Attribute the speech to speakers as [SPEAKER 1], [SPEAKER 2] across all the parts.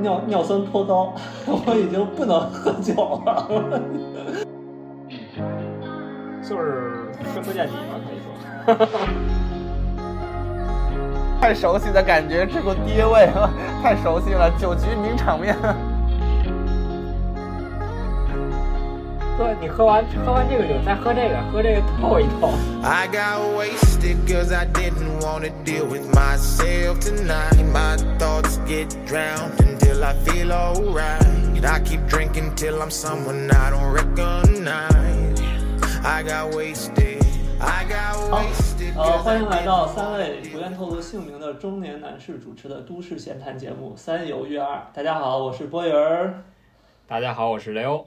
[SPEAKER 1] 尿尿酸颇高， 我已经不能喝酒了，
[SPEAKER 2] 就是深不见底嘛，可以说。
[SPEAKER 3] 太熟悉的感觉，这个爹味了，太熟悉了，酒局名场面。
[SPEAKER 2] 对你喝完喝完这个酒，再喝这个，喝这个透一透。
[SPEAKER 4] I got wasted cause I didn't wanna deal with myself tonight. My thoughts get drowned until I feel alright. I keep drinking till I'm someone I don't recognize. I got wasted. I got wasted.
[SPEAKER 1] 呃，
[SPEAKER 4] cause
[SPEAKER 1] 欢
[SPEAKER 4] I
[SPEAKER 1] 迎
[SPEAKER 4] didn't
[SPEAKER 1] 来到三位不愿透露姓名的中年男士主持的都市闲谈节目《三游月二》。大家好，我是波云儿。
[SPEAKER 2] 大家好，我是雷欧。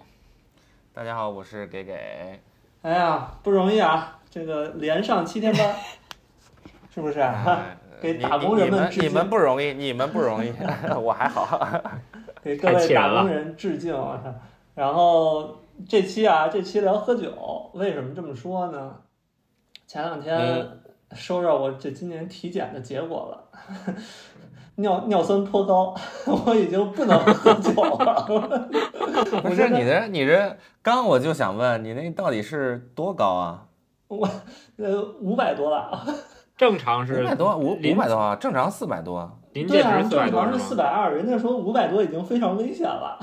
[SPEAKER 3] 大家好，我是给给。
[SPEAKER 1] 哎呀，不容易啊，这个连上七天 班，是不是、啊
[SPEAKER 3] 哎
[SPEAKER 1] 给
[SPEAKER 3] 你
[SPEAKER 1] 打工人
[SPEAKER 3] 你
[SPEAKER 1] 们
[SPEAKER 3] 们
[SPEAKER 1] 致
[SPEAKER 3] 你
[SPEAKER 1] 敬，
[SPEAKER 3] 们不容易，你们不容易， 我 还好。
[SPEAKER 1] 给各
[SPEAKER 2] 太
[SPEAKER 1] 位
[SPEAKER 2] 气人
[SPEAKER 1] 打
[SPEAKER 2] 了
[SPEAKER 1] 工人致敬啊。然后这期啊，这期聊喝酒，为什么这么说呢？前两天
[SPEAKER 3] 嗯
[SPEAKER 1] 收着我这今年体检的结果了，尿尿酸颇高，我已经不能喝酒了。
[SPEAKER 3] 不
[SPEAKER 1] 觉
[SPEAKER 3] 是
[SPEAKER 1] 得
[SPEAKER 3] 你这你这，刚我就想问你那到底是多高啊？
[SPEAKER 1] 呃，五百多了，啊
[SPEAKER 2] 正常是
[SPEAKER 3] 五百多，五五
[SPEAKER 2] 临
[SPEAKER 3] 百多啊，正常四百多。
[SPEAKER 2] 临
[SPEAKER 1] 对
[SPEAKER 2] 界
[SPEAKER 1] 啊，
[SPEAKER 2] 值四百
[SPEAKER 1] 正
[SPEAKER 2] 多
[SPEAKER 1] 常是四
[SPEAKER 2] 吗？
[SPEAKER 1] 百二，人家说五百多已经非常危险了。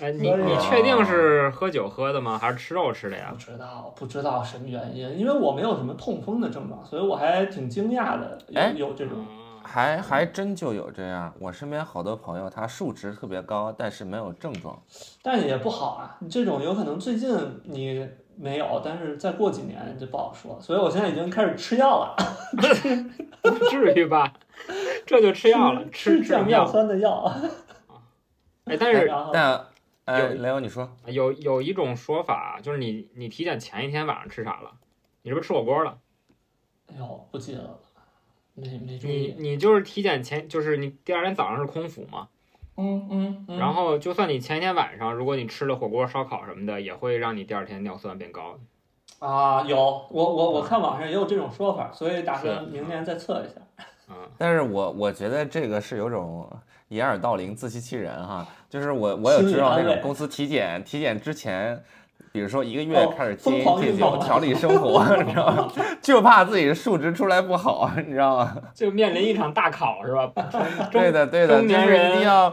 [SPEAKER 2] 哎，你
[SPEAKER 1] 所以
[SPEAKER 2] 你确定是喝酒喝的吗？还是吃肉吃的呀
[SPEAKER 1] 不？知道，不知道什么原因，因为我没有什么痛风的症状，所以我还挺惊讶的，
[SPEAKER 3] 哎
[SPEAKER 1] 有有这种。
[SPEAKER 2] 嗯
[SPEAKER 3] 还还真就有这样，我身边好多朋友，他数值特别高，但是没有症状。
[SPEAKER 1] 但是也不好啊，你这种有可能最近你没有，但是再过几年就不好说。所以我现在已经开始吃药了，
[SPEAKER 2] 不 至于吧？这就吃药了，吃
[SPEAKER 1] 降
[SPEAKER 2] 止
[SPEAKER 1] 尿
[SPEAKER 2] 药。
[SPEAKER 1] 酸的药。
[SPEAKER 2] 哎，但是
[SPEAKER 1] 然后
[SPEAKER 3] 但，呃，
[SPEAKER 2] 有
[SPEAKER 3] 雷欧你说，
[SPEAKER 2] 有有一种说法，啊就是你你体检前一天晚上吃啥了？你是不是吃火锅了？
[SPEAKER 1] 哎呦，不记得了，没没注
[SPEAKER 2] 你
[SPEAKER 1] 意。
[SPEAKER 2] 你就是体检前，就是你第二天早上是空腹嘛？
[SPEAKER 1] 嗯嗯嗯。
[SPEAKER 2] 然后就算你前一天晚上，如果你吃了火锅、烧烤什么的，也会让你第二天尿酸变高。
[SPEAKER 1] 啊，有我我我看网上也有这种说法，所以打算
[SPEAKER 2] 是
[SPEAKER 1] 明年再测一下。
[SPEAKER 2] 嗯，
[SPEAKER 3] 但是我我觉得这个是有种掩耳盗铃、自欺欺人哈。就是我我有知道那
[SPEAKER 1] 心理安
[SPEAKER 3] 种
[SPEAKER 1] 慰
[SPEAKER 3] 公司体检，体检之前，比如说一个月
[SPEAKER 1] 哦
[SPEAKER 3] 开始
[SPEAKER 1] 疯
[SPEAKER 3] 戒烟
[SPEAKER 1] 狂
[SPEAKER 3] 戒
[SPEAKER 1] 运
[SPEAKER 3] 酒，
[SPEAKER 1] 动
[SPEAKER 3] 调理 生活，你知道吗？就怕自己的数值出来不好，你知道吗？
[SPEAKER 2] 就面临一场大考是吧？
[SPEAKER 3] 对的，对的，
[SPEAKER 2] 中
[SPEAKER 3] 就
[SPEAKER 2] 年
[SPEAKER 3] 是一定
[SPEAKER 2] 人
[SPEAKER 3] 要，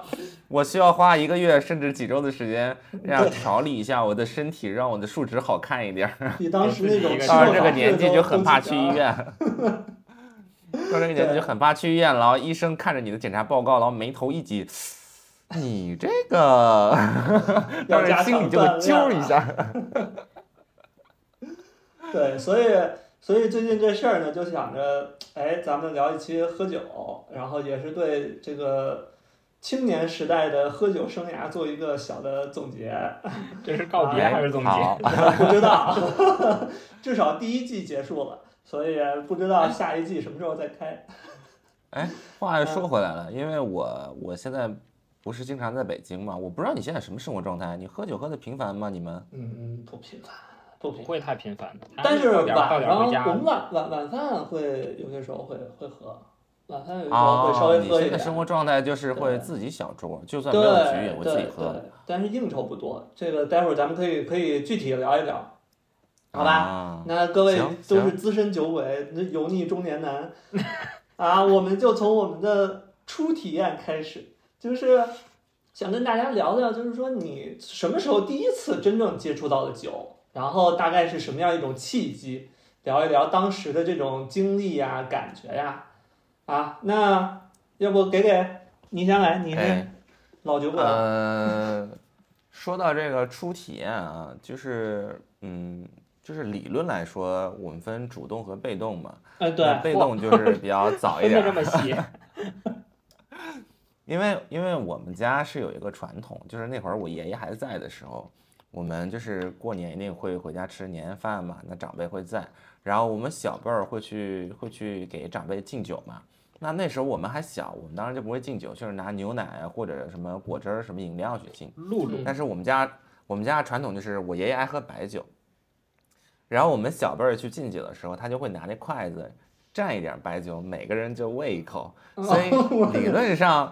[SPEAKER 3] 我需要花一个月甚至几周的 时间，这样调理一下我的身体，让我的数值好看一点儿。
[SPEAKER 1] 比当时那种
[SPEAKER 2] 对
[SPEAKER 1] 吃
[SPEAKER 3] 到
[SPEAKER 1] 了
[SPEAKER 3] 了这
[SPEAKER 1] 早
[SPEAKER 3] 个
[SPEAKER 1] 市
[SPEAKER 3] 年纪
[SPEAKER 1] 都啊
[SPEAKER 3] 就很
[SPEAKER 1] 都
[SPEAKER 3] 怕
[SPEAKER 1] 紧
[SPEAKER 3] 去
[SPEAKER 1] 张
[SPEAKER 3] 医院， 到这个年纪就很怕去医院，然后医生看着你的检查报告，然后眉头一紧，你这个，
[SPEAKER 1] 要
[SPEAKER 3] 当时
[SPEAKER 1] 加
[SPEAKER 3] 心里
[SPEAKER 1] 强
[SPEAKER 3] 就会
[SPEAKER 1] 锻炼啊
[SPEAKER 3] 揪一
[SPEAKER 1] 了
[SPEAKER 3] 下。
[SPEAKER 1] 对，所以所以最近这事儿呢，就想着，哎，咱们聊一期喝酒，然后也是对这个青年时代的喝酒生涯做一个小的总结。
[SPEAKER 2] 这是告别
[SPEAKER 3] 哎
[SPEAKER 2] 还是总结？
[SPEAKER 3] 好，
[SPEAKER 1] 不知道， 至少第一季结束了，所以不知
[SPEAKER 2] 哎
[SPEAKER 1] 道下一季什么时候再开。
[SPEAKER 3] 哎，话又说回来了，因为我我现在不是经常在北京嘛，我不知道你现在什么生活状态，你喝酒喝的频繁吗？你们？
[SPEAKER 1] 嗯嗯，不频繁，不
[SPEAKER 2] 不
[SPEAKER 1] 频繁。
[SPEAKER 2] 会太频繁的。
[SPEAKER 1] 但是
[SPEAKER 2] 到
[SPEAKER 1] 晚
[SPEAKER 2] 点儿到点儿
[SPEAKER 1] 上
[SPEAKER 2] 回家
[SPEAKER 1] 我，们晚晚晚饭会有些时候会会喝，晚饭有些时候
[SPEAKER 3] 啊，
[SPEAKER 1] 会稍微
[SPEAKER 3] 你
[SPEAKER 1] 喝一
[SPEAKER 3] 现
[SPEAKER 1] 点
[SPEAKER 3] 在。生活状态就是会
[SPEAKER 1] 对
[SPEAKER 3] 自己小酌，就算
[SPEAKER 1] 对
[SPEAKER 3] 没有
[SPEAKER 1] 对
[SPEAKER 3] 局也会自己喝
[SPEAKER 1] 对，但是应酬不多，这个待会儿咱们可以可以具体聊一聊，好吧？
[SPEAKER 3] 吧？
[SPEAKER 1] 那各位
[SPEAKER 3] 行
[SPEAKER 1] 都是
[SPEAKER 3] 行
[SPEAKER 1] 资深酒鬼，那油腻中年男 啊，我们就从我们的初体验开始，就是想跟大家聊聊，就是说你什么时候第一次真正接触到的酒，然后大概是什么样一种契机，聊一聊当时的这种经历呀、感觉呀、啊。那要不给给你先来，你是
[SPEAKER 3] 哎，
[SPEAKER 1] 老酒鬼，
[SPEAKER 3] 呃，说到这个初体验啊，就是嗯，就是理论来说，我们分主动和被动嘛。
[SPEAKER 1] 哎，
[SPEAKER 3] 那
[SPEAKER 1] 对，
[SPEAKER 3] 被动就是比较早一
[SPEAKER 2] 分的
[SPEAKER 3] 点啊
[SPEAKER 2] 这
[SPEAKER 3] 儿，
[SPEAKER 2] 么 细，
[SPEAKER 3] 因为因为我们家是有一个传统，就是那会儿我爷爷还在的时候，我们就是过年一定会回家吃年夜饭嘛，那长辈会在，然后我们小辈儿会去会去给长辈敬酒嘛。那那时候我们还小，我们当然就不会敬酒，就是拿牛奶啊或者什么果汁儿、什么饮料去敬。
[SPEAKER 2] 露
[SPEAKER 1] 嗯
[SPEAKER 2] 露
[SPEAKER 3] 但是我们家我们家的传统就是我爷爷爱喝白酒，然后我们小辈儿去敬酒的时候，他就会拿那筷
[SPEAKER 1] 哦
[SPEAKER 3] 子蘸一点白酒，每个人就喂一口，所以理论上。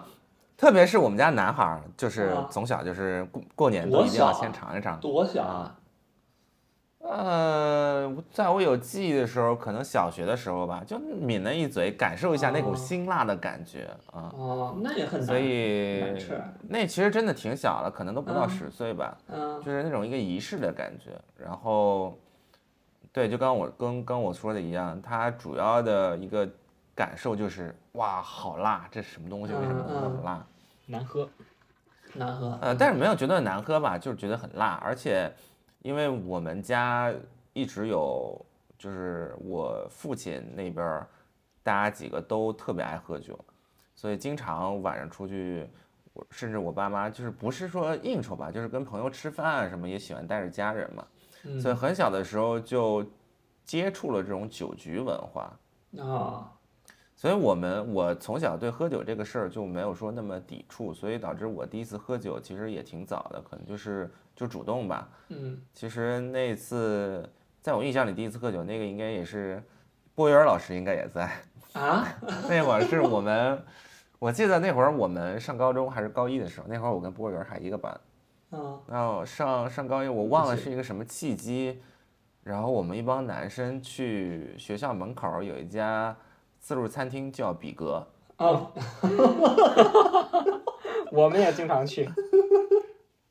[SPEAKER 3] 特别是我们家男孩儿，就是
[SPEAKER 1] 啊
[SPEAKER 3] 从小就是过过年
[SPEAKER 1] 多
[SPEAKER 3] 都一定要
[SPEAKER 1] 小啊
[SPEAKER 3] 先尝一尝。
[SPEAKER 1] 多小啊！
[SPEAKER 3] 呃，我在我有记忆的时候，可能小学的时候吧，就抿了一嘴，感受一下那股
[SPEAKER 1] 哦
[SPEAKER 3] 辛辣的感觉啊。
[SPEAKER 1] 哦，那也很
[SPEAKER 3] 所
[SPEAKER 1] 难，
[SPEAKER 3] 以
[SPEAKER 1] 难吃。
[SPEAKER 3] 那其实真的挺小了，可能都不到
[SPEAKER 1] 嗯
[SPEAKER 3] 十岁吧。
[SPEAKER 1] 嗯
[SPEAKER 3] 就是那种一个仪式的感觉。然后，对，就刚我跟跟我说的一样，它主要的一个感受就是，哇，好辣，这是什么东西？为什么
[SPEAKER 1] 嗯
[SPEAKER 3] 那么
[SPEAKER 1] 嗯
[SPEAKER 3] 辣？
[SPEAKER 2] 难喝。
[SPEAKER 1] 难喝。
[SPEAKER 3] 呃，但是没有觉得难喝吧，就是觉得很辣，而且因为我们家一直有，就是我父亲那边儿，大家几个都特别爱喝酒，所以经常晚上出去，我甚至我爸妈就是不是说应酬吧，就是跟朋友吃饭啊什么，也喜欢带着家人嘛。
[SPEAKER 1] 嗯
[SPEAKER 3] 所以很小的时候就接触了这种酒局文化，
[SPEAKER 1] 啊，
[SPEAKER 3] 所以我们我从小对喝酒这个事儿就没有说那么抵触，所以导致我第一次喝酒其实也挺早的，可能就是就主动吧。
[SPEAKER 1] 嗯
[SPEAKER 3] 其实那次在我印象里第一次喝酒，那个应该也是波源老师应该也在，
[SPEAKER 1] 啊，
[SPEAKER 3] 那会儿是我们，我记得那会儿我们上高中还是高一的时候，那会儿我跟波源还一个班。
[SPEAKER 1] 嗯
[SPEAKER 3] 然后上上高一，我忘了
[SPEAKER 1] 是
[SPEAKER 3] 是一个什么契机，然后我们一帮男生去学校门口儿有一家自助餐厅叫比格，
[SPEAKER 1] 哦，
[SPEAKER 2] 我们也经 常去，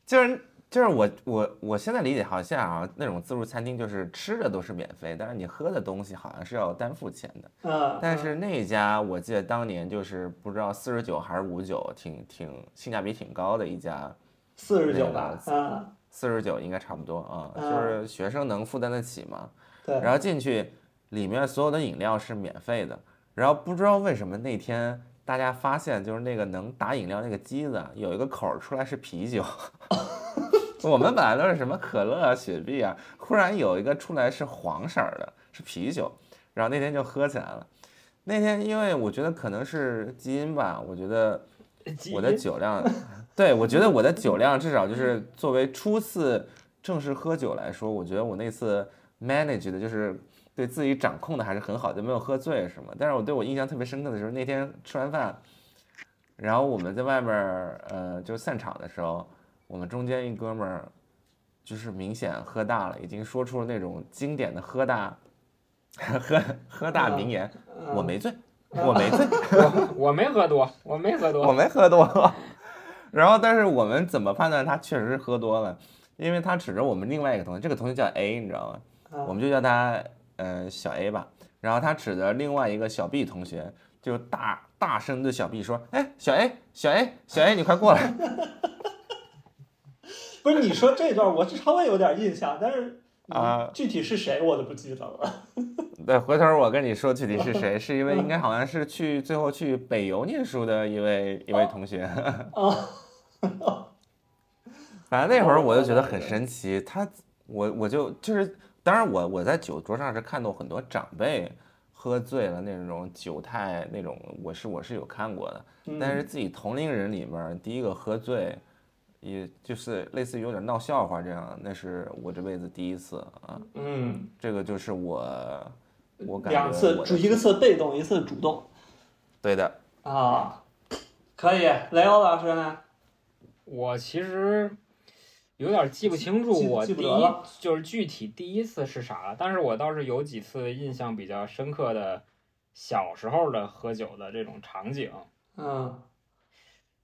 [SPEAKER 3] 就是就是我我我现在理解好像啊，那种自助餐厅就是吃的都是免费，但是你喝的东西好像是要单付钱的。
[SPEAKER 1] 嗯，
[SPEAKER 3] 但是那家我记得当年就是不知道四十九还是五九，挺挺性价比挺高的一家。
[SPEAKER 1] 四十九吧，嗯，
[SPEAKER 3] 四十九应该差不多啊，
[SPEAKER 1] 嗯
[SPEAKER 3] 就是学生能负担得起嘛。
[SPEAKER 1] 对，
[SPEAKER 3] 然后进去，里面所有的饮料是免费的。然后不知道为什么那天大家发现，就是那个能打饮料那个机子啊有一个口儿出来是啤酒。 我们本来都是什么可乐啊、雪碧啊，忽然有一个出来是黄色儿的，是啤酒。然后那天就喝起来了。那天因为我觉得可能是基因吧，我觉得 我的酒量，对我觉得我的酒量至少就是作为初次正式喝酒来说，我觉得我那次 manage 的就是对自己掌控的还是很好，就没有喝醉什么。但是我对我印象特别深刻的就是那天吃完饭，然后我们在外面儿呃就散场的时候，我们中间一哥们儿就是明显喝大了，已经说出了那种经典的喝大 喝喝大名言，
[SPEAKER 1] 嗯
[SPEAKER 3] 我没醉，我没醉。
[SPEAKER 2] 我我没喝多，我没喝
[SPEAKER 3] 我
[SPEAKER 2] 多，
[SPEAKER 3] 没喝多。 然后，但是我们怎么判断他确实是喝多了？因为他指着我们另外一个同学，这个同学叫 A，你知道吗？我
[SPEAKER 1] 嗯
[SPEAKER 3] 们就叫他呃小 A 吧。然后他指着另外一个小 B 同学，就大大声对小 B 说：“哎，小 A，小 A，小 A，你快过来！”
[SPEAKER 1] 不是你说这段，我稍微有点印象，但是
[SPEAKER 3] 啊
[SPEAKER 1] 具体是谁我都不记得了。
[SPEAKER 3] 对，回头我跟你说具体是谁，是一位应该好像是去最后去北邮念书的一位一位同学。 反正那会儿我就觉得很神奇，他我我就就是，当然我我在酒桌上是看到很多长辈喝醉了那种酒态那种，我是我是有看过的，
[SPEAKER 1] 嗯
[SPEAKER 3] 但是自己同龄人里面儿第一个喝醉。也就是类似于有点闹笑话这样，那是我这辈子第一次啊，
[SPEAKER 1] 嗯，
[SPEAKER 3] 这个就是我，我感觉
[SPEAKER 1] 两次
[SPEAKER 3] 我的
[SPEAKER 1] 主一次被动，一次主动
[SPEAKER 3] 对的，
[SPEAKER 1] 啊，可以。雷欧老师呢？
[SPEAKER 2] 我其实有点记不清楚
[SPEAKER 1] 记
[SPEAKER 2] 我
[SPEAKER 1] 记
[SPEAKER 2] 第
[SPEAKER 1] 不
[SPEAKER 2] 一
[SPEAKER 1] 得了
[SPEAKER 2] 就是具体第一次是啥了，但是我倒是有几次印象比较深刻的小时候的喝酒的这种场景。
[SPEAKER 1] 嗯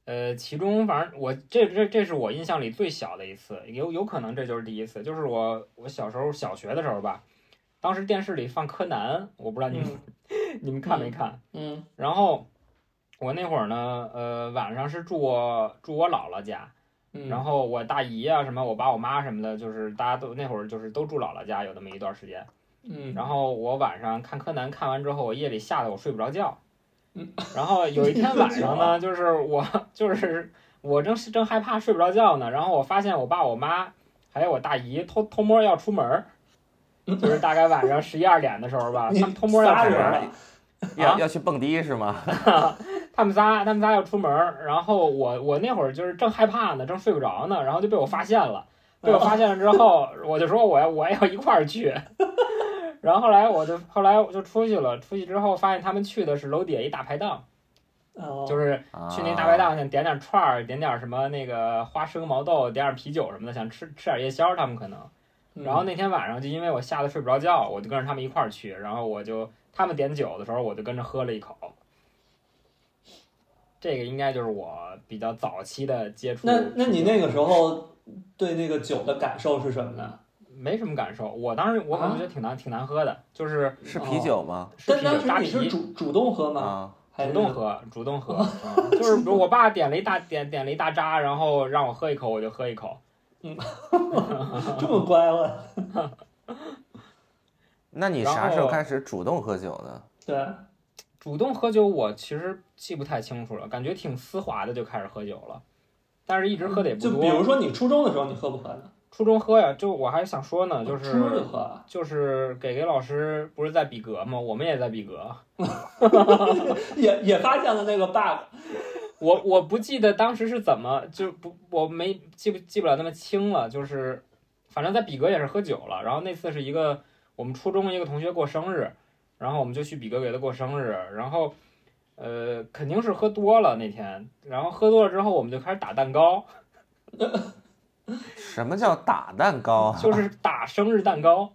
[SPEAKER 2] 呃，其中反正我这这这是我印象里最小的一次，有有可能这就是第一次，就是我我小时候小学的时候吧，当时电视里放柯南，我不知道你们、
[SPEAKER 3] 嗯
[SPEAKER 2] 你们看没看，
[SPEAKER 1] 嗯
[SPEAKER 2] 然后我那会儿呢，呃，晚上是住我住我姥姥家，
[SPEAKER 1] 嗯，
[SPEAKER 2] 然后我大姨啊什么，我爸我妈什么的，就是大家都那会儿就是都住姥姥家，有那么一段时间。
[SPEAKER 1] 嗯，
[SPEAKER 2] 然后我晚上看柯南，看完之后，我夜里吓得我睡不着觉
[SPEAKER 1] 嗯。
[SPEAKER 2] 然后有一天晚上呢，就是我就是我正正害怕睡不着觉呢，然后我发现我爸我妈还有我大姨偷偷摸要出 门儿，就是大概晚上十一二点的时候吧，
[SPEAKER 1] 你
[SPEAKER 2] 他们偷摸要
[SPEAKER 1] 嗯 仨
[SPEAKER 2] 出
[SPEAKER 1] 人
[SPEAKER 2] 门儿。
[SPEAKER 1] 了，
[SPEAKER 3] 要
[SPEAKER 2] 啊
[SPEAKER 3] 要去蹦迪是吗？
[SPEAKER 2] 他们仨，他们仨要出门儿，然后我我那会儿就是正害怕呢，正睡不着呢，然后就被我发现了。被我发现了之后，我就说我要我要一块儿去。 然后后来我就后来我就出去了，出去之后发现他们去的是楼底下一大排档，
[SPEAKER 1] 哦，
[SPEAKER 2] 就是
[SPEAKER 3] 啊
[SPEAKER 2] 去那大排档，想点点串儿，点点什么那个花生毛豆，点点啤酒什么的，想吃吃点夜宵，他们可能。
[SPEAKER 1] 嗯
[SPEAKER 2] 然后那天晚上就因为我吓得睡不着觉，我就跟着他们一块儿去，然后我就他们点酒的时候，我就跟着喝了一口。这个应该就是我比较早期的接触。
[SPEAKER 1] 那那你那个时候对那个酒的感受是什么呢？
[SPEAKER 2] 没什么感受，我当时我可能觉得挺难、挺难喝的，就是
[SPEAKER 3] 是
[SPEAKER 1] 哦
[SPEAKER 3] 啤酒吗？
[SPEAKER 2] 是
[SPEAKER 1] 啊但当
[SPEAKER 2] 啤酒
[SPEAKER 1] 时
[SPEAKER 2] 扎
[SPEAKER 1] 你是
[SPEAKER 2] 啤，哎
[SPEAKER 1] 主主动
[SPEAKER 2] 嗯
[SPEAKER 1] 喝吗？
[SPEAKER 3] 啊，
[SPEAKER 1] 还
[SPEAKER 2] 主
[SPEAKER 1] 是哦
[SPEAKER 2] 动喝，主动喝，嗯就是比如我爸点了一大点点了一大扎，然后让我喝一口，我就喝一口。啊
[SPEAKER 1] 这么乖了？
[SPEAKER 3] 那你
[SPEAKER 2] 然
[SPEAKER 3] 啥时候
[SPEAKER 2] 后
[SPEAKER 3] 开始主动喝酒的？
[SPEAKER 1] 对，
[SPEAKER 2] 主动喝酒，我其实记不太清楚了，感觉挺丝滑的就开始喝酒了，但是一直喝的也不
[SPEAKER 1] 就
[SPEAKER 2] 多。
[SPEAKER 1] 比如说你初中的时候，你喝不喝呢？
[SPEAKER 2] 初中喝呀，就我还想说呢，就
[SPEAKER 1] 初中就是喝啊，
[SPEAKER 2] 就是给给老师不是在比格吗？我们也在比格。
[SPEAKER 1] 也也发现了那个 bug。
[SPEAKER 2] 我我不记得当时是怎么，就不我没记不记不了那么清了，就是反正在比格也是喝酒了，然后那次是一个我们初中一个同学过生日，然后我们就去比格给他过生日，然后呃肯定是喝多了那天，然后喝多了之后我们就开始打蛋糕，
[SPEAKER 3] 什么叫打蛋糕啊？
[SPEAKER 2] 就是打生日蛋糕，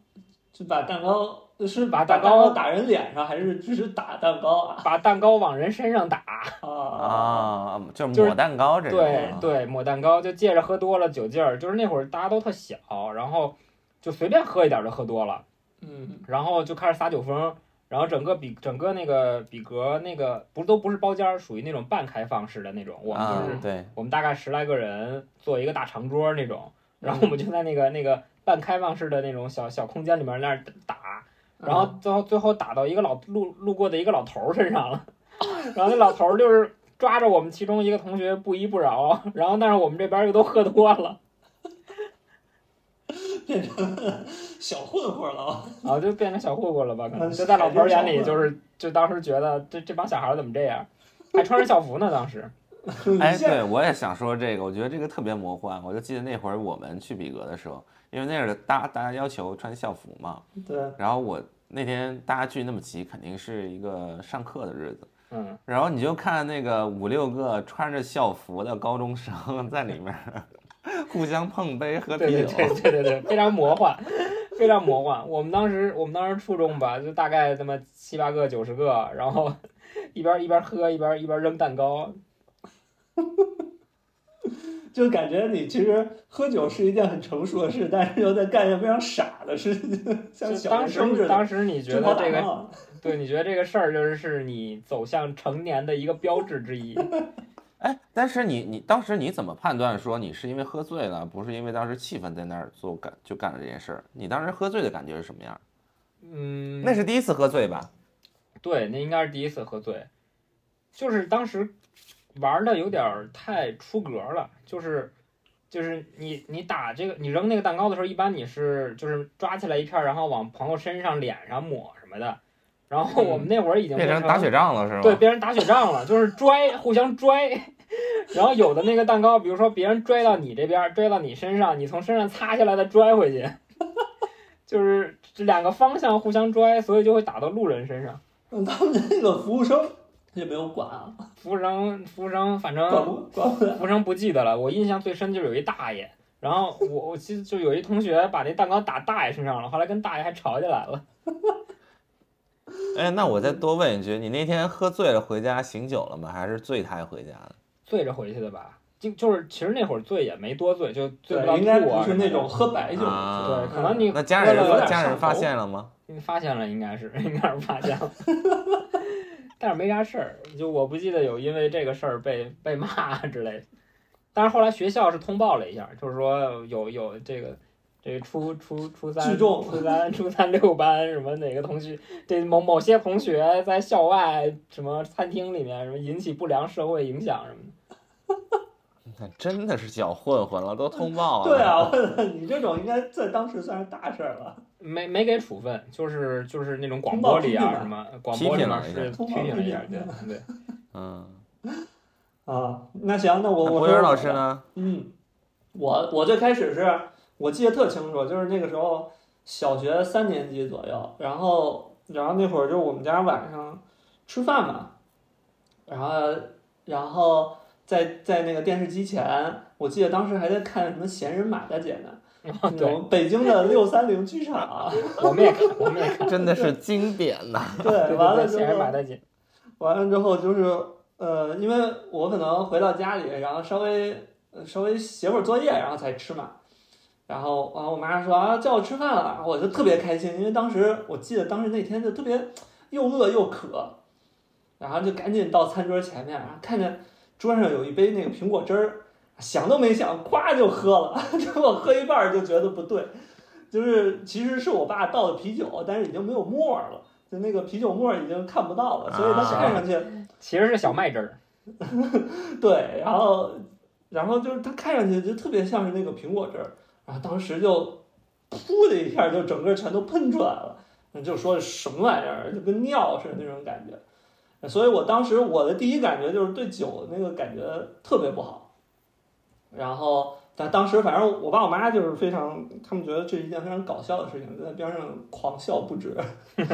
[SPEAKER 1] 就把蛋糕是
[SPEAKER 2] 把
[SPEAKER 1] 蛋
[SPEAKER 2] 蛋糕
[SPEAKER 1] 打人脸上，还是只是打蛋糕啊？
[SPEAKER 2] 把蛋糕往人身上打，
[SPEAKER 1] 啊，
[SPEAKER 3] 啊，就是
[SPEAKER 2] 就是
[SPEAKER 3] 抹蛋糕这种
[SPEAKER 2] 对
[SPEAKER 3] 啊。
[SPEAKER 2] 对，抹蛋糕就借着喝多了酒劲儿，就是那会儿大家都特小，然后就随便喝一点儿就喝多了。
[SPEAKER 1] 嗯，
[SPEAKER 2] 然后就开始撒酒疯，然后整个比整个那个比格那个不都不是包间儿，属于那种半开放式的那种，我们
[SPEAKER 3] 啊
[SPEAKER 2] 就是、，
[SPEAKER 3] 对，
[SPEAKER 2] 我们大概十来个人坐一个大长桌那种，然后我们就在那个那个半开放式的那种小小空间里面那儿打，然后
[SPEAKER 3] 嗯
[SPEAKER 2] 最后最后打到一个老路路过的一个老头儿身上了， 然后那老头儿就是。抓着我们其中一个同学不依不饶，然后但是我们这边儿又都喝多了，
[SPEAKER 1] 变成小混混了啊。
[SPEAKER 2] 啊，就变成小混混了吧？可能
[SPEAKER 1] 嗯
[SPEAKER 2] 就在老头儿眼里，
[SPEAKER 1] 小混混
[SPEAKER 2] 就是就当时觉得这这帮小孩儿怎么这样，还穿着校服呢？当时
[SPEAKER 3] 哎，
[SPEAKER 1] 你现在
[SPEAKER 3] 对，我也想说这个，我觉得这个特别魔幻。我就记得那会儿我们去比格的时候，因为那会儿大大家要求穿校服嘛，
[SPEAKER 1] 对，
[SPEAKER 3] 然后我那天大家聚那么齐，肯定是一个上课的日子。
[SPEAKER 2] 嗯，
[SPEAKER 3] 然后你就看那个五六个穿着校服的高中生在里面儿 互相碰杯喝
[SPEAKER 2] 对
[SPEAKER 3] 啤
[SPEAKER 2] 对
[SPEAKER 3] 酒，
[SPEAKER 2] 对对对对，非常魔幻， 非常魔幻。我们当时我们当时初中吧，就大概那么七八个、九十个，然后 一边一边喝一边一边扔蛋糕，
[SPEAKER 1] 就感觉你其实喝酒是一件很成熟的事，但是又在干一件非常傻的事情， 像
[SPEAKER 2] 就
[SPEAKER 1] 小
[SPEAKER 2] 当
[SPEAKER 1] 学生似
[SPEAKER 2] 时
[SPEAKER 1] 的。
[SPEAKER 2] 当时你觉
[SPEAKER 1] 中啊
[SPEAKER 2] 得
[SPEAKER 1] 国打
[SPEAKER 2] 这个
[SPEAKER 1] 闹
[SPEAKER 2] 对，你觉得这个事儿就是是你走向成年的一个标志之一。
[SPEAKER 3] 哎，但是你你当时你怎么判断说你是因为喝醉了，不是因为当时气氛在那儿做干就干了这件事儿？你当时喝醉的感觉是什么样儿？
[SPEAKER 2] 嗯，
[SPEAKER 3] 那是第一次喝醉吧？
[SPEAKER 2] 对，那应该是第一次喝醉，就是当时玩的有点儿太出格了，就是就是你你打这个你扔那个蛋糕的时候，一般你是就是抓起来一片儿，然后往朋友身上、脸上抹什么的，然后我们那会儿已经
[SPEAKER 3] 嗯变
[SPEAKER 2] 成
[SPEAKER 3] 成打雪仗了是吗？
[SPEAKER 2] 对，别人打雪仗了，就是拽，互相拽。然后有的那个蛋糕，比如说别人拽到你这边，拽到你身上，你从身上擦下来再拽回去， 就是这两个方向互相拽，所以就会打到路人身上。
[SPEAKER 1] 嗯，他们那个服务生也没有管啊，
[SPEAKER 2] 服务生，服务生，反
[SPEAKER 1] 管
[SPEAKER 2] 正
[SPEAKER 1] 不管不了。
[SPEAKER 2] 服务生不记得了。我印象最深就是有一大爷，然后我我记得就有一同学把那蛋糕打大爷身上了，后来跟大爷还吵起来了。
[SPEAKER 3] 哎，那我再多问一句，你那天喝醉了回家醒酒了吗？还是醉开回家的？
[SPEAKER 2] 醉着回去的吧，就就是其实那会儿醉也没多醉，就醉
[SPEAKER 1] 对
[SPEAKER 2] 不到，
[SPEAKER 1] 应该
[SPEAKER 2] 吐啊
[SPEAKER 1] 不是
[SPEAKER 2] 什么
[SPEAKER 1] 那
[SPEAKER 2] 的
[SPEAKER 1] 种嗯喝白酒，
[SPEAKER 3] 啊
[SPEAKER 2] 对，可能你
[SPEAKER 3] 那家
[SPEAKER 2] 喝
[SPEAKER 3] 人
[SPEAKER 2] 了有
[SPEAKER 1] 发
[SPEAKER 2] 点
[SPEAKER 3] 家人
[SPEAKER 1] 上
[SPEAKER 3] 发
[SPEAKER 1] 头
[SPEAKER 3] 现了吗？
[SPEAKER 2] 嗯发现了，应该是应该是发现了， 但是没啥事儿，就我不记得有因为这个事儿被被骂啊之类的。但是后来学校是通报了一下，就是说有有这个这个初初初三
[SPEAKER 1] 聚众
[SPEAKER 2] 初三初三六班什么哪个同学这某某些同学在校外什么餐厅里面什么引起不良社会影响什么的。
[SPEAKER 3] 真的是小混混了，都通报了。
[SPEAKER 1] 对啊，我觉得你这种应该在当时算是大事儿了。
[SPEAKER 2] 没没给处分，就是就是那种广
[SPEAKER 1] 通报
[SPEAKER 2] 播里
[SPEAKER 1] 批评
[SPEAKER 2] 啊
[SPEAKER 1] 了
[SPEAKER 2] 什么广
[SPEAKER 3] 批
[SPEAKER 2] 播里
[SPEAKER 3] 评
[SPEAKER 2] 面
[SPEAKER 3] 了
[SPEAKER 2] 是
[SPEAKER 3] 一下
[SPEAKER 2] 批
[SPEAKER 1] 通报
[SPEAKER 2] 评了
[SPEAKER 1] 批
[SPEAKER 2] 一下，
[SPEAKER 1] 评
[SPEAKER 2] 对
[SPEAKER 1] 了
[SPEAKER 2] 对。
[SPEAKER 3] 嗯，
[SPEAKER 1] 啊，那行，那我
[SPEAKER 3] 那
[SPEAKER 1] 我说
[SPEAKER 3] 博源
[SPEAKER 1] 我
[SPEAKER 3] 老
[SPEAKER 1] 的
[SPEAKER 3] 师呢？
[SPEAKER 1] 嗯，我我最开始是我记得特清楚，就是那个时候小学三年级左右，然后然后那会儿就是我们家晚上吃饭嘛，然后然后在在那个电视机前，我记得当时还在看什么《闲人马大姐》呢， 那
[SPEAKER 2] 对，
[SPEAKER 1] 种北京的六三零剧 场，啊
[SPEAKER 2] 我们也看，我们也看。
[SPEAKER 3] 真的是经典呐、
[SPEAKER 1] 对，完了之
[SPEAKER 2] 显然
[SPEAKER 1] 后
[SPEAKER 2] 马大姐，
[SPEAKER 1] 完了之后就是呃，因为我可能回到家里，然后稍微呃稍微写会儿作业，然后才吃嘛。然后啊，我妈说啊，叫我吃饭了，我就特别开心，因为当时我记得当时那天就特别又饿又渴，然后就赶紧到餐桌前面，然后看见桌上有一杯那个苹果汁儿，想都没想，咵就喝了。 结果喝一半儿就觉得不对，就是其实是我爸倒的啤酒，但是已经没有沫儿了，就那个啤酒沫儿已经看不到了，所以它
[SPEAKER 3] 啊
[SPEAKER 1] 看上去
[SPEAKER 2] 其实是小麦汁儿，
[SPEAKER 1] 对，然后然后就是它看上去就特别像是那个苹果汁儿，然后当时就噗的一下就整个全都喷出来了，那就说什么玩意儿，就跟尿似的那种感觉。所以我当时我的第一感觉就是对酒那个感觉特别不好，然后但当时反正我爸我妈就是非常，他们觉得这是一件非常搞笑的事情，就在边上狂笑不止。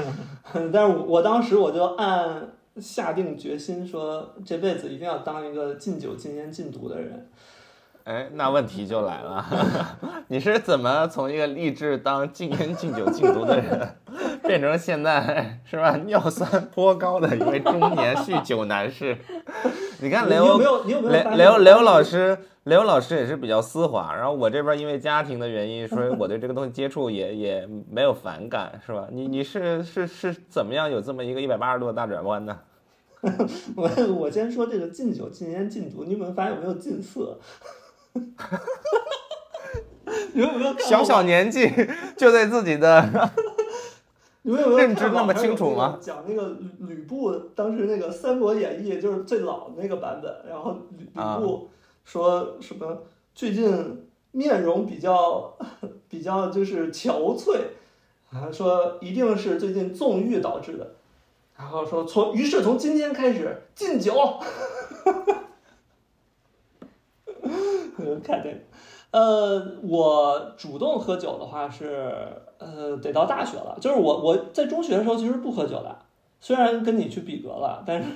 [SPEAKER 1] 但是我我当时我就按下定决心说这辈子一定要当一个禁酒、禁烟、禁毒的人。
[SPEAKER 3] 哎，那问题就来了， 你是怎么从一个立志当禁烟、禁酒、禁毒的人，变成现在是吧尿酸颇高的一位中年酗酒男士？ 你看
[SPEAKER 1] 你
[SPEAKER 3] 雷
[SPEAKER 1] 有
[SPEAKER 3] 欧
[SPEAKER 1] 没有？你有没有
[SPEAKER 3] 雷
[SPEAKER 1] 发现？
[SPEAKER 3] 雷欧雷欧老师，雷欧老师也是比较丝滑，然后我这边因为家庭的原因，所以我对这个东西接触也也没有反感，是吧？你你是是是怎么样有这么一个一百八十度的大转弯呢？
[SPEAKER 1] 我我先说这个禁酒、禁烟、禁毒，你有没有发现有没有禁色？ 你们有没有看过
[SPEAKER 3] 小小年纪就对自己的
[SPEAKER 1] 你们有没有
[SPEAKER 3] 认知那么清楚吗？
[SPEAKER 1] 讲那个吕吕布当时那个《三国演义》就是最老的那个版本，然后吕
[SPEAKER 3] 啊
[SPEAKER 1] 吕布说什么最近面容比较 比较就是憔悴，啊，说一定是最近纵欲导致的，然后说从于是从今天开始禁酒，你们 看这个。呃，我主动喝酒的话是，呃，得到大学了。就是我我在中学的时候其实不喝酒的，虽然跟你去比格了，但是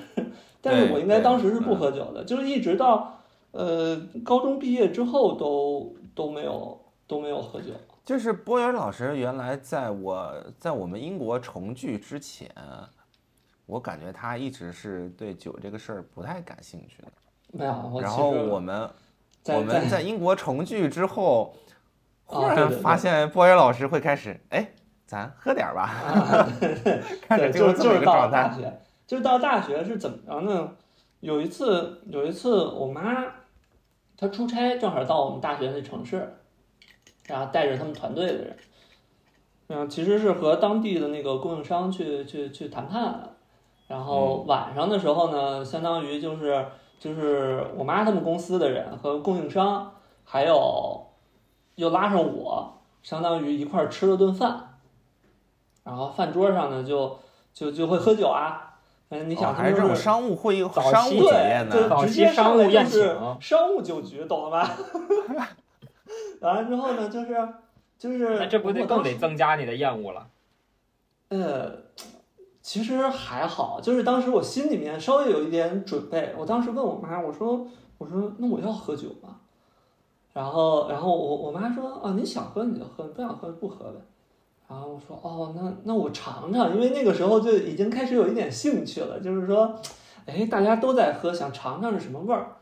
[SPEAKER 1] 但是我应该当时是不
[SPEAKER 3] 嗯
[SPEAKER 1] 喝酒的，就是一直到呃高中毕业之后都都没有都没有喝酒。
[SPEAKER 3] 就是波源老师原来在我在我们英国重聚之前，我感觉他一直是对酒这个事儿不太感兴趣的。
[SPEAKER 1] 没有，我
[SPEAKER 3] 然
[SPEAKER 1] 哦其
[SPEAKER 3] 后
[SPEAKER 1] 实
[SPEAKER 3] 我们
[SPEAKER 1] 在
[SPEAKER 3] 我们
[SPEAKER 1] 在
[SPEAKER 3] 在英国重聚之后，忽
[SPEAKER 1] 啊对
[SPEAKER 3] 然
[SPEAKER 1] 对对
[SPEAKER 3] 发现波源老师会开始，哎，咱喝点儿吧，开
[SPEAKER 1] 对，
[SPEAKER 3] 始
[SPEAKER 1] 就
[SPEAKER 3] 就是这
[SPEAKER 1] 就
[SPEAKER 3] 么一
[SPEAKER 1] 是
[SPEAKER 3] 个
[SPEAKER 1] 到
[SPEAKER 3] 状
[SPEAKER 1] 大
[SPEAKER 3] 态。
[SPEAKER 1] 学，就是到大学是怎么着呢？有一次，有一次我妈她出差，正好到我们大学那城市，然后带着他们团队的人，嗯，其实是和当地的那个供应商去去去谈判，然后
[SPEAKER 3] 嗯
[SPEAKER 1] 晚上的时候呢，相当于就是就是我妈他们公司的人和供应商，还有又拉上我，相当于一块儿吃了顿饭，然后饭桌上呢就就就会喝酒啊，嗯，你
[SPEAKER 3] 哦
[SPEAKER 1] 想他
[SPEAKER 3] 还
[SPEAKER 1] 们
[SPEAKER 3] 是这
[SPEAKER 1] 就
[SPEAKER 3] 种
[SPEAKER 1] 是
[SPEAKER 3] 商务会议、
[SPEAKER 2] 早
[SPEAKER 3] 商务
[SPEAKER 2] 期
[SPEAKER 3] 酒宴
[SPEAKER 1] 对，
[SPEAKER 3] 呢？
[SPEAKER 1] 就
[SPEAKER 2] 早
[SPEAKER 1] 直
[SPEAKER 2] 期
[SPEAKER 1] 接上
[SPEAKER 2] 商务
[SPEAKER 1] 来就
[SPEAKER 2] 宴
[SPEAKER 1] 是
[SPEAKER 2] 请
[SPEAKER 1] 商务酒局，懂了吧？ 完了之后呢，就是就是，
[SPEAKER 2] 那这不得
[SPEAKER 1] 我当
[SPEAKER 2] 更得增加你的厌恶了？
[SPEAKER 1] 呃，其实还好，就是当时我心里面稍微有一点准备。我当时问我妈，我说我说那我要喝酒吗？然后然后我我妈说啊，你想喝你就喝，不想喝不喝呗。然后我说哦，那那我尝尝，因为那个时候就已经开始有一点兴趣了，就是说，哎，大家都在喝，想尝尝是什么味儿。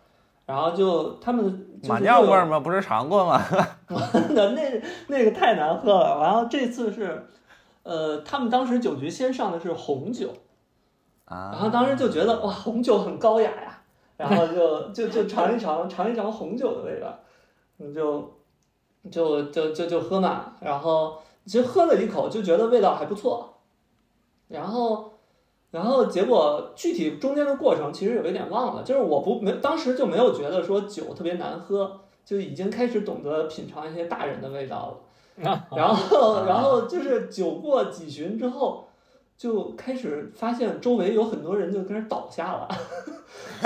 [SPEAKER 1] 然后就他们就是
[SPEAKER 3] 马尿
[SPEAKER 1] 又有
[SPEAKER 3] 味儿吗？不是尝过吗？
[SPEAKER 1] 那那那个太难喝了。然后这次是，呃，他们当时酒局先上的是红酒，
[SPEAKER 3] 啊，
[SPEAKER 1] 然后当时就觉得哇，红酒很高雅呀，然后就就就尝一尝尝一尝红酒的味道，你就就就就就喝嘛，然后其实喝了一口就觉得味道还不错，然后然后结果具体中间的过程其实有一点忘了，就是我不没当时就没有觉得说酒特别难喝，就已经开始懂得品尝一些大人的味道了。
[SPEAKER 2] 啊
[SPEAKER 1] 然后，然后就是酒过几巡之后，就开始发现周围有很多人就跟着倒下了，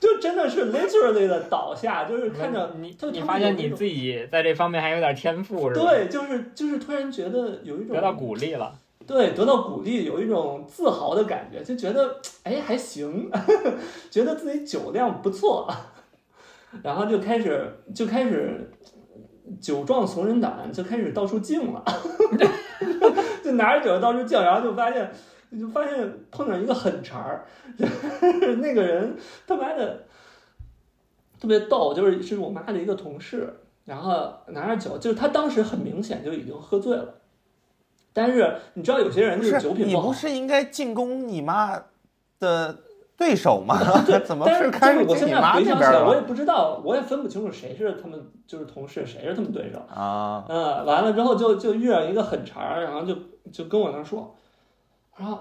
[SPEAKER 1] 就真的是 literally 的倒下，就是看着
[SPEAKER 2] 嗯你
[SPEAKER 1] 就
[SPEAKER 2] 你
[SPEAKER 1] 他们
[SPEAKER 2] 发
[SPEAKER 1] 有
[SPEAKER 2] 现
[SPEAKER 1] 那
[SPEAKER 2] 你
[SPEAKER 1] 种
[SPEAKER 2] 自己在这方面还有点天赋是吧？
[SPEAKER 1] 对，就是就是突然觉得有一种
[SPEAKER 2] 得到鼓励了，
[SPEAKER 1] 对，得到鼓励，有一种自豪的感觉，就觉得哎还行， 觉得自己酒量不错，然后就开始就开始酒壮怂人胆，就开始到处敬了， 就拿着酒到处敬，然后就发现就发现碰上一个狠茬儿， 就是那个人他妈的特别逗，就是是我妈的一个同事，然后拿着酒，就是他当时很明显就已经喝醉了。但是你知道有些人
[SPEAKER 3] 不
[SPEAKER 1] 就是
[SPEAKER 3] 是
[SPEAKER 1] 酒品
[SPEAKER 3] 你
[SPEAKER 1] 不好，
[SPEAKER 3] 不是应该进攻你妈的对手 吗？ 怎么
[SPEAKER 1] 但
[SPEAKER 3] 是
[SPEAKER 1] 是
[SPEAKER 3] 开
[SPEAKER 1] 就
[SPEAKER 3] 始
[SPEAKER 1] 是我现
[SPEAKER 3] 进你
[SPEAKER 1] 在
[SPEAKER 3] 妈
[SPEAKER 1] 回
[SPEAKER 3] 那
[SPEAKER 1] 想
[SPEAKER 3] 边
[SPEAKER 1] 起来，我也
[SPEAKER 3] 了？
[SPEAKER 1] 不知道，我也分不清楚谁是他们就是同事，谁是他们对手。
[SPEAKER 3] 啊，
[SPEAKER 1] 嗯，完了之后就就遇上一个狠茬儿，然后就就跟我那儿说，然后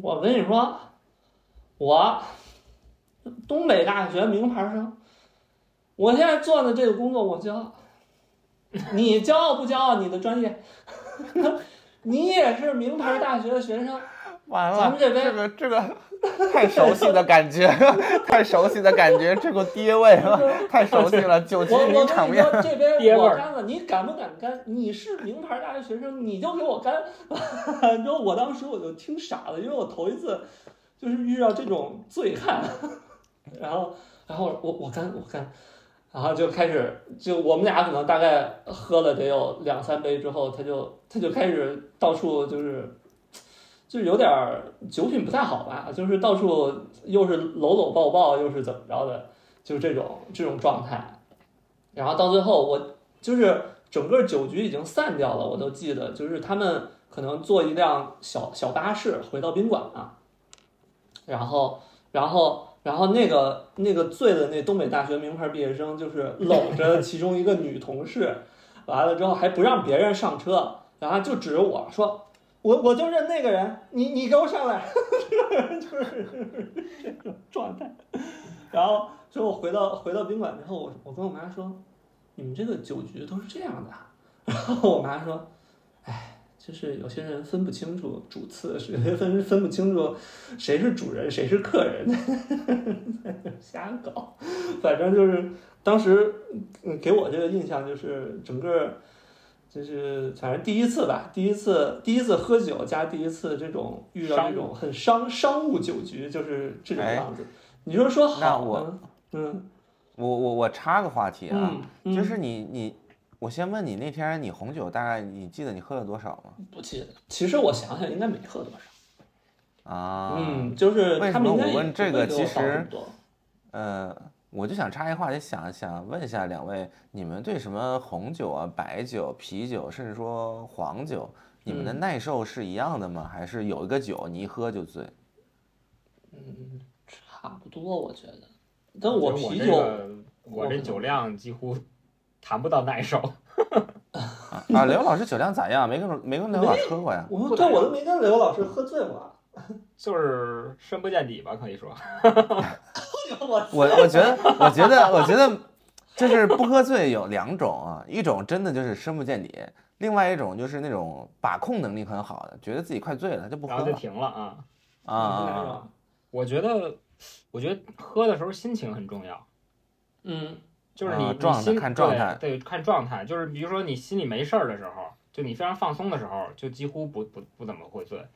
[SPEAKER 1] 我跟你说，我东北大学名牌生，我现在做的这个工作我骄傲，你骄傲不骄傲？你的专业， 你也是名牌大学的学生，
[SPEAKER 3] 完了，
[SPEAKER 1] 咱们这边
[SPEAKER 3] 个这个太熟悉的感觉， 太熟悉的感觉，这个爹味 啊，太熟悉了，酒局
[SPEAKER 1] 我我跟
[SPEAKER 3] 名
[SPEAKER 1] 你
[SPEAKER 3] 场面。
[SPEAKER 1] 说，这
[SPEAKER 2] 爹
[SPEAKER 1] 边
[SPEAKER 2] 味
[SPEAKER 1] 我
[SPEAKER 2] 儿
[SPEAKER 1] 干了，你敢不敢干？你是名牌大学学生，你就给我干。 然后我当时我就听傻了，因为我头一次就是遇到这种醉汉， 然后然后我我干我干，然后就开始就我们俩可能大概喝了得有两三杯之后，他就他就开始到处就是。就是有点儿酒品不太好吧，就是到处又是搂搂抱抱，又是怎么着的，就是这种这种状态。然后到最后，我就是整个酒局已经散掉了，我都记得，就是他们可能坐一辆小小巴士回到宾馆了，然后，然后，然后那个那个醉的那东北大学名牌毕业生，就是搂着其中一个女同事，完了之后还不让别人上车，然后就指着我说。我我就认那个人，你你给我上来，就是这种状态。然后所以我回到回到宾馆之后，我我跟我妈说，你们这个酒局都是这样的啊。然后我妈说，哎，就是有些人分不清楚主次，谁分分不清楚谁是主人谁是客人， 瞎搞。反正就是当时嗯给我这个印象就是整个。就是反正第一次吧，第一次第一次喝酒加第一次这种遇到这种很商商务酒局，就是这种
[SPEAKER 3] 哎
[SPEAKER 1] 样子。你说说好
[SPEAKER 3] 那我
[SPEAKER 1] 呢，嗯，
[SPEAKER 3] 我我我插个话题啊，
[SPEAKER 1] 嗯
[SPEAKER 3] 就是你你，我先问你那天你红酒大概你记得你喝了多少吗？
[SPEAKER 1] 不记得。其实我想想，应该没喝多少。
[SPEAKER 3] 啊，，
[SPEAKER 1] 嗯，就是
[SPEAKER 3] 为
[SPEAKER 1] 他
[SPEAKER 3] 什
[SPEAKER 1] 们应
[SPEAKER 3] 么
[SPEAKER 1] 该
[SPEAKER 3] 我
[SPEAKER 1] 也
[SPEAKER 3] 问
[SPEAKER 1] 不
[SPEAKER 3] 这
[SPEAKER 1] 会给
[SPEAKER 3] 个其
[SPEAKER 1] 我倒
[SPEAKER 3] 实
[SPEAKER 1] 很多
[SPEAKER 3] 呃，我就想插一个话题，想想问一下两位，你们对什么红酒啊、白酒、啤酒，甚至说黄酒，你
[SPEAKER 2] 嗯
[SPEAKER 3] 们的耐受是一样的吗？还是有一个酒你一喝就醉？
[SPEAKER 1] 嗯差不多，我觉得。但
[SPEAKER 2] 我
[SPEAKER 1] 我
[SPEAKER 2] 觉得我
[SPEAKER 1] 啤
[SPEAKER 2] 这
[SPEAKER 1] 酒，
[SPEAKER 2] 个
[SPEAKER 1] 我
[SPEAKER 2] 我这
[SPEAKER 1] 可能
[SPEAKER 2] 酒量几乎谈不到耐受。
[SPEAKER 3] 啊啊，刘老师酒量咋样？没跟没跟刘老师喝过呀？
[SPEAKER 1] 我
[SPEAKER 2] 不啊
[SPEAKER 1] 对
[SPEAKER 2] 太
[SPEAKER 1] 我都没跟刘老师喝醉过 啊。
[SPEAKER 2] 就是深不见底吧，可以说。
[SPEAKER 1] 我
[SPEAKER 3] 我我觉得，我觉得，我觉得，就是不喝醉有两种啊，一种真的就是深不见底，另外一种就是那种把控能力很好的，觉得自己快醉了他就不喝
[SPEAKER 2] 然后就
[SPEAKER 3] 了
[SPEAKER 2] 停了啊。
[SPEAKER 3] 啊啊
[SPEAKER 1] 那
[SPEAKER 3] 啊！
[SPEAKER 1] 种
[SPEAKER 2] 我觉得，我觉得喝的时候心情很重要，
[SPEAKER 1] 嗯
[SPEAKER 2] 就是你、
[SPEAKER 3] 啊
[SPEAKER 2] 你
[SPEAKER 3] 状态
[SPEAKER 2] 心
[SPEAKER 3] 看状态
[SPEAKER 2] 对，对，看状态。就是比如说你心里没事儿的时候，就你非常放松的时候，就几乎不不不怎么会醉。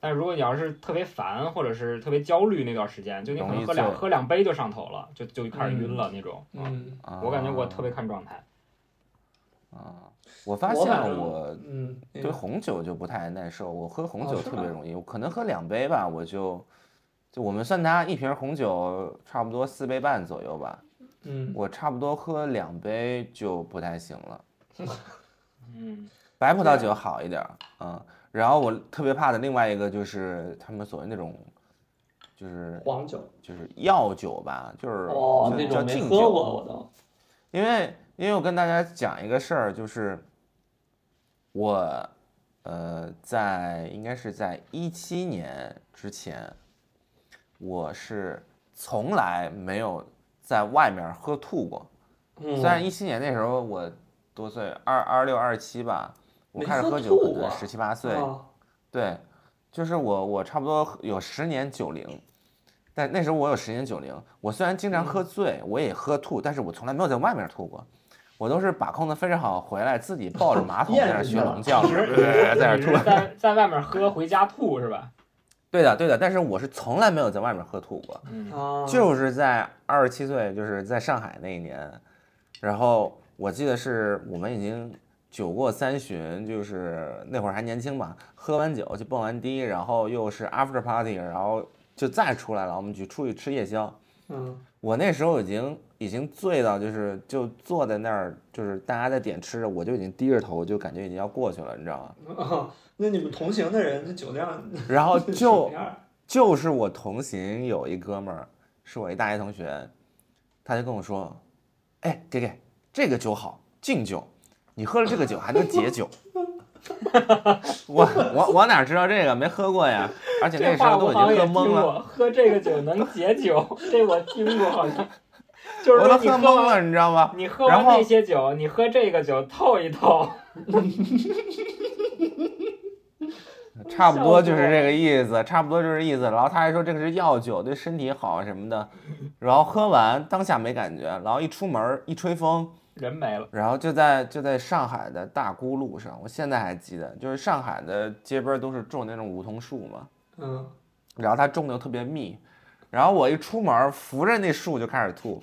[SPEAKER 2] 但如果你要是特别烦或者是特别焦虑那段时间，就你可
[SPEAKER 3] 容
[SPEAKER 2] 能
[SPEAKER 3] 易
[SPEAKER 2] 喝两
[SPEAKER 3] 醉
[SPEAKER 2] 喝两杯就上头了，就就开始晕了那种。啊
[SPEAKER 1] 嗯
[SPEAKER 3] 啊
[SPEAKER 2] 我感觉我特别看状态。
[SPEAKER 3] 啊，我发
[SPEAKER 1] 我
[SPEAKER 3] 现
[SPEAKER 1] 反正
[SPEAKER 3] 我
[SPEAKER 1] 嗯，那
[SPEAKER 3] 对
[SPEAKER 1] 个
[SPEAKER 3] 红酒就不太耐受，我喝红
[SPEAKER 1] 哦
[SPEAKER 3] 酒
[SPEAKER 1] 是
[SPEAKER 3] 特别
[SPEAKER 1] 吗
[SPEAKER 3] 容易，我可能喝两杯吧，我就就我们算它一瓶红酒差不多四杯半左右吧，
[SPEAKER 1] 嗯，
[SPEAKER 3] 我差不多喝两杯就不太行了。
[SPEAKER 2] 嗯，
[SPEAKER 3] 白葡萄酒好一点儿，嗯，然后我特别怕的另外一个就是他们所谓那种，就是
[SPEAKER 1] 嗯黄酒
[SPEAKER 3] 就是药酒吧，就是
[SPEAKER 1] 哦，
[SPEAKER 3] 叫
[SPEAKER 1] 那
[SPEAKER 3] 叫
[SPEAKER 1] 种没
[SPEAKER 3] 敬
[SPEAKER 1] 喝
[SPEAKER 3] 酒，
[SPEAKER 1] 过，我都
[SPEAKER 3] 因为因为我跟大家讲一个事儿，就是我呃在应该是在一七年之前，我是从来没有在外面喝吐过。
[SPEAKER 1] 嗯
[SPEAKER 3] 虽然一七年那时候我多岁，二二六二七吧，我
[SPEAKER 1] 没
[SPEAKER 3] 开始
[SPEAKER 1] 喝
[SPEAKER 3] 喝酒可
[SPEAKER 1] 吐
[SPEAKER 3] 能
[SPEAKER 1] 啊
[SPEAKER 3] 十七八岁，
[SPEAKER 1] 啊
[SPEAKER 3] 对，就是我我差不多有十年酒龄，但
[SPEAKER 2] 嗯
[SPEAKER 3] 那时候我有十年酒龄。我虽然经常喝醉，我也喝吐，但是我从来没有在外面吐过。我都是把控的非常好，回来自己抱着马桶
[SPEAKER 1] 咽
[SPEAKER 3] 在 那儿
[SPEAKER 1] 进
[SPEAKER 3] 学
[SPEAKER 1] 去了
[SPEAKER 3] 龙叫，
[SPEAKER 2] 你 是
[SPEAKER 3] 呃在那儿
[SPEAKER 2] 你
[SPEAKER 3] 吐
[SPEAKER 2] 是。在在外面喝回家吐是吧？
[SPEAKER 3] 对的，对的，但是我是从来没有在外面喝吐过，
[SPEAKER 2] 嗯，
[SPEAKER 1] 啊，
[SPEAKER 3] 就是在二十七岁，就是在上海那一年，然后我记得是我们已经酒过三巡，就是那会儿还年轻嘛，喝完酒去蹦完迪，然后又是 after party，然后就再出来了，我们去出去吃夜宵。
[SPEAKER 1] 嗯
[SPEAKER 3] 我那时候已经已经醉到，就是就坐在那儿，就是大家在点吃的，我就已经低着头，就感觉已经要过去了，你知道吗？
[SPEAKER 1] 哦，那你们同行的人这酒量
[SPEAKER 3] 然后
[SPEAKER 1] 是什么
[SPEAKER 3] 就
[SPEAKER 1] 样儿
[SPEAKER 3] 就是我同行有一哥们儿，是我一大学同学，他就跟我说：“哎，给给，这个酒好，敬酒，你喝了这个酒还能解酒。我”我我哪知道这个，没喝过呀，而且 那
[SPEAKER 2] 这
[SPEAKER 3] 时
[SPEAKER 2] 话
[SPEAKER 3] 候都
[SPEAKER 2] 我
[SPEAKER 3] 已
[SPEAKER 2] 好像
[SPEAKER 3] 经
[SPEAKER 2] 也
[SPEAKER 3] 喝
[SPEAKER 2] 听
[SPEAKER 3] 懵了，
[SPEAKER 2] 过，喝这个酒能解酒，这我听过好 像。就是
[SPEAKER 3] 我
[SPEAKER 2] 说
[SPEAKER 3] 都
[SPEAKER 2] 你
[SPEAKER 3] 喝
[SPEAKER 2] 喝
[SPEAKER 3] 懵
[SPEAKER 2] 完
[SPEAKER 3] 了，你知道吗？
[SPEAKER 2] 你喝
[SPEAKER 3] 然
[SPEAKER 2] 完
[SPEAKER 3] 后
[SPEAKER 2] 那些酒，你喝这个酒透一透。
[SPEAKER 3] 差不多就是
[SPEAKER 2] 笑死我
[SPEAKER 3] 这个意思，差不多就是这意思。然后他还说这个是药酒，对身体好什么的。然后喝完当下没感觉，然后一出门一吹风，
[SPEAKER 2] 人没了，
[SPEAKER 3] 然后就在就在上海的大沽路上，我现在还记得，就是上海的街边都是种那种梧桐树嘛，
[SPEAKER 1] 嗯，
[SPEAKER 3] 然后它种的又特别密，然后我一出门扶着那树就开始吐，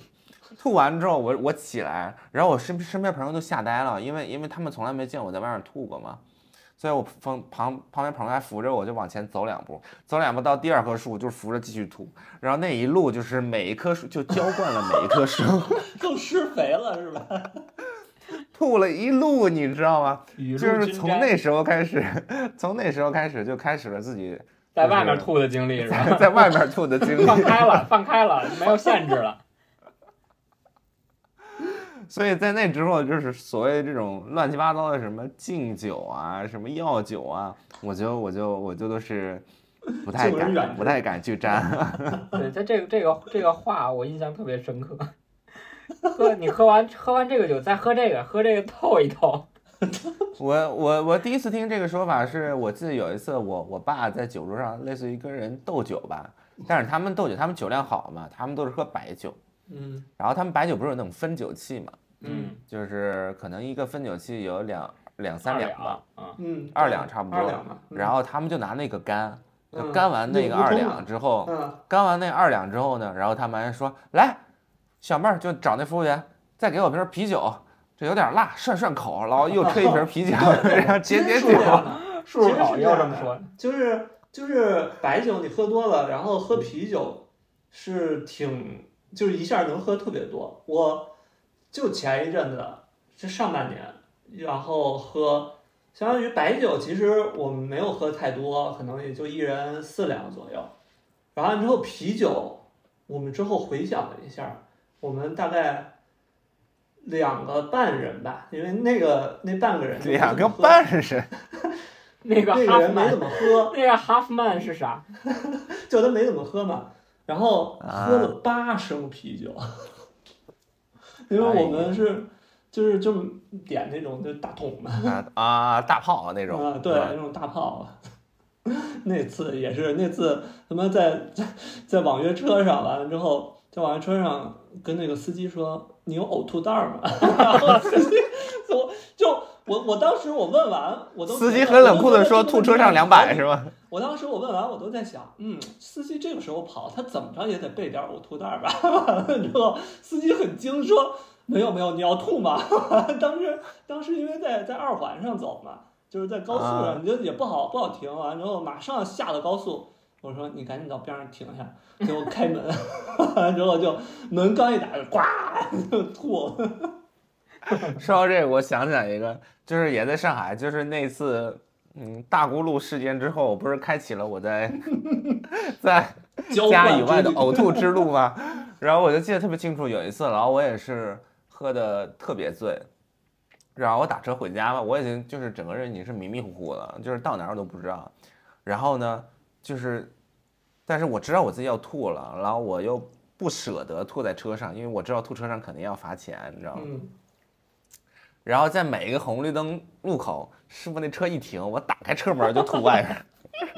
[SPEAKER 3] 吐完之后我我起来，然后我身身边朋友都吓呆了，因为因为他们从来没见我在外面吐过嘛，所以我旁旁旁边朋友还扶着我就往前走两步，走两步到第二棵树就是扶着继续吐，然后那一路就是每一棵树就浇灌了每一棵树，
[SPEAKER 1] 更施肥了是吧？
[SPEAKER 3] 吐了一路你知道吗？
[SPEAKER 2] 雨露
[SPEAKER 3] 就是
[SPEAKER 2] 均
[SPEAKER 3] 从
[SPEAKER 2] 沾
[SPEAKER 3] 那时候开始，从那时候开始就开始了自己
[SPEAKER 2] 在外面吐的经历是吧？
[SPEAKER 3] 在外面吐的经历。
[SPEAKER 2] 放开了， 放开了，没有限制了。
[SPEAKER 3] 所以在那之后，就是所谓这种乱七八糟的什么敬酒啊、什么药酒啊，我就我就我就都是不太
[SPEAKER 1] 敬而远
[SPEAKER 3] 敢
[SPEAKER 1] 之
[SPEAKER 3] 不太敢去沾。
[SPEAKER 2] 对，他这个这个这个话我印象特别深刻。 喝你喝完喝完这个酒，再喝这个，喝这个透一透。
[SPEAKER 3] 我我我第一次听这个说法是，我记得有一次我我爸在酒桌上类似于跟人斗酒吧，但是他们斗酒，他们酒量好嘛，他们都是喝白酒，
[SPEAKER 1] 嗯
[SPEAKER 3] 然后他们白酒不是有那种分酒器嘛，
[SPEAKER 1] 嗯
[SPEAKER 3] 就是可能一个分酒器有两两三
[SPEAKER 2] 二
[SPEAKER 3] 两
[SPEAKER 2] 两
[SPEAKER 3] 吧，
[SPEAKER 2] 啊，
[SPEAKER 1] 嗯，
[SPEAKER 3] 二两差不多
[SPEAKER 1] 二两吧。嗯
[SPEAKER 3] 然后他们就拿那个干，就
[SPEAKER 1] 嗯
[SPEAKER 3] 干完那
[SPEAKER 1] 那
[SPEAKER 3] 个
[SPEAKER 1] 不
[SPEAKER 3] 二
[SPEAKER 1] 中
[SPEAKER 3] 两
[SPEAKER 1] 了
[SPEAKER 3] 之后，
[SPEAKER 1] 嗯，
[SPEAKER 3] 干完那二两之后呢，然后他们还说来，小妹儿就找那服务员再给我瓶啤酒，这有点辣，涮涮口，然后又吹一瓶啤 酒，然后解
[SPEAKER 1] 真
[SPEAKER 3] 解
[SPEAKER 1] 是
[SPEAKER 3] 酒
[SPEAKER 1] 这。样的
[SPEAKER 2] 漱漱
[SPEAKER 1] 其实
[SPEAKER 2] 口
[SPEAKER 1] 是
[SPEAKER 2] 又
[SPEAKER 1] 这
[SPEAKER 2] 这
[SPEAKER 1] 样
[SPEAKER 2] 么
[SPEAKER 1] 的
[SPEAKER 2] 说。
[SPEAKER 1] 就是就是白酒你喝多了，然后喝啤酒是挺就是一下能喝特别多。我就前一阵子是上半年，然后喝相当于白酒，其实我们没有喝太多，可能也就一人四两左右。然后之后啤酒，我们之后回想了一下，我们大概。两个半人吧，因为那个那半个人就不
[SPEAKER 3] 两
[SPEAKER 1] 怎
[SPEAKER 3] 个
[SPEAKER 1] 么喝
[SPEAKER 3] 半是，
[SPEAKER 2] 那个
[SPEAKER 1] 那
[SPEAKER 2] 哈
[SPEAKER 1] 个
[SPEAKER 2] 夫
[SPEAKER 1] 人没
[SPEAKER 2] 曼
[SPEAKER 1] 怎，么喝，
[SPEAKER 2] 那个哈夫曼是啥？
[SPEAKER 1] 就他没怎么喝嘛，然后喝
[SPEAKER 3] 啊
[SPEAKER 1] 了八升啤 酒，因为我
[SPEAKER 3] 哎
[SPEAKER 1] 们是就是就点那种就是大桶的
[SPEAKER 3] 啊啊大炮那种
[SPEAKER 1] 啊，对，
[SPEAKER 3] 是吧
[SPEAKER 1] 那种大炮。啊 那次也是，那次他妈在 在在网约车上完了之后，在网约车上跟那个司机说：“你有呕吐袋儿吗？” 然后司机我就我我当时我问完，我都
[SPEAKER 3] 司
[SPEAKER 1] 觉
[SPEAKER 3] 机
[SPEAKER 1] 得
[SPEAKER 3] 很冷酷的说
[SPEAKER 1] 我都觉
[SPEAKER 3] 吐
[SPEAKER 1] 得
[SPEAKER 3] 车上两
[SPEAKER 1] 这个
[SPEAKER 3] 百是吧？
[SPEAKER 1] 我当时我问完，我都在想，嗯，司机这个时候跑，他怎么着也得备点呕吐袋儿吧？ 完了之后，司机很惊说：“没有没有，你要吐吗？” 当时当时因为在在二环上走嘛，就是在高速
[SPEAKER 3] 啊
[SPEAKER 1] 上，你就也不好不好停。完了之后，马上下了高速，我说你赶紧到边上停一下，给我开门。 完了之后就门刚一打，呱 就吐了。
[SPEAKER 3] 说到这个，我想起来一个，就是也在上海，就是那次嗯大沽路事件之后，不是开启了 我在在
[SPEAKER 1] 交
[SPEAKER 3] 家
[SPEAKER 1] 换
[SPEAKER 3] 以外
[SPEAKER 1] 之
[SPEAKER 3] 的
[SPEAKER 1] 旅
[SPEAKER 3] 呕吐之路吗？ 然后我就记得特别清楚，有一次，然后我也是喝的特别醉，然后我打车回家嘛，我已经就是整个人已经是迷迷糊糊了，就是到哪儿我都不知道。然后呢，就是，但是我知道我自己要吐了，然后我又不舍得吐在车上，因为我知道吐车上肯定要罚钱，你知道吗？
[SPEAKER 1] 嗯，
[SPEAKER 3] 然后在每一个红绿灯路口，师傅那车一停，我打开车门就吐外边儿，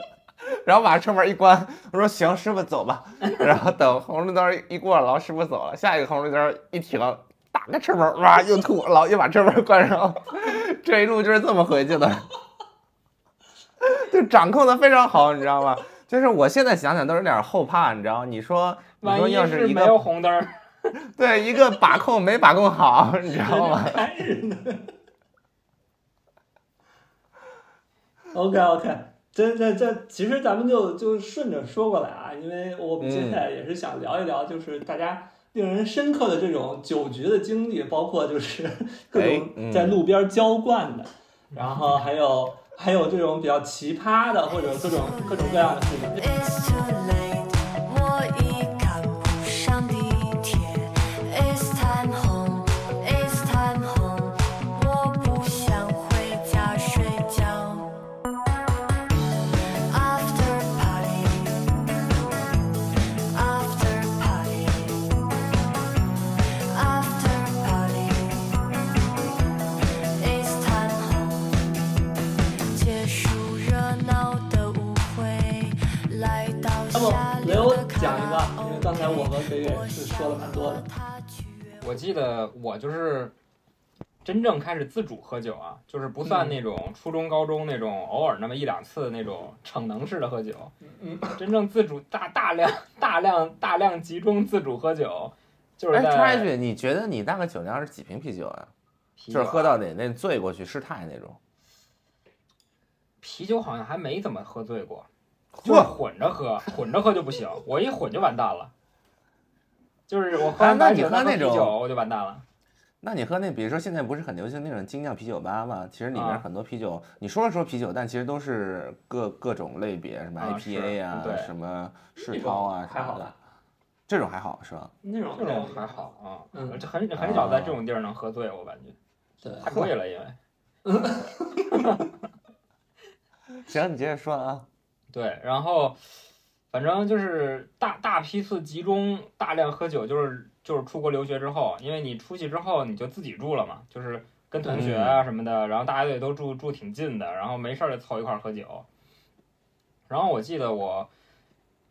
[SPEAKER 3] 然后把车门一关，我说行，师傅走吧。然后等红绿灯一过，然后师傅走了，下一个红绿灯一停，大那车门哇又吐，老又把车门关上， 这一路就是这么回去的， 就掌控的非常好，你知道吗？就是我现在想想都有点后怕，你知道？你说你说
[SPEAKER 2] 万一
[SPEAKER 3] 要
[SPEAKER 2] 是
[SPEAKER 3] 一
[SPEAKER 2] 没
[SPEAKER 3] 个
[SPEAKER 2] 有红灯儿，
[SPEAKER 3] 对一个把控没把控好，你知道吗？
[SPEAKER 1] 看人呢。OK OK，这这这，其实咱们就就顺着说过来啊，因为我们接下来也是想聊一聊，就是大家令人深刻的这种酒局的经历，包括就是各
[SPEAKER 3] 哎
[SPEAKER 1] 种
[SPEAKER 3] 嗯
[SPEAKER 1] 在路边浇灌的，然后还有还有这种比较奇葩的或者各种各种各样的事情。
[SPEAKER 5] It's too late，我已赶不上地铁。It's time home，It's time home，我不想回家睡觉。After party，After party，After party，It's time home。结束热闹的舞会，来到
[SPEAKER 1] 要不
[SPEAKER 5] 下
[SPEAKER 1] 雷欧
[SPEAKER 5] 流的
[SPEAKER 1] 啊讲一个，因为刚才我
[SPEAKER 5] 我
[SPEAKER 1] 和北野是说了蛮多的。
[SPEAKER 2] 我记得我就是真正开始自主喝酒啊，就是不算
[SPEAKER 1] 嗯
[SPEAKER 2] 那种初中、高中那种偶尔那么一两次那种逞能式的喝酒，
[SPEAKER 1] 嗯，
[SPEAKER 2] 真正自主大大量大量大量集中自主喝酒，就是
[SPEAKER 3] 哎，插一
[SPEAKER 2] 在
[SPEAKER 3] 句，你觉得你大概酒量是几瓶啤酒啊？
[SPEAKER 2] 啤
[SPEAKER 3] 就
[SPEAKER 2] 酒
[SPEAKER 3] 是
[SPEAKER 2] 啊
[SPEAKER 3] 喝到得那醉过去失态那种。
[SPEAKER 2] 啤酒好像还没怎么喝醉过，就是
[SPEAKER 3] 嚯，
[SPEAKER 2] 混着喝，混着喝就不行，我一混就完蛋了。就是我喝
[SPEAKER 3] 啊
[SPEAKER 2] 完
[SPEAKER 3] 那
[SPEAKER 2] 白
[SPEAKER 3] 你
[SPEAKER 2] 酒
[SPEAKER 3] 喝
[SPEAKER 2] 再喝
[SPEAKER 3] 那
[SPEAKER 2] 啤
[SPEAKER 3] 种
[SPEAKER 2] 酒，我就完蛋了。
[SPEAKER 3] 那你喝那，比如说现在不是很流行那种精酿啤酒吧吗？其实里
[SPEAKER 2] 啊
[SPEAKER 3] 面很多啤酒，你说是说啤酒，但其实都是各各种类别，什么
[SPEAKER 2] 啊是
[SPEAKER 3] IPA 啊，
[SPEAKER 2] 对
[SPEAKER 3] 什么世
[SPEAKER 1] 这
[SPEAKER 3] 涛
[SPEAKER 1] 种
[SPEAKER 3] 啊，
[SPEAKER 1] 还好
[SPEAKER 3] 什么的
[SPEAKER 1] 吧，
[SPEAKER 3] 这种还好是吧？
[SPEAKER 1] 那种
[SPEAKER 2] 这种还好啊，
[SPEAKER 1] 嗯
[SPEAKER 2] 这很很少在这种地儿能喝醉，我感觉
[SPEAKER 1] 对，
[SPEAKER 2] 太贵了，因为
[SPEAKER 3] 行，你接着说啊。
[SPEAKER 2] 对，然后反正就是大大批次集中大量喝酒，就是就是出国留学之后，因为你出去之后你就自己住了嘛，就是跟同学啊什么的，然后大家也都住住挺近的，然后没事儿就凑一块儿喝酒。然后我记得我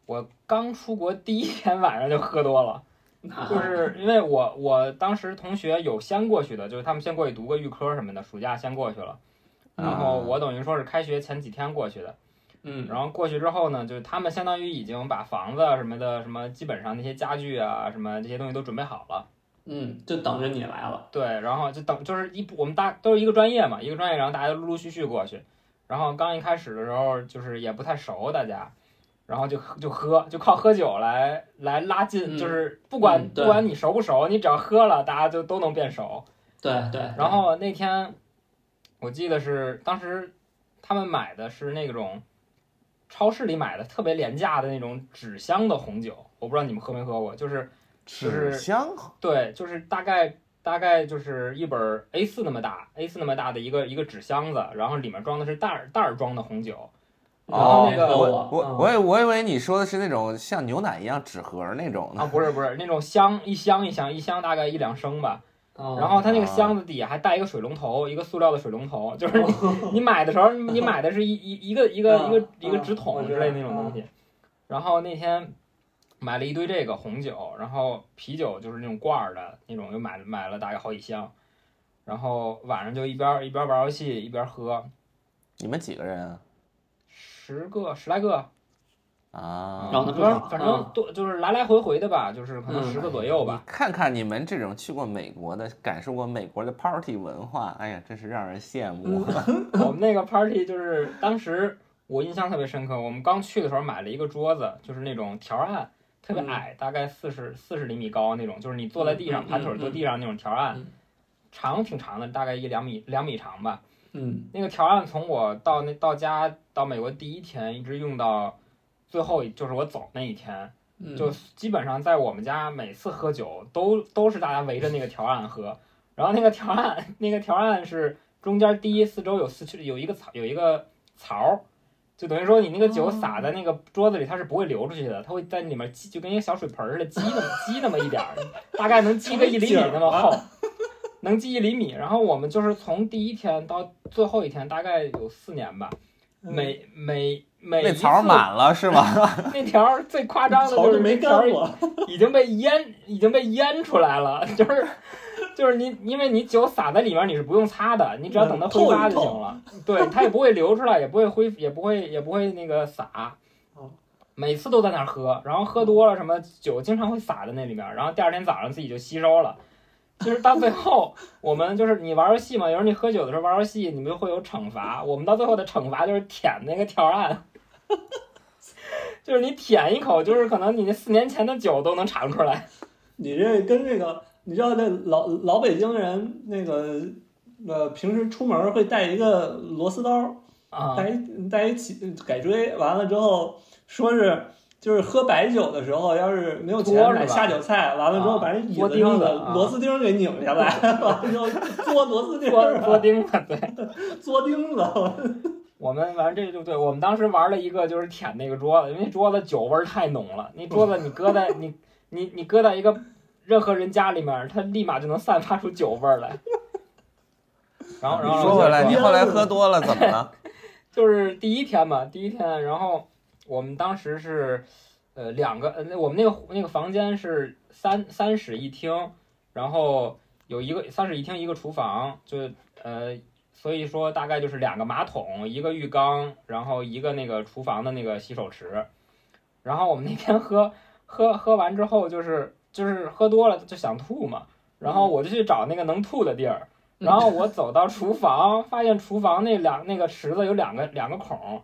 [SPEAKER 2] 我刚出国第一天晚上就喝多了，
[SPEAKER 1] 啊
[SPEAKER 2] 就是因为我我当时同学有先过去的，就是他们先过去读个预科什么的，暑假先过去了，然后我等于说是开学前几天过去的。
[SPEAKER 1] 啊嗯，
[SPEAKER 2] 然后过去之后呢，就是他们相当于已经把房子啊什么的，什么基本上那些家具啊，什么这些东西都准备好了。
[SPEAKER 1] 嗯，就等着你来了。
[SPEAKER 2] 对，然后就等就是一我们大都是一个专业嘛，一个专业，然后大家陆陆续续过去。然后刚一开始的时候，就是也不太熟大家，然后就喝就喝，就靠喝酒来来拉近，
[SPEAKER 1] 嗯
[SPEAKER 2] 就是不管、
[SPEAKER 1] 嗯对
[SPEAKER 2] 不管你熟不熟，你只要喝了，大家就都能变熟。
[SPEAKER 1] 对对，
[SPEAKER 2] 然后那天我记得是当时他们买的是那种超市里买的特别廉价的那种纸箱的红酒，我不知道你们喝没喝过，就是就是
[SPEAKER 3] 纸箱
[SPEAKER 2] 对，就是大概大概就是一本 A 4那么大 A 4那么大的一个一个纸箱子，然后里面装的是袋儿袋儿装的红酒，然后
[SPEAKER 3] 哦
[SPEAKER 2] 那，个
[SPEAKER 3] 我
[SPEAKER 1] 嗯
[SPEAKER 3] 我我以我以为你说的是那种像牛奶一样纸盒那种
[SPEAKER 2] 啊
[SPEAKER 3] 呢。
[SPEAKER 2] 不是不是那种箱一箱一箱一箱大概一两升吧，然
[SPEAKER 1] 然
[SPEAKER 2] 后它那个箱子底下还带一个水龙头，一个塑料的水龙头，就是你你 买的时候，你买的是一一一个一个
[SPEAKER 1] 哦嗯
[SPEAKER 2] 一个一个
[SPEAKER 1] 嗯
[SPEAKER 2] 纸
[SPEAKER 1] 我
[SPEAKER 2] 筒
[SPEAKER 1] 知
[SPEAKER 2] 之类
[SPEAKER 1] 道
[SPEAKER 2] 那种
[SPEAKER 1] 嗯
[SPEAKER 2] 东西。然后那天买了一堆这个红酒，然后啤酒就是那种罐儿的那种，又买买了大概好几箱。然后晚上就一边一边玩游戏一边喝，
[SPEAKER 3] 你们几个人啊？
[SPEAKER 2] 十个十来个，
[SPEAKER 3] 啊，
[SPEAKER 1] 然后呢不
[SPEAKER 2] 反
[SPEAKER 1] 少
[SPEAKER 2] 正反正
[SPEAKER 1] 嗯
[SPEAKER 2] 多就是来来回回的吧，就是可能
[SPEAKER 1] 嗯
[SPEAKER 2] 十个左右吧。
[SPEAKER 3] 看看你们这种去过美国的，感受过美国的 party 文化，哎呀，真是让人羡慕。
[SPEAKER 1] 嗯
[SPEAKER 2] 我们那个 party 就是当时我印象特别深刻，我们刚去的时候买了一个桌子，就是那种条案，特别
[SPEAKER 1] 嗯
[SPEAKER 2] 矮，大概四十四十厘米高那种，就是你坐在地
[SPEAKER 1] 嗯
[SPEAKER 2] 上
[SPEAKER 1] 嗯
[SPEAKER 2] 盘腿
[SPEAKER 1] 嗯
[SPEAKER 2] 坐地上那种条案
[SPEAKER 1] 嗯，
[SPEAKER 2] 长挺长的，大概一两米两米长吧。
[SPEAKER 1] 嗯
[SPEAKER 2] 那个条案从我到那到家到美国第一天一直用到最后一，就是我走那一天，
[SPEAKER 1] 嗯，
[SPEAKER 2] 就基本上在我们家每次喝酒都都是大家围着那个条案喝，然后那个条案那个条案是中间第一四周有四区有一个槽有一个槽儿，就等于说你那个酒洒在那个桌子里，它是不会流出去的，它会在里面积就跟一个小水盆儿似的积那么积那么一点儿，大概能积 个一厘米那么
[SPEAKER 3] 啊
[SPEAKER 2] 厚，能积一厘米。然后我们就是从第一天到最后一天，大概有四年吧，
[SPEAKER 1] 嗯
[SPEAKER 2] 每每每
[SPEAKER 3] 那
[SPEAKER 2] 一
[SPEAKER 3] 槽儿
[SPEAKER 2] 次
[SPEAKER 3] 满了是吗？
[SPEAKER 2] 那条儿最夸张的
[SPEAKER 1] 槽
[SPEAKER 2] 就
[SPEAKER 1] 儿
[SPEAKER 2] 是
[SPEAKER 1] 没
[SPEAKER 2] 那
[SPEAKER 1] 干
[SPEAKER 2] 条儿
[SPEAKER 1] 过，
[SPEAKER 2] 已经被淹，已经被淹出来了， 就是就是你，因为你酒洒在里面，你是不用擦的，你只要等它挥发就行了。对，它也不会流出来，也不会挥，也不会，也不会那个洒
[SPEAKER 1] 哦。
[SPEAKER 2] 每次都在那儿喝，然后喝多了什么酒经常会洒在那里面，然后第二天早上自己就吸收了。就是到最后，我们就是你玩游戏嘛，有时候你喝酒的时候玩游戏，你们会有惩罚。我们到最后的惩罚就是舔那个条案，就是你舔一口，就是可能你那四年前的酒都能尝出来。
[SPEAKER 1] 你这跟这个，你知道那老老北京人那个呃，平时出门会带一个螺丝刀，
[SPEAKER 2] 啊，
[SPEAKER 1] 带一带一起改锥，完了之后说是就是喝白酒的时候，要是没有
[SPEAKER 2] 多
[SPEAKER 1] 钱
[SPEAKER 2] 是吧
[SPEAKER 1] 买下酒菜，完了之后
[SPEAKER 2] 啊
[SPEAKER 1] 把那椅
[SPEAKER 2] 多
[SPEAKER 1] 子上
[SPEAKER 2] 钉子
[SPEAKER 1] 的
[SPEAKER 2] 啊
[SPEAKER 1] 螺丝钉给拧下来， 完了之后嘬螺丝 钉
[SPEAKER 2] 说
[SPEAKER 1] 儿，
[SPEAKER 2] 说钉子，对，
[SPEAKER 1] 嘬钉子，
[SPEAKER 2] 我们反正这就对，我们当时玩了一个就是舔那个桌子，因为桌子酒味儿太浓了，那桌子你搁在你 你你搁在一个任何人家里面，它立马就能散发出酒味儿来。然后然后
[SPEAKER 3] 说回来，
[SPEAKER 1] 我
[SPEAKER 3] 你
[SPEAKER 1] 就
[SPEAKER 3] 后来喝多了怎么 了？
[SPEAKER 2] 就是第一天嘛，第一天，然后我们当时是，呃，两个，呃，那我们那个那个房间是三三室一厅，然后有一个三室一厅一个厨房，就呃，所以说大概就是两个马桶，一个浴缸，然后一个那个厨房的那个洗手池，然后我们那天喝喝喝完之后，就是就是喝多了就想吐嘛，然后我就去找那个能吐的地儿，然后我走到厨房，发现厨房那两那个池子有两个两个孔，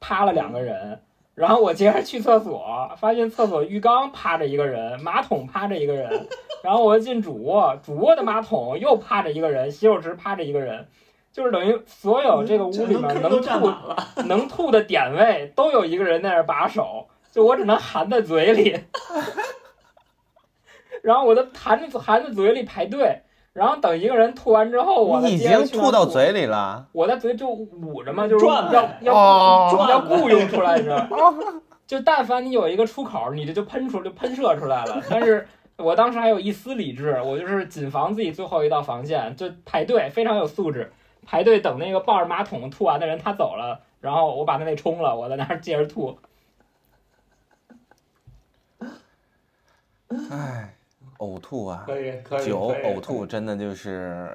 [SPEAKER 2] 趴了两个人。然后我接着去厕所，发现厕所浴缸趴着一个人，马桶趴着一个人，然后我又进主卧，主卧的马桶又趴着一个人，洗手池趴着一个人，就是等于所有哦这个屋里面
[SPEAKER 1] 整个坑
[SPEAKER 2] 能
[SPEAKER 1] 都占
[SPEAKER 2] 吐
[SPEAKER 1] 满了。
[SPEAKER 2] 能吐的点位都有一个人在那儿把手，就我只能含在嘴里， 然后我的含着含在嘴里排队，然后等一个人吐完之后，我再
[SPEAKER 3] 你已
[SPEAKER 2] 接着
[SPEAKER 3] 经
[SPEAKER 2] 去
[SPEAKER 3] 吐到
[SPEAKER 2] 那儿，
[SPEAKER 3] 嘴里了，
[SPEAKER 2] 我在嘴就捂着嘛，就是
[SPEAKER 1] 转
[SPEAKER 2] 要
[SPEAKER 1] 呗
[SPEAKER 2] 要
[SPEAKER 3] 哦
[SPEAKER 2] 要
[SPEAKER 1] 转呗
[SPEAKER 2] 雇佣出来，你知道吗？就但凡你有一个出口，你这就喷出就喷射出来了。但是我当时还有一丝理智，我就是谨防自己最后一道防线，就排队非常有素质，排队等那个抱着马桶吐完的人他走了，然后我把他那冲了，我在那儿接着吐。
[SPEAKER 3] 唉，哎呕吐啊，
[SPEAKER 1] 可以可以，
[SPEAKER 3] 酒
[SPEAKER 1] 可以
[SPEAKER 3] 呕吐真的就是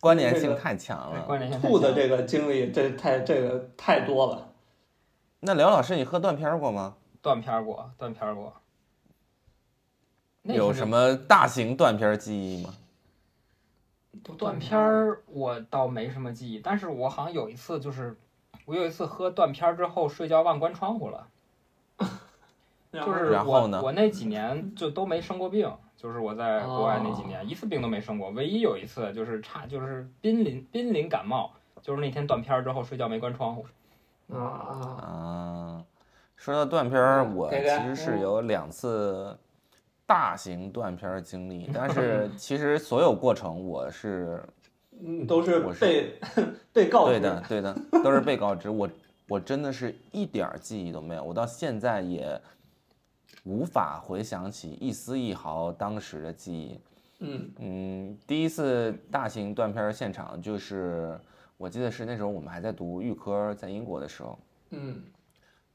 [SPEAKER 3] 关联性太强了。
[SPEAKER 2] 关键现在
[SPEAKER 1] 吐的这个经历，这太这个太多了。
[SPEAKER 3] 那梁老师，你喝断片儿过吗？
[SPEAKER 2] 断片儿过，断片儿过。那
[SPEAKER 3] 有
[SPEAKER 2] 是
[SPEAKER 3] 什么大型断片儿记忆吗？
[SPEAKER 2] 断片儿我倒没什么记忆，但是我好像有一次就是，我有一次喝断片儿之后睡觉忘关窗户了，就是
[SPEAKER 3] 然后呢
[SPEAKER 2] 我我那几年就都没生过病，就是我在国外那几
[SPEAKER 3] 哦
[SPEAKER 2] 年、一次病都没生过，唯一有一次就是差就是濒临濒临感冒，就是那天断片儿之后睡觉没关窗户，
[SPEAKER 1] 啊啊，
[SPEAKER 3] 啊，说到断片儿，
[SPEAKER 1] 嗯
[SPEAKER 3] 我
[SPEAKER 1] 这
[SPEAKER 3] 其
[SPEAKER 1] 个
[SPEAKER 3] 实是有两次大型断片儿 经历，但是其实所有过程我是
[SPEAKER 1] 嗯，都是
[SPEAKER 3] 我是
[SPEAKER 1] 被 被告
[SPEAKER 3] 对
[SPEAKER 1] 知
[SPEAKER 3] 的，，对的，都是被告知。我我真的是一点儿记忆都没有，我到现在也无法回想起一丝一毫当时的记忆。
[SPEAKER 1] 嗯
[SPEAKER 3] 嗯，第一次大型断片儿现场就是，我记得是那时候我们还在读预科，在英国的时候，
[SPEAKER 1] 嗯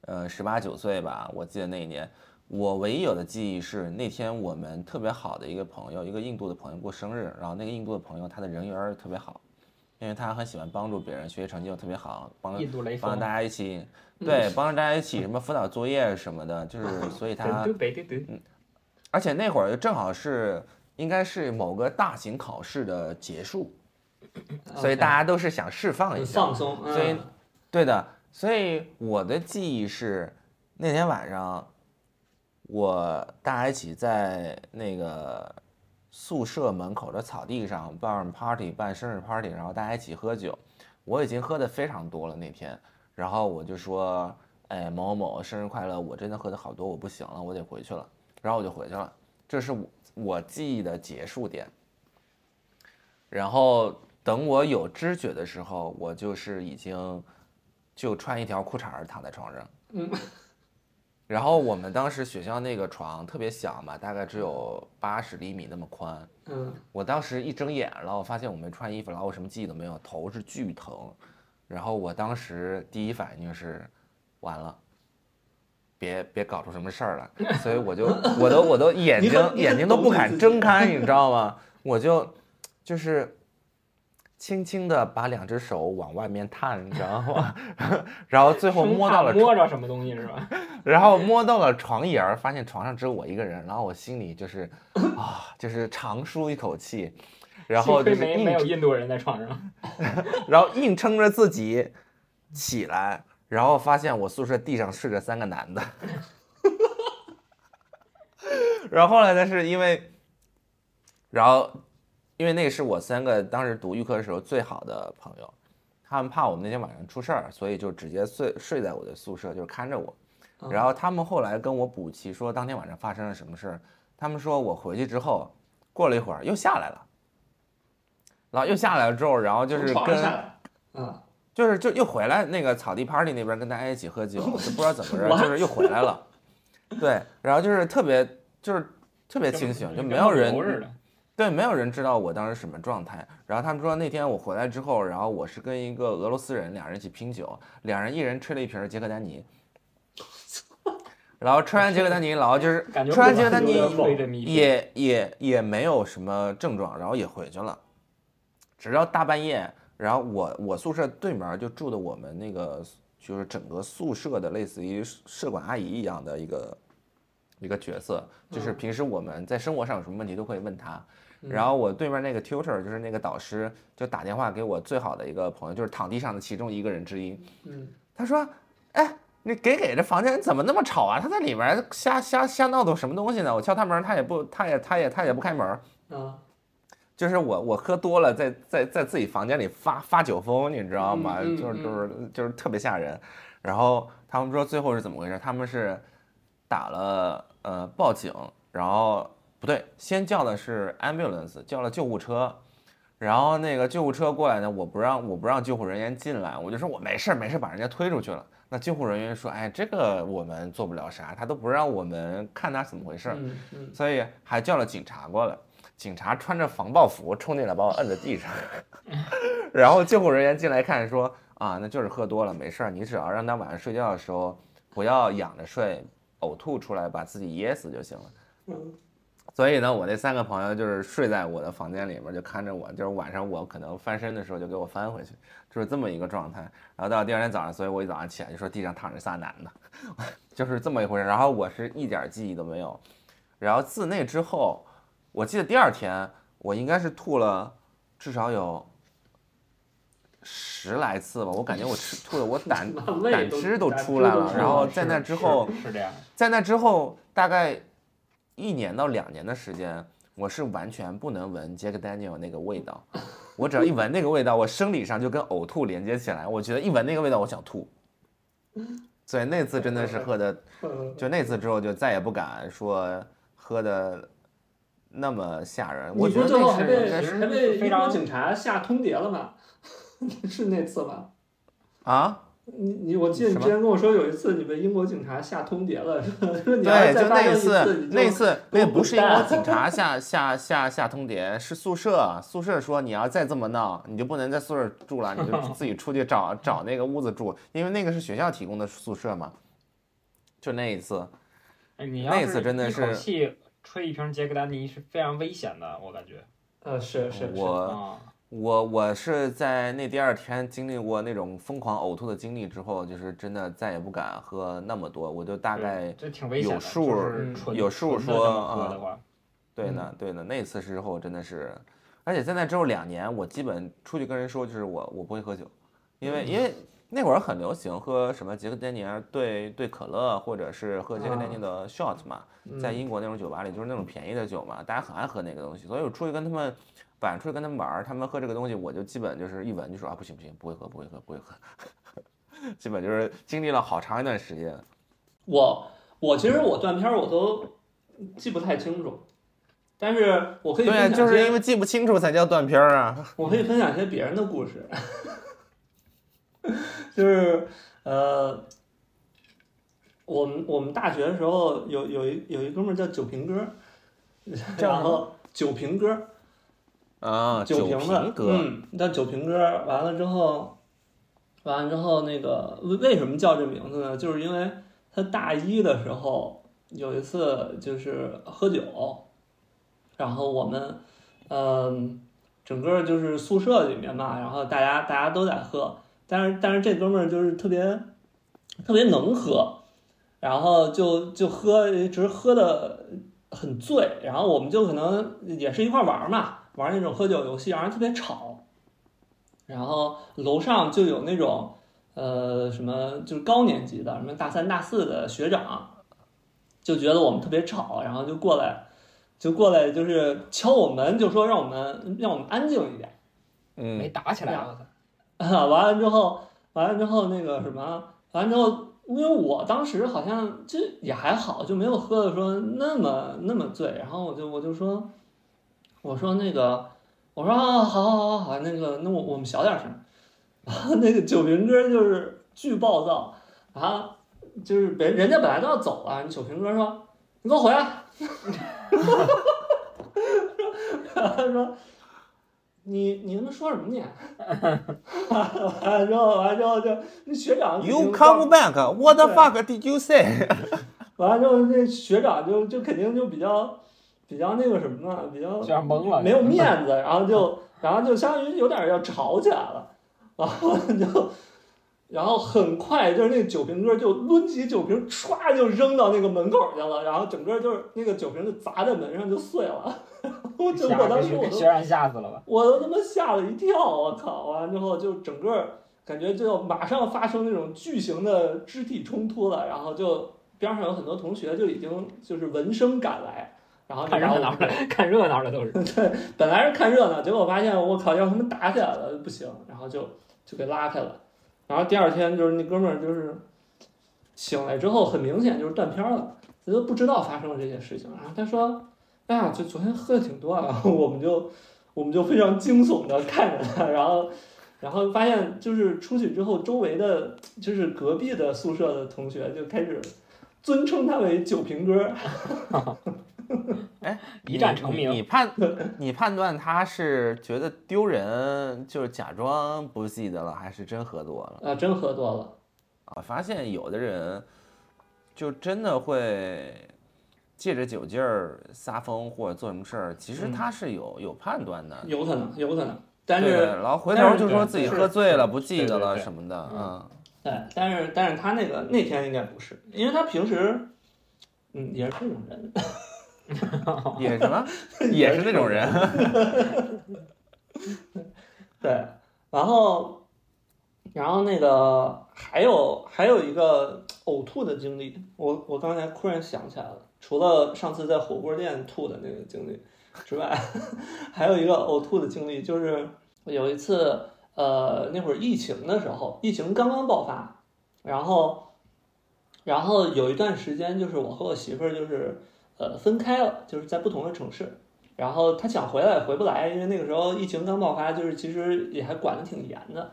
[SPEAKER 3] 呃，十八九岁吧，我记得那一年，我唯一有的记忆是那天我们特别好的一个朋友，一个印度的朋友过生日，然后那个印度的朋友他的人缘儿特别好，因为他很喜欢帮助别人，学习成绩又特别好，帮
[SPEAKER 2] 印度嗯雷
[SPEAKER 3] 帮
[SPEAKER 2] 锋
[SPEAKER 3] 着呃大。家一起， 对，帮着大家一起什么辅导作业什么的，就是所以他
[SPEAKER 2] 嘟，嘟北嘟嘟
[SPEAKER 3] 而且那会儿正好是应该是某个大型考试的结束，
[SPEAKER 2] 哦
[SPEAKER 3] 所以大家都是想释放一
[SPEAKER 1] 很
[SPEAKER 3] 下，
[SPEAKER 1] 放松，嗯
[SPEAKER 3] 所以对的，所以我的记忆是那天晚上，我大家一起在那个宿舍门口的草地上办 party，办生日 party，然后大家一起喝酒。我已经喝的非常多了那天，然后我就说，哎，某某某生日快乐！我真的喝的好多，我不行了，我得回去了。然后我就回去了，这是我我记忆的结束点。然后等我有知觉的时候，我就是已经就穿一条裤衩儿躺在床上。
[SPEAKER 1] 嗯。
[SPEAKER 3] 然后我们当时学校那个床特别小嘛，大概只有八十厘米那么宽。
[SPEAKER 1] 嗯
[SPEAKER 3] 我当时一睁眼，然后发现我没穿衣服，然后我什么记忆都没有，头是巨疼，然后我当时第一反应就是，完了，别别搞出什么事儿来，所以我就我都我都眼
[SPEAKER 1] 你
[SPEAKER 3] 睛
[SPEAKER 1] 很你很
[SPEAKER 3] 眼睛都
[SPEAKER 1] 懂
[SPEAKER 3] 不
[SPEAKER 1] 你自
[SPEAKER 3] 敢
[SPEAKER 1] 己
[SPEAKER 3] 睁开，你知道吗？我就就是轻轻的把两只手往外面探，你知道吗？ 然后最后
[SPEAKER 2] 生
[SPEAKER 3] 摸
[SPEAKER 2] 怕
[SPEAKER 3] 到了
[SPEAKER 2] 摸着什么东西是吧？
[SPEAKER 3] 然后摸到了床沿儿，发现床上只有我一个人，然后我心里就是啊，就是长舒一口气，然
[SPEAKER 2] 幸
[SPEAKER 3] 后
[SPEAKER 2] 亏
[SPEAKER 3] 就是
[SPEAKER 2] 没
[SPEAKER 3] 硬
[SPEAKER 2] 没有印度人在床上，
[SPEAKER 3] 然后硬撑着自己起来，然后发现我宿舍地上睡着三个男的。 然后后来呢，是因为，然后因为那是我三个当时读预科的时候最好的朋友，他们怕我们那天晚上出事儿，所以就直接睡睡在我的宿舍，就是看着我。然后他们后来跟我补齐说当天晚上发生了什么事儿，他们说我回去之后，过了一会儿又下来了，然后又下来了之后，然后就是
[SPEAKER 1] 床
[SPEAKER 3] 跟
[SPEAKER 1] 下来，嗯，
[SPEAKER 3] 就是就又回来那个草地 party 那边跟大家一起喝酒，就不知道怎么着，就是又回来了。对，然后就是特别就是特别 清醒，就
[SPEAKER 2] 跟
[SPEAKER 3] 没有
[SPEAKER 2] 跟狗似
[SPEAKER 3] 人
[SPEAKER 2] 的。
[SPEAKER 3] 对没有人知道我当时什么状态。然后他们说那天我回来之后，然后我是跟一个俄罗斯人俩人一起拼酒，两人一人吹了一瓶杰克丹尼。然后吹完杰克丹尼，然后就是
[SPEAKER 2] 感觉
[SPEAKER 3] 吹完
[SPEAKER 2] 我
[SPEAKER 3] 杰克丹尼
[SPEAKER 2] 有点对着迷信
[SPEAKER 3] 也也也没有什么症状，然后也回去了。直到大半夜，然后我我宿舍对门就住的我们那个就是整个宿舍的类似于舍管阿姨一样的一个一个角色，就是
[SPEAKER 2] 嗯
[SPEAKER 3] 平时我们在生活上有什么问题都可以问她。然后我对面那个 tutor 就是那个导师，就打电话给我最好的一个朋友，就是躺地上的其中一个人之一。
[SPEAKER 1] 嗯，
[SPEAKER 3] 他说：“哎，你给给这房间怎么那么吵啊？他在里面瞎瞎瞎闹腾什么东西呢？我敲他门，他也不，他也他也他也不开门。”
[SPEAKER 1] 啊，
[SPEAKER 3] 就是我我喝多了，在在在自己房间里发发酒疯，你知道吗？
[SPEAKER 1] 嗯嗯
[SPEAKER 3] 就是就是就是特别吓人。然后他们说最后是怎么回事？他们是打了呃报警，然后不对，先叫的是 ambulance，叫了救护车。然后那个救护车过来呢，我不让我不让救护人员进来，我就说我没事儿没事儿，把人家推出去了。那救护人员说，哎，这个我们做不了啥，他都不让我们看他怎么回事儿。
[SPEAKER 1] 嗯嗯，
[SPEAKER 3] 所以还叫了警察过来。警察穿着防爆服冲进来，把我摁在地上。 然后救护人员进来看说：“啊，那就是喝多了，没事儿，你只要让他晚上睡觉的时候不要仰着睡，呕吐出来把自己噎死就行了。”
[SPEAKER 1] 嗯
[SPEAKER 3] 所以呢，我那三个朋友就是睡在我的房间里面，就看着我，就是晚上我可能翻身的时候就给我翻回去，就是这么一个状态。然后到第二天早上，所以我一早上起来就说地上躺着仨男的， 就是这么一回事。然后我是一点儿记忆都没有。然后自那之后，我记得第二天我应该是吐了至少有十来次吧，我感觉我吃吐的我 胆
[SPEAKER 1] 那胃
[SPEAKER 3] 胆
[SPEAKER 1] 都
[SPEAKER 3] 汁都
[SPEAKER 1] 胆
[SPEAKER 3] 出
[SPEAKER 1] 汁
[SPEAKER 3] 来
[SPEAKER 1] 都
[SPEAKER 3] 了
[SPEAKER 1] 出。
[SPEAKER 3] 然
[SPEAKER 1] 来
[SPEAKER 3] 后
[SPEAKER 1] 了
[SPEAKER 3] 在
[SPEAKER 2] 是
[SPEAKER 3] 那之后，
[SPEAKER 2] 是是这样，
[SPEAKER 3] 在那之后大概一年到两年的时间，我是完全不能闻 Jack Daniel 那个味道。我只要一闻那个味道，我生理上就跟呕吐连接起来。我觉得一闻那个味道，我想吐。所以那次真的是喝的，
[SPEAKER 1] 呃
[SPEAKER 3] 就那次之后就再也不敢说喝的那么吓人。我
[SPEAKER 1] 你
[SPEAKER 3] 觉
[SPEAKER 1] 不
[SPEAKER 3] 得
[SPEAKER 1] 最后
[SPEAKER 3] 那
[SPEAKER 1] 还
[SPEAKER 3] 是
[SPEAKER 1] 被
[SPEAKER 3] 应该是
[SPEAKER 1] 还被
[SPEAKER 2] 非
[SPEAKER 1] 英
[SPEAKER 2] 常
[SPEAKER 1] 国警察下通牒了吗？ 是那次吧？
[SPEAKER 3] 啊，
[SPEAKER 1] 你你，我记得你
[SPEAKER 3] 什么
[SPEAKER 1] 之前跟我说有一次你被英国警察下通牒了， 说说你要
[SPEAKER 3] 对，
[SPEAKER 1] 是
[SPEAKER 3] 就
[SPEAKER 1] 再发生
[SPEAKER 3] 那一
[SPEAKER 1] 一
[SPEAKER 3] 次，
[SPEAKER 1] 你
[SPEAKER 3] 那
[SPEAKER 1] 就
[SPEAKER 3] 一次那
[SPEAKER 1] 都
[SPEAKER 3] 不
[SPEAKER 1] 滚
[SPEAKER 3] 是英国
[SPEAKER 1] 蛋
[SPEAKER 3] 警察下下下下通牒，是宿舍啊宿舍说你要再这么闹，你就不能在宿舍住 了，你就自己出去找找那个屋子住，因为那个是学校提供的宿舍嘛。就那一次，
[SPEAKER 2] 哎你要
[SPEAKER 3] 那次真的
[SPEAKER 2] 一口
[SPEAKER 3] 是
[SPEAKER 2] 气吹一瓶杰克丹尼是非常危险的，我感觉
[SPEAKER 1] 呃是是是，
[SPEAKER 3] 我
[SPEAKER 2] 啊，
[SPEAKER 3] 我我是在那第二天经历过那种疯狂呕吐的经历之后，就是真的再也不敢喝那么多，我就大概
[SPEAKER 2] 这挺危险的，
[SPEAKER 3] 有数
[SPEAKER 2] 就是
[SPEAKER 1] 嗯
[SPEAKER 2] 纯
[SPEAKER 3] 有数
[SPEAKER 2] 纯的这么
[SPEAKER 3] 说
[SPEAKER 2] 喝
[SPEAKER 3] 啊
[SPEAKER 2] 的话，
[SPEAKER 3] 对呢，对呢，那次之后真的是，而且在那之后两年，我基本出去跟人说，就是我我不会喝酒，因为因为那会儿很流行喝什么杰克丹尼尔兑兑可乐，或者是喝杰克丹尼尔的 shot 嘛，
[SPEAKER 1] 嗯
[SPEAKER 3] 在英国那种酒吧里就是那种便宜的酒嘛，大家很爱喝那个东西，所以我出去跟他们晚上出去跟他们玩儿，他们喝这个东西，我就基本就是一闻就说啊不行不行，不会喝不会喝不会喝， 基本就是经历了好长一段时间。
[SPEAKER 1] 我我其实我断片儿我都记不太清楚，但是我可以
[SPEAKER 3] 对
[SPEAKER 1] 分
[SPEAKER 3] 啊，
[SPEAKER 1] 享
[SPEAKER 3] 就是
[SPEAKER 1] 些
[SPEAKER 3] 因为记不清楚才叫断片儿啊。
[SPEAKER 1] 我可以分享一些别人的故事， 就是呃，我们我们大学的时候有有一有一哥们儿叫酒瓶哥，
[SPEAKER 3] 叫
[SPEAKER 1] 然
[SPEAKER 3] 什么
[SPEAKER 1] 后酒瓶哥，
[SPEAKER 3] 啊，
[SPEAKER 1] 酒
[SPEAKER 3] 酒
[SPEAKER 1] 瓶子嗯
[SPEAKER 3] 瓶哥，
[SPEAKER 1] 嗯，叫酒瓶哥。完了之后，完了之后，那个为为什么叫这名字呢？就是因为他大一的时候有一次就是喝酒，然后我们，嗯，整个就是宿舍里面嘛，然后大家大家都在喝，但是但是这哥们儿就是特别特别能喝，然后就就喝，只是喝的很醉，然后我们就可能也是一块儿玩儿嘛，玩儿那种喝酒游戏，然后特别吵，然后楼上就有那种呃什么就是高年级的，什么大三大四的学长，就觉得我们特别吵，然后就过来就过来就是敲我门，就说让我们让我们安静一点。
[SPEAKER 2] 没
[SPEAKER 3] 嗯，
[SPEAKER 2] 打起来，我操！
[SPEAKER 1] 啊，完了之后，完了之后那个什么，完了之后，因为我当时好像就也还好，就没有喝的说那么那么醉，然后我就我就说，我说那个，我说啊，好好好好，那个那我我们小点声，然后 那个酒瓶哥就是巨暴躁，然后就是别人家本来都要走了，酒瓶哥说你给我回来， 然后说。你你他妈说什么你？啊 完了之后，完了之后就那学长肯定就
[SPEAKER 3] You come back. What the
[SPEAKER 1] 对
[SPEAKER 3] fuck did you say?
[SPEAKER 1] 完了之后，那学长就就肯定就比较比较那个什么嘛，比较
[SPEAKER 2] 这样懵了，
[SPEAKER 1] 没有面子，然后就然后就相当于有点要吵起来了，然后就然后很快就是那个酒瓶哥就抡起酒瓶歘就扔到那个门口去了，然后整个就是那个酒瓶就砸在门上就碎了， 我就
[SPEAKER 2] 吓
[SPEAKER 1] 我当
[SPEAKER 2] 给
[SPEAKER 1] 时我
[SPEAKER 2] 学
[SPEAKER 1] 都
[SPEAKER 2] 学让吓死了吧？
[SPEAKER 1] 我都他妈吓了一跳，我操！完了之后就整个感觉就要马上发生那种巨型的肢体冲突了，然后就边上有很多同学就已经就是闻声赶来，然后就
[SPEAKER 2] 看
[SPEAKER 1] 把
[SPEAKER 2] 热
[SPEAKER 1] 我
[SPEAKER 2] 闹 的，看热闹的都 是。
[SPEAKER 1] 本来是看热闹，结果发现我靠要他们打起来了不行，然后就就给拉开了。然后第二天就是那哥们儿就是醒来之后，很明显就是断片儿了，他都不知道发生了这些事情。然后他说：“哎呀，就昨天喝的挺多啊。” 我们就我们就非常惊悚的看着他，然后然后发现就是出去之后，周围的就是隔壁的宿舍的同学就开始尊称他为酒瓶哥儿，
[SPEAKER 2] 一战成名
[SPEAKER 3] 你你判 你判断他是觉得丢人，就是假装不记得了，还是真喝多了
[SPEAKER 1] 啊，真喝多了。
[SPEAKER 3] 啊？发现有的人就真的会借着酒劲儿撒疯或者做什么事儿，
[SPEAKER 2] 嗯
[SPEAKER 3] 其实他是有、有判断的。
[SPEAKER 1] 有可能，有可能，但
[SPEAKER 3] 对，
[SPEAKER 1] 是
[SPEAKER 3] 然后回
[SPEAKER 1] 但
[SPEAKER 3] 头
[SPEAKER 1] 是
[SPEAKER 3] 就说自己
[SPEAKER 2] 是
[SPEAKER 3] 喝醉了，
[SPEAKER 2] 是
[SPEAKER 3] 不记得
[SPEAKER 2] 对对
[SPEAKER 3] 了
[SPEAKER 2] 对
[SPEAKER 3] 什么的，
[SPEAKER 2] 嗯
[SPEAKER 3] 嗯，
[SPEAKER 1] 对，但是但是他那个那天应该不是，因为他平时，嗯，也是这种人，
[SPEAKER 3] 嗯也 什么也是那种人，
[SPEAKER 1] 对，然后，然后那个还有还有一个呕吐的经历，我我刚才忽然想起来了，除了上次在火锅店吐的那个经历之外， 还有一个呕吐的经历，就是有一次，呃，那会儿疫情的时候，疫情刚刚爆发，然后，然后有一段时间，就是我和我媳妇儿就是呃分开了，就是在不同的城市。然后他想回来也回不来，因为那个时候疫情刚爆发，就是其实也还管得挺严的。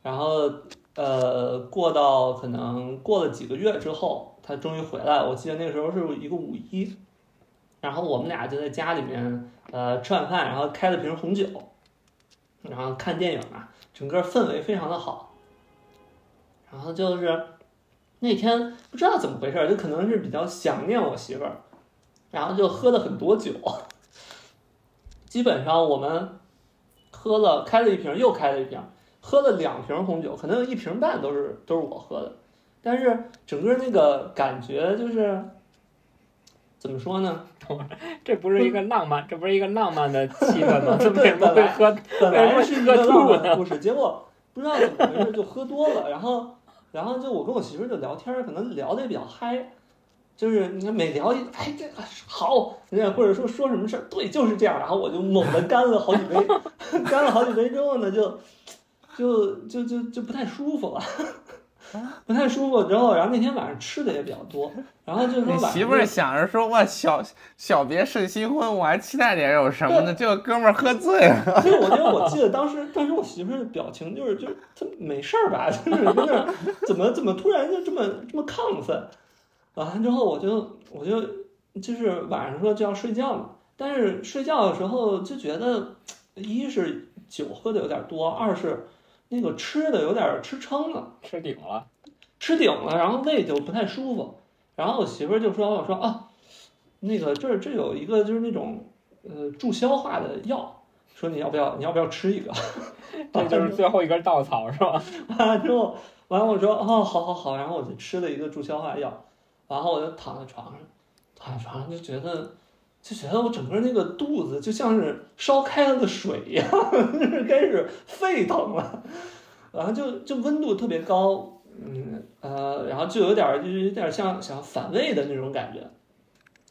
[SPEAKER 1] 然后呃，过到可能过了几个月之后，他终于回来。我记得那个时候是一个五一，然后我们俩就在家里面呃吃晚饭，然后开了瓶红酒，然后看电影啊，整个氛围非常的好。然后就是那天不知道怎么回事，就可能是比较想念我媳妇儿，然后就喝了很多酒。基本上我们喝了开了一瓶，又开了一瓶，喝了两瓶红酒，可能有一瓶半都是都是我喝的。但是整个那个感觉就是怎么说呢？
[SPEAKER 2] 这不是一个浪 漫，这不是一个浪漫的气氛 吗？这为什么
[SPEAKER 1] 对
[SPEAKER 2] 会喝？
[SPEAKER 1] 本
[SPEAKER 3] 哎
[SPEAKER 1] 来是一个
[SPEAKER 2] 为什么
[SPEAKER 1] 浪
[SPEAKER 2] 喝
[SPEAKER 1] 漫
[SPEAKER 2] 吐
[SPEAKER 1] 的
[SPEAKER 2] 呢
[SPEAKER 1] 故事，结果不知道怎么回事就喝多了，然后然后就我跟我媳妇儿就聊天儿，可能聊的也比较嗨，就是你看每聊一哎这个好，那或者说说什么事儿，对，就是这样，然后我就猛地干了好几杯， 干了好几杯之后呢，就就就就就不太舒服了。
[SPEAKER 3] 啊
[SPEAKER 1] 不太舒服，之后，然后那天晚上吃的也比较多，然后就是说
[SPEAKER 3] 你
[SPEAKER 1] 晚上
[SPEAKER 3] 媳妇儿想着说，哇，小小别胜新婚，我还期待点有什么呢？这个哥们儿喝醉了，
[SPEAKER 1] 所以我觉得，我记得当时，当时我媳妇儿的表情就是，就是她没事儿吧， 就是在那儿怎么怎么突然就这么这么亢奋，完了之后我就我就就是晚上说就要睡觉嘛，但是睡觉的时候就觉得，一是酒喝的有点多，二是那个吃的有点儿吃撑了，
[SPEAKER 2] 吃顶了，
[SPEAKER 1] 吃顶了，然后胃就不太舒服。然后我媳妇儿就说：“我说啊，那个这儿这有一个就是那种呃助消化的药，说你要不要你要不要吃一个？”
[SPEAKER 2] 这就是最后一根稻草是 吧？
[SPEAKER 1] 完了 之后，完了我说哦，好好好，然后我就吃了一个助消化药，然后我就躺在床上，躺在床上就觉得，就觉得我整个那个肚子就像是烧开了的水一样，就是开始沸腾了，然后就就温度特别高，嗯呃，然后就有点儿就是有点儿像想反胃的那种感觉。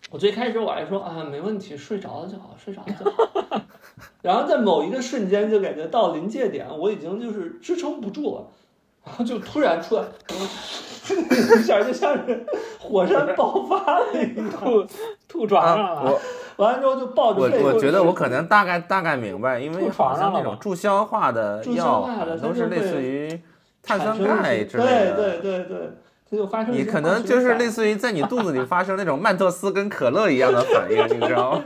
[SPEAKER 1] 我最开始我还说啊，没问题，睡着了就好，睡着了就好。 然后在某一个瞬间，就感觉到临界点，我已经就是支撑不住了，然后就突然出来， 一下就像是火山爆发了一样。
[SPEAKER 2] 吐吐床上
[SPEAKER 3] 啊，
[SPEAKER 2] 了，
[SPEAKER 3] 我
[SPEAKER 1] 完了之后就抱着
[SPEAKER 3] 我
[SPEAKER 1] 睡。
[SPEAKER 3] 我觉得我可能大概大概明白，因为
[SPEAKER 2] 吐床
[SPEAKER 3] 好像
[SPEAKER 2] 上了
[SPEAKER 3] 那
[SPEAKER 2] 吧
[SPEAKER 3] 种助消化的
[SPEAKER 1] 助消
[SPEAKER 3] 药
[SPEAKER 1] 化
[SPEAKER 3] 好
[SPEAKER 1] 的
[SPEAKER 3] 像
[SPEAKER 1] 它
[SPEAKER 3] 都是
[SPEAKER 1] 就
[SPEAKER 3] 类似
[SPEAKER 1] 会
[SPEAKER 3] 于碳
[SPEAKER 1] 产生
[SPEAKER 3] 酸
[SPEAKER 1] 一些
[SPEAKER 3] 钙之类的。
[SPEAKER 1] 对对对对，它就发生。
[SPEAKER 3] 你可能就是类。似于在你肚子里发生那种曼特斯跟可乐一样的反应，你知 道吗？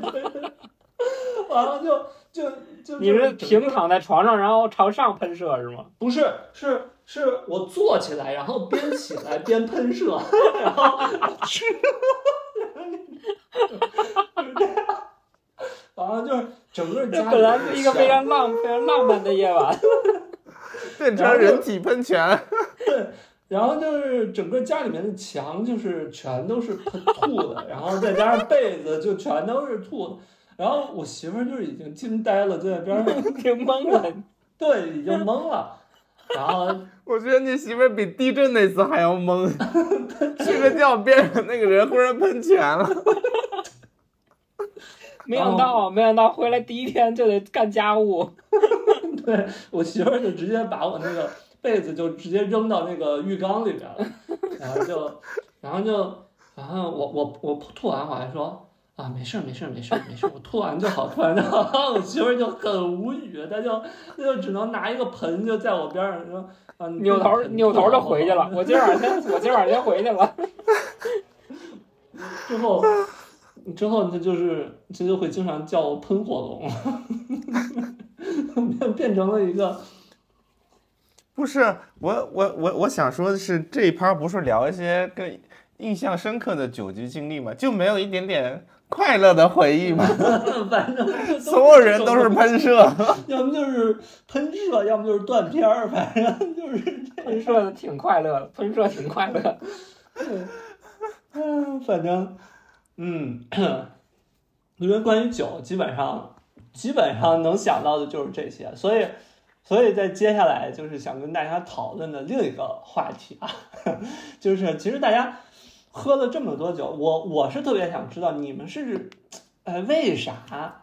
[SPEAKER 1] 完了就就就
[SPEAKER 2] 你是
[SPEAKER 1] 整
[SPEAKER 2] 平
[SPEAKER 1] 个
[SPEAKER 2] 躺在床上，然后朝上喷射是吗？
[SPEAKER 1] 不是，是是我坐起来，然后边起来边喷射， 然 后 吃，然后就是整个
[SPEAKER 2] 这
[SPEAKER 1] 家
[SPEAKER 2] 本来是一个非常浪非常浪漫的夜 晚，
[SPEAKER 3] 变成人体喷泉，
[SPEAKER 1] 对，然后就是整个家里面的墙就是全都是喷吐的，然后再加上被子就全都是吐的，然后我媳妇儿就是已经惊呆了，就在边上，
[SPEAKER 2] 挺懵 的。
[SPEAKER 1] 对，已经懵了，然后
[SPEAKER 3] 我觉得你媳妇儿比地震那次还要懵， 睡着觉边上那个人忽然喷泉了，
[SPEAKER 2] 没想到，没想到回来第一天就得干家务，
[SPEAKER 1] 对 我媳妇儿就直接把我那个被子就直接扔到那个浴缸里边了，然后就，然后就，然后我我我吐完我还说啊没事儿没事儿没事儿没事儿，我吐完就好，吐完就好。我 媳妇儿就很无语，她就她就只能拿一个盆就在我边上说啊你
[SPEAKER 2] 扭头
[SPEAKER 1] 这个盆
[SPEAKER 2] 扭头
[SPEAKER 1] 吐
[SPEAKER 2] 就
[SPEAKER 1] 完
[SPEAKER 2] 回去了。我今晚 先，我今晚先回去了。
[SPEAKER 1] 之后。之后她就是，她就会经常叫我喷火龙， 变变成了一个
[SPEAKER 3] 不是我我我我想说的是这一趴不是聊一些更印象深刻的酒局经历吗？就没有一点点快乐的回忆 吗？
[SPEAKER 1] 反正就
[SPEAKER 3] 所有人都
[SPEAKER 1] 是
[SPEAKER 3] 是喷射，
[SPEAKER 1] 要么就是喷射，要么就是断片儿， 反正就是，
[SPEAKER 2] 喷射的挺快乐的，喷射挺快乐的。
[SPEAKER 1] 嗯，反正，嗯， 我觉得关于酒，基本上基本上能想到的就是这些，所以，所以在接下来就是想跟大家讨论的另一个话题啊， 就是其实大家喝了这么多酒，我我是特别想知道你们是，呃，为啥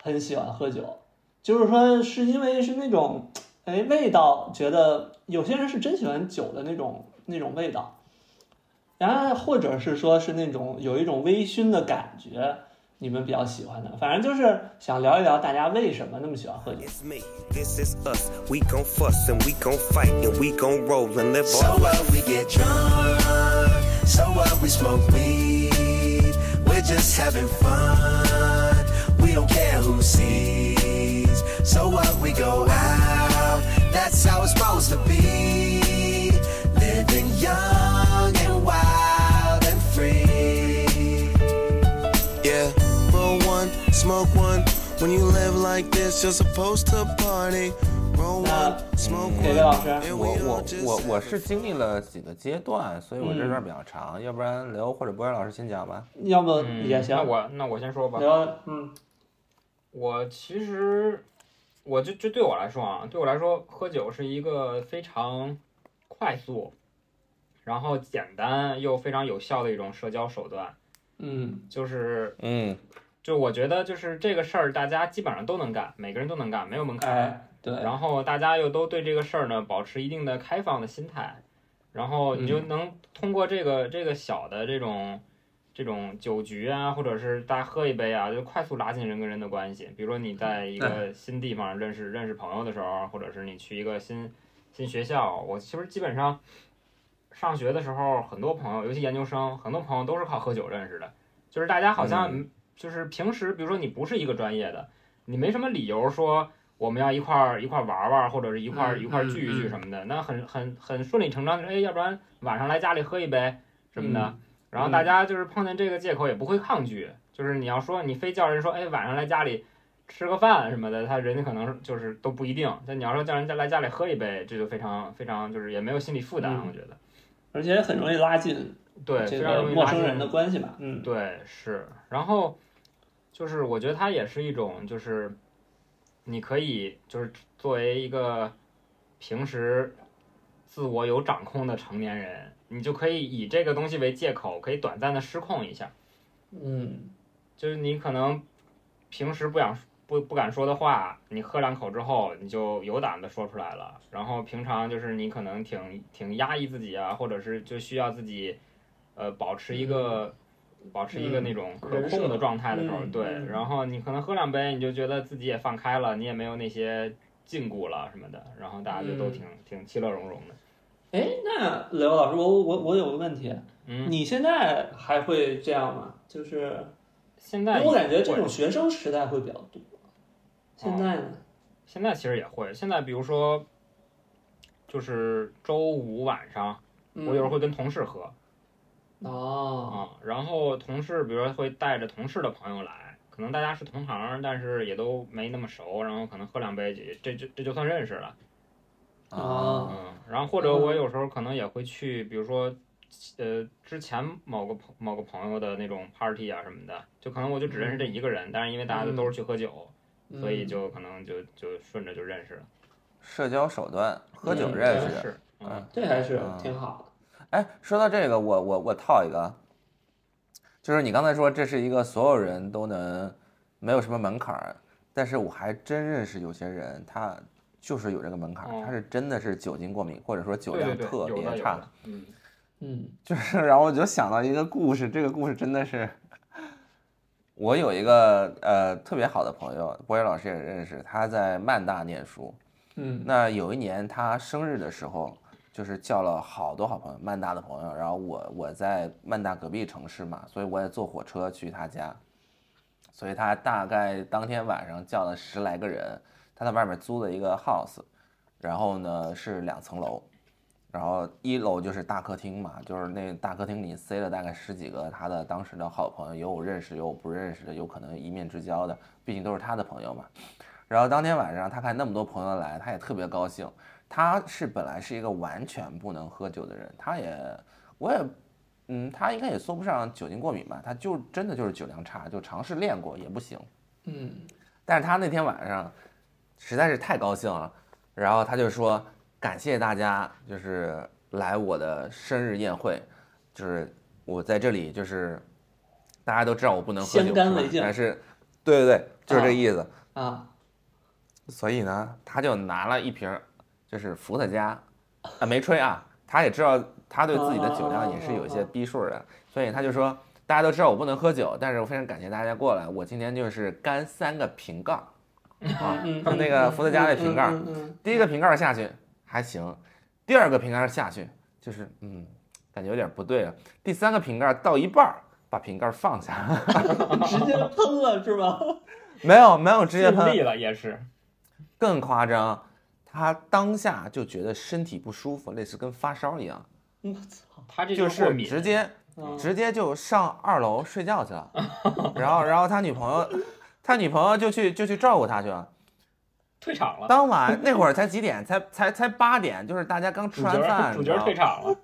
[SPEAKER 1] 很喜欢喝酒？就是说是因为是那种，哎，味道觉得有些人是真喜欢酒的那种那种味道，然后或者是说是那种有一种微醺的感觉，你们比较喜欢的，反正就是想聊一聊大家为什么那么喜欢喝酒。
[SPEAKER 4] It's me, this is us. We gon' fuss and we gon' fight and we gon' roll and live so our life.
[SPEAKER 6] we get drunk. So what? We smoke weed. We're just having fun. We don't care who sees. So what? We go out. That's how it's supposed to be. Living young and wild and free. Yeah, roll one, smoke one. When you live like this, you're supposed to party. Roll
[SPEAKER 1] Uh,
[SPEAKER 6] one, smoke
[SPEAKER 1] 给魏
[SPEAKER 6] one.
[SPEAKER 1] 老师，
[SPEAKER 2] 嗯
[SPEAKER 6] and
[SPEAKER 3] 我
[SPEAKER 6] we all
[SPEAKER 3] 我
[SPEAKER 6] just
[SPEAKER 3] 我我
[SPEAKER 6] have
[SPEAKER 3] 是经历了几个阶段，所以我这段比较长，要不然刘或者博源老师先讲吧。
[SPEAKER 1] 要么
[SPEAKER 2] 嗯
[SPEAKER 1] 也行
[SPEAKER 2] 那，我那我先说吧。
[SPEAKER 1] 聊嗯
[SPEAKER 2] 我其实，我就就对我来说啊，对我来说，喝酒是一个非常快速，然后简单又非常有效的一种社交手段。
[SPEAKER 1] 嗯
[SPEAKER 2] 就是
[SPEAKER 3] 嗯，
[SPEAKER 2] 就我觉得就是这个事儿，大家基本上都能干，每个人都能干，没有门槛。
[SPEAKER 1] 哎对，
[SPEAKER 2] 然后大家又都对这个事儿呢保持一定的开放的心态，然后你就能通过这个这个小的这种这种酒局啊，或者是大家喝一杯啊，就快速拉近人跟人的关系。比如说你在一个新地方认识认识朋友的时候，啊或者是你去一个新新学校，我其实基本上上学的时候，很多朋友，尤其研究生，很多朋友都是靠喝酒认识的，就是大家好像就是平时，比如说你不是一个专业的，你没什么理由说我们要一块儿一块儿玩玩，或者是一块儿
[SPEAKER 7] 嗯
[SPEAKER 2] 一块儿
[SPEAKER 7] 嗯
[SPEAKER 2] 聚一聚
[SPEAKER 7] 嗯
[SPEAKER 2] 什么的，那很很很顺理成章，就是哎，要不然晚上来家里喝一杯什么
[SPEAKER 1] 嗯
[SPEAKER 2] 的，然后大家就是碰见这个借口也不会抗拒，就是你要说你非叫人说哎晚上来家里吃个饭什么的，他人家可能就是都不一定，但你要说叫人家来家里喝一杯，这就非常非常就是也没有心理负担，
[SPEAKER 1] 嗯
[SPEAKER 2] 我觉得
[SPEAKER 1] 而且很容易拉近
[SPEAKER 2] 对，
[SPEAKER 1] 这
[SPEAKER 2] 非常
[SPEAKER 1] 个
[SPEAKER 2] 容易
[SPEAKER 1] 陌
[SPEAKER 2] 拉
[SPEAKER 1] 生
[SPEAKER 2] 近
[SPEAKER 1] 人的关系吧。嗯，
[SPEAKER 2] 对，是，然后就是我觉得它也是一种，就是你可以就是作为一个平时自我有掌控的成年人，你就可以以这个东西为借口，可以短暂的失控一下。
[SPEAKER 1] 嗯，
[SPEAKER 2] 就是你可能平时不想不不敢说的话，你喝两口之后，你就有胆子说出来了。然后平常就是你可能挺挺压抑自己啊，或者是就需要自己呃保持一个、保持一个
[SPEAKER 1] 嗯
[SPEAKER 2] 那种可
[SPEAKER 1] 人设
[SPEAKER 2] 控的状态的时候，
[SPEAKER 1] 嗯
[SPEAKER 2] 对。
[SPEAKER 1] 嗯
[SPEAKER 2] 然后你可能喝两杯，你就觉得自己也放开了，你也没有那些禁锢了什么的，然后大家就都
[SPEAKER 1] 嗯
[SPEAKER 2] 挺、挺其乐融融的。
[SPEAKER 1] 哎，那刘老师，我我我有个问题，
[SPEAKER 2] 嗯，
[SPEAKER 1] 你现在还会这样吗？就是
[SPEAKER 2] 现
[SPEAKER 1] 因
[SPEAKER 2] 在
[SPEAKER 1] 为我感觉
[SPEAKER 2] 也
[SPEAKER 1] 这
[SPEAKER 2] 会
[SPEAKER 1] 种学生时代会比较多，现在呢？
[SPEAKER 2] 现在其实也会，现在比如说就是周五晚上。
[SPEAKER 1] 嗯
[SPEAKER 2] 哦我有时候会跟同事喝
[SPEAKER 1] 哦，
[SPEAKER 2] 啊、然后同事比如说会带着同事的朋友来，可能大家是同行，但是也都没那么熟，然后可能喝两杯，这这这这就算认识了，
[SPEAKER 1] 哦
[SPEAKER 2] 嗯，然后或者我有时候可能也会去，比如说。呃，之前某个朋某个朋友的那种 party 啊什么的，就可能我就只认识这一个人，但是因为大家都都是去喝酒，
[SPEAKER 1] 嗯
[SPEAKER 2] 啊所以就可能就就顺着就认识了。
[SPEAKER 3] 社交手段，喝酒
[SPEAKER 1] 嗯
[SPEAKER 3] 认
[SPEAKER 2] 对
[SPEAKER 3] 识。
[SPEAKER 2] 是，嗯
[SPEAKER 1] 这还是
[SPEAKER 3] 嗯
[SPEAKER 1] 挺好
[SPEAKER 3] 哎，说到这个，我我我套一个啊，就是你刚才说这是一个所有人都能，没有什么门槛儿，但是我还真认识有些人，他就是有这个门槛儿，他
[SPEAKER 2] 哦
[SPEAKER 3] 是真的是酒精过敏，或者说酒
[SPEAKER 2] 对对
[SPEAKER 3] 量
[SPEAKER 2] 对，
[SPEAKER 3] 特
[SPEAKER 2] 有的有
[SPEAKER 3] 别差
[SPEAKER 2] 的，，嗯，
[SPEAKER 1] 的，嗯
[SPEAKER 3] 就是，然后我就想到一个故事，这个故事真的是，我有一个呃特别好的朋友，博远老师也认识，他在曼大念书，
[SPEAKER 1] 嗯，
[SPEAKER 3] 那有一年他生日的时候，就是叫了好多好朋友，曼大的朋友，然后我我在曼大隔壁城市嘛，所以我也坐火车去他家，所以他大概当天晚上叫了十来个人，他在外面租了一个 house，然后呢是两层楼，然后一楼就是大客厅嘛，就是那大客厅里塞了大概十几个他的当时的好朋友，有我认识，有我不认识的，有可能一面之交的，毕竟都是他的朋友嘛。然后当天晚上他看那么多朋友来，他也特别高兴。他是本来是一个完全不能喝酒的人，他也，我也，嗯，他应该也说不上酒精过敏吧，他就真的就是酒量差，就尝试练过也不行。
[SPEAKER 1] 嗯，
[SPEAKER 3] 但是他那天晚上实在是太高兴了，然后他就说感谢大家，就是来我的生日宴会，就是我在这里，就是大家都知道我不能喝酒，
[SPEAKER 1] 先干
[SPEAKER 3] 是吧
[SPEAKER 1] 为敬
[SPEAKER 3] 但是，对对对，就是这意思。
[SPEAKER 1] 啊，
[SPEAKER 3] 所以呢，他就拿了一瓶儿，就是伏特加，啊，没吹啊，他也知道他对自己的酒量也是有一些逼数的，所以他就说，大家都知道我不能喝酒，但是我非常感谢大家过来，我今天就是干三个瓶盖儿，啊，
[SPEAKER 1] 嗯
[SPEAKER 3] 他们那个伏特加的瓶盖儿，
[SPEAKER 1] 嗯嗯嗯
[SPEAKER 3] 第一个瓶盖儿下去还行，第二个瓶盖儿下去就是嗯，感觉有点不对了，第三个瓶盖儿到一半儿把瓶盖儿放下，
[SPEAKER 1] 嗯 直接喷了是吧？
[SPEAKER 3] 没有没有直接
[SPEAKER 2] 尽
[SPEAKER 3] 喷，
[SPEAKER 2] 力了也是，
[SPEAKER 3] 更夸张，他当下就觉得身体不舒服，类似跟发烧一样，
[SPEAKER 1] 我操，
[SPEAKER 2] 他这
[SPEAKER 3] 就
[SPEAKER 2] 就是过
[SPEAKER 3] 是
[SPEAKER 2] 敏，
[SPEAKER 3] 直接
[SPEAKER 1] 嗯
[SPEAKER 3] 直接就上二楼睡觉去 了。然后，然后他女朋友，他女朋友就去就去照顾他去了。
[SPEAKER 2] 退场了，
[SPEAKER 3] 当晚那会儿才几点？才才才八点，就是大家刚吃
[SPEAKER 2] 主
[SPEAKER 3] 完
[SPEAKER 2] 角
[SPEAKER 3] 饭，
[SPEAKER 2] 主角退
[SPEAKER 3] 场，
[SPEAKER 2] 场了。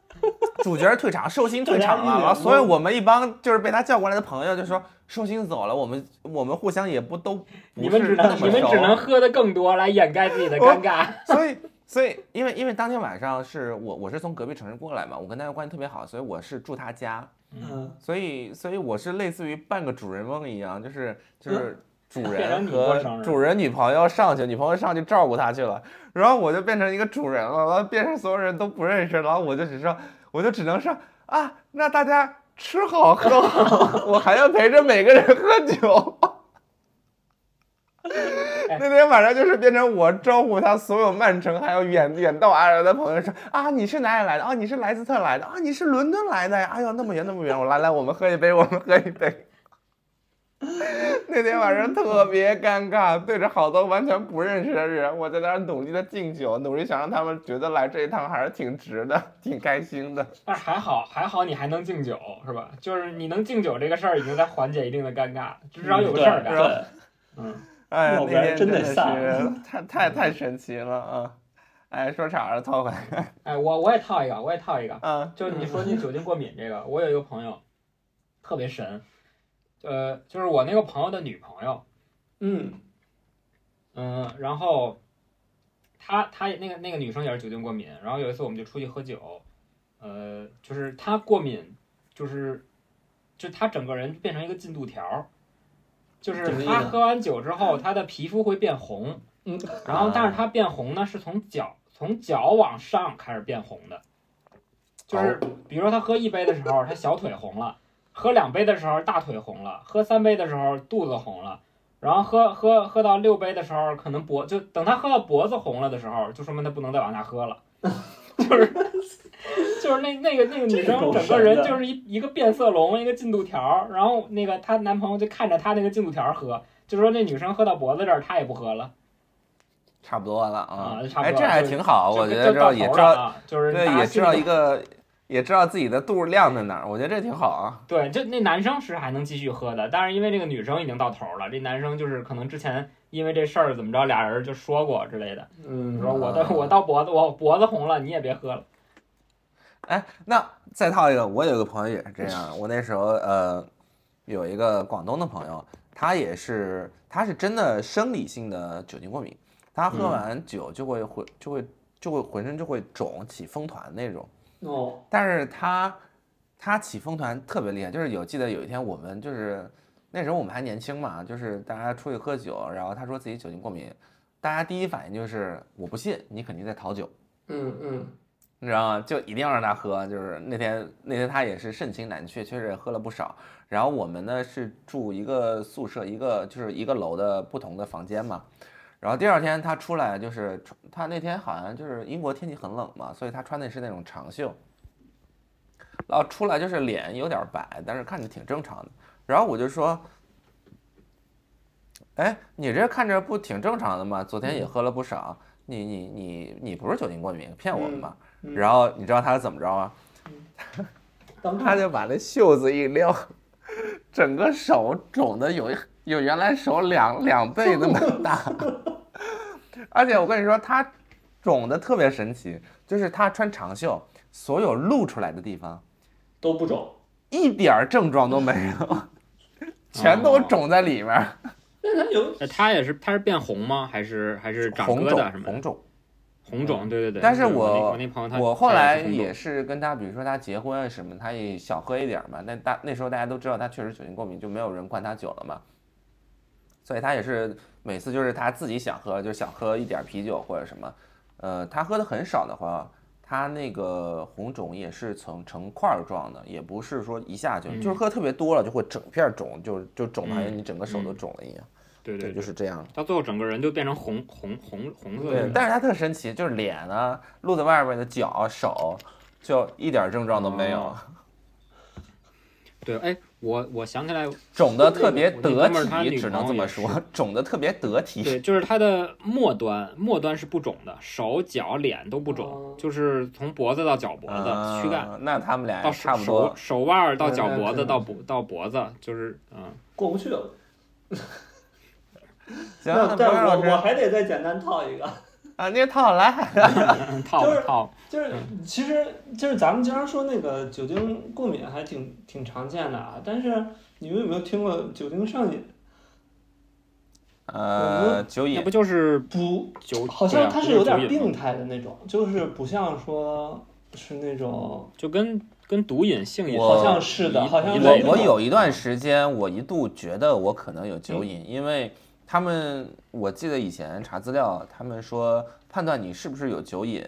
[SPEAKER 3] 主角退场，寿星退
[SPEAKER 1] 大家
[SPEAKER 3] 场
[SPEAKER 1] 一
[SPEAKER 3] 了。
[SPEAKER 1] 脸
[SPEAKER 3] 然后，所以
[SPEAKER 1] 懵
[SPEAKER 3] 我们一帮就是被他叫过来的朋友就说，寿星走了，我们我们互相也不都
[SPEAKER 2] 你
[SPEAKER 3] 不
[SPEAKER 2] 们只
[SPEAKER 3] 是那么
[SPEAKER 2] 能
[SPEAKER 3] 熟。
[SPEAKER 2] 你们只能喝的更多来掩盖自己的尴尬。
[SPEAKER 3] 所以，所以，因为因为当天晚上是我我是从隔壁城市过来嘛，我跟大家关系特别好，所以我是住他家，
[SPEAKER 1] 嗯，
[SPEAKER 3] 所以所以我是类似于半个主人翁一样，就是就
[SPEAKER 1] 嗯
[SPEAKER 3] 是主
[SPEAKER 2] 变成
[SPEAKER 3] 人
[SPEAKER 2] 你过
[SPEAKER 3] 和
[SPEAKER 2] 生日
[SPEAKER 3] 主人女朋友上去，女朋友上去照顾他去了，然后我就变成一个主人了，然后变成所有人都不认识，然后我就只说，我就只能说啊，那大家吃好喝好， 我还要陪着每个人喝酒。 那天晚上就是变成我招呼他所有曼城还有远远道而来的朋友说啊，你是哪里来的？啊，你是莱斯特来的？啊，你是伦敦来的呀？哎呦，那么远那么远，我来来，我们喝一杯，我们喝一杯。 那天晚上特别尴尬，对着好多完全不认识的人，我在那儿努力的敬酒，努力想让他们觉得来这一趟还是挺值的， 挺开心的。
[SPEAKER 2] 但是还好，还好你还能敬酒，是吧？就是你能敬酒这个事儿，已经在缓解一定的尴尬，至少有个事儿
[SPEAKER 1] 对
[SPEAKER 2] 干。
[SPEAKER 1] 对，
[SPEAKER 2] 嗯，
[SPEAKER 3] 哎呀，
[SPEAKER 1] 要
[SPEAKER 3] 那
[SPEAKER 1] 不然
[SPEAKER 3] 天
[SPEAKER 1] 真得
[SPEAKER 3] 的是
[SPEAKER 1] 散
[SPEAKER 3] 太太太神奇了啊！哎，说岔了，套回来
[SPEAKER 2] 哎，我我也套一个，我也套一个。
[SPEAKER 3] 啊，
[SPEAKER 2] 就你说你酒精过敏这个，我有一个朋友特别神，呃，就是我那个朋友的女朋友，
[SPEAKER 1] 嗯
[SPEAKER 2] 嗯，然后她她那个那个女生也是酒精过敏，然后有一次我们就出去喝酒，呃，就是她过敏，就是就她整个人变成一个进度条儿，就是
[SPEAKER 1] 什么意
[SPEAKER 2] 她
[SPEAKER 1] 思啊
[SPEAKER 2] 喝完酒之后，她的皮肤会变红，
[SPEAKER 1] 嗯，
[SPEAKER 2] 然后但是她变红呢是从脚从脚往上开始变红的，就是比如说她喝一杯的时候，她小腿红了。喝两杯的时候大腿红了，喝三杯的时候肚子红了，然后喝喝喝到六杯的时候，可能脖就等他喝到脖子红了的时候，就说明他不能再往下喝了， 就是就是那那个那个女
[SPEAKER 1] 这
[SPEAKER 2] 生
[SPEAKER 1] 够
[SPEAKER 2] 整个人
[SPEAKER 1] 神的
[SPEAKER 2] 就是一一个变色龙，一个进度条，然后那个她男朋友就看着她那个进度条喝，就说那女生喝到脖子这儿，她也不喝了，
[SPEAKER 3] 差不多了
[SPEAKER 2] 啊
[SPEAKER 3] 啊
[SPEAKER 2] 就差。不
[SPEAKER 3] 哎，
[SPEAKER 2] 多
[SPEAKER 3] 这
[SPEAKER 2] 了
[SPEAKER 3] 还
[SPEAKER 2] 就
[SPEAKER 3] 挺好，
[SPEAKER 2] 就
[SPEAKER 3] 我觉
[SPEAKER 2] 就
[SPEAKER 3] 得
[SPEAKER 2] 就
[SPEAKER 3] 这
[SPEAKER 2] 到
[SPEAKER 3] 也
[SPEAKER 2] 头
[SPEAKER 3] 知
[SPEAKER 2] 上
[SPEAKER 3] 道，
[SPEAKER 2] 啊，就是
[SPEAKER 3] 对，
[SPEAKER 2] 大家
[SPEAKER 3] 也
[SPEAKER 2] 心
[SPEAKER 3] 知
[SPEAKER 2] 里
[SPEAKER 3] 道
[SPEAKER 2] 都
[SPEAKER 3] 一个，也知道自己的度量在哪儿，我觉得这挺好啊。
[SPEAKER 2] 对，就那男生是还能继续喝的，但是因为这个女生已经到头了，这男生就是可能之前因为这事儿怎么着，俩人就说过之类的，
[SPEAKER 1] 嗯，
[SPEAKER 2] 说我的
[SPEAKER 3] 啊
[SPEAKER 2] 我到脖子我脖子红了，你也别喝了。
[SPEAKER 3] 哎，那再套一个，我有个朋友也是这样。我那时候呃，有一个广东的朋友，他也是，他是真的生理性的酒精过敏，他
[SPEAKER 2] 嗯
[SPEAKER 3] 喝完酒就会浑就会就会浑身就会肿起风团那种。
[SPEAKER 1] 哦，
[SPEAKER 3] 但是他他起风团特别厉害，就是有记得有一天我们就是那时候我们还年轻嘛，就是大家出去喝酒，然后他说自己酒精过敏，大家第一反应就是我不信，你肯定在讨酒。
[SPEAKER 1] 嗯嗯，
[SPEAKER 3] 你知道吗？就一定要让他喝。就是那天那天他也是盛情难却，确实也喝了不少。然后我们呢是住一个宿舍，一个就是一个楼的不同的房间嘛。然后第二天他出来，就是穿他那天好像就是英国天气很冷嘛，所以他穿的是那种长袖。然后出来就是脸有点白，但是看着挺正常的。然后我就说：“哎，你这看着不挺正常的吗？昨
[SPEAKER 1] 嗯
[SPEAKER 3] 天也喝了不少，你你你你不是酒精过敏，骗我们吧？”
[SPEAKER 1] 嗯
[SPEAKER 3] 然后你知道他是怎么着吗？
[SPEAKER 1] 当
[SPEAKER 3] 他
[SPEAKER 1] 场
[SPEAKER 3] 就把那袖子一撩，整个手肿的有一有原来手两两倍那么大。而且我跟你说，他肿的特别神奇，就是他穿长袖，所有露出来的地方
[SPEAKER 1] 都不肿，
[SPEAKER 3] 一点儿症状都没有， 全都
[SPEAKER 2] 哦
[SPEAKER 3] 肿在里面儿，
[SPEAKER 1] 但他有
[SPEAKER 2] 呃他也是，他是变红吗？还是还是长
[SPEAKER 3] 红
[SPEAKER 2] 疙瘩什
[SPEAKER 3] 肿
[SPEAKER 2] 么
[SPEAKER 3] 红
[SPEAKER 2] 的？
[SPEAKER 3] 肿。
[SPEAKER 2] 红肿，对对对。
[SPEAKER 3] 但是
[SPEAKER 2] 对我那
[SPEAKER 3] 我
[SPEAKER 2] 我那朋友他
[SPEAKER 3] 我后来也
[SPEAKER 2] 也
[SPEAKER 3] 是跟他，比如说他结婚啊什么，他也小喝一点儿嘛。那大那时候大家都知道他确实酒精过敏，就没有人灌他酒了嘛。所以他也是每次就是他自己想喝，就想喝一点儿啤酒或者什么。呃，他喝的很少的话，他那个红肿也是呈呈块儿状的，也不是说一下就、就是
[SPEAKER 2] 嗯
[SPEAKER 3] 喝特别多了就会整片儿肿，就就肿得好像
[SPEAKER 2] 嗯
[SPEAKER 3] 你整个手都
[SPEAKER 2] 嗯
[SPEAKER 3] 肿了一样。
[SPEAKER 2] 对对
[SPEAKER 3] 对，就
[SPEAKER 2] 对，
[SPEAKER 3] 是这样。
[SPEAKER 2] 到最后整个人就变成红红红红色
[SPEAKER 3] 对
[SPEAKER 2] 的，。
[SPEAKER 3] 但是他特神奇，就是脸啊，露在外面的脚、手，就一点症状都没有
[SPEAKER 2] 哦，对，哎，我我想起来，
[SPEAKER 3] 肿的特别
[SPEAKER 2] 我那
[SPEAKER 3] 得
[SPEAKER 2] 哥们儿他
[SPEAKER 3] 体，
[SPEAKER 2] 女
[SPEAKER 3] 只
[SPEAKER 2] 朋
[SPEAKER 3] 能
[SPEAKER 2] 友
[SPEAKER 3] 这么
[SPEAKER 2] 也
[SPEAKER 3] 说，肿的特别得体。
[SPEAKER 2] 对，就是它的末端，末端是不肿的，手脚脸都不肿
[SPEAKER 1] 哦，
[SPEAKER 2] 就是从脖子到脚脖子，躯干
[SPEAKER 3] 啊那他们俩
[SPEAKER 2] 到
[SPEAKER 3] 差
[SPEAKER 2] 手
[SPEAKER 3] 不多
[SPEAKER 2] 手。手腕儿到脚
[SPEAKER 3] 嗯
[SPEAKER 2] 脖子
[SPEAKER 3] 嗯
[SPEAKER 2] 到脖到脖子，就是嗯。
[SPEAKER 1] 过不去了。
[SPEAKER 3] 行，
[SPEAKER 1] 那
[SPEAKER 3] 那博
[SPEAKER 1] 但
[SPEAKER 3] 洋老
[SPEAKER 1] 我我
[SPEAKER 3] 师
[SPEAKER 1] 还得再简单套一个，
[SPEAKER 3] 啊，你套来，
[SPEAKER 2] 套
[SPEAKER 1] 就是
[SPEAKER 2] 套，
[SPEAKER 1] 就是
[SPEAKER 2] 嗯
[SPEAKER 1] 其实就是咱们经常说那个酒精过敏还挺挺常见的啊，但是你们有没有听过酒精上瘾？
[SPEAKER 3] 呃，酒
[SPEAKER 2] 那
[SPEAKER 3] 瘾
[SPEAKER 2] 不就是
[SPEAKER 1] 不，
[SPEAKER 2] 酒？
[SPEAKER 1] 好
[SPEAKER 2] 对
[SPEAKER 1] 像
[SPEAKER 2] 啊
[SPEAKER 1] 它
[SPEAKER 2] 不
[SPEAKER 1] 是
[SPEAKER 2] 就
[SPEAKER 1] 有
[SPEAKER 2] 酒
[SPEAKER 1] 点
[SPEAKER 2] 瘾
[SPEAKER 1] 病
[SPEAKER 2] 吗，
[SPEAKER 1] 态的那种，就是不像说是那种
[SPEAKER 2] 就跟跟毒瘾、性瘾，
[SPEAKER 3] 我
[SPEAKER 1] 好像是的
[SPEAKER 2] 一
[SPEAKER 1] 好像
[SPEAKER 2] 一
[SPEAKER 1] 是
[SPEAKER 2] 类
[SPEAKER 1] 对
[SPEAKER 2] 的
[SPEAKER 3] 我我
[SPEAKER 1] 那
[SPEAKER 3] 有一段时间，我一度觉得我可能有酒瘾，因为他们我记得以前查资料，他们说判断你是不是有酒瘾，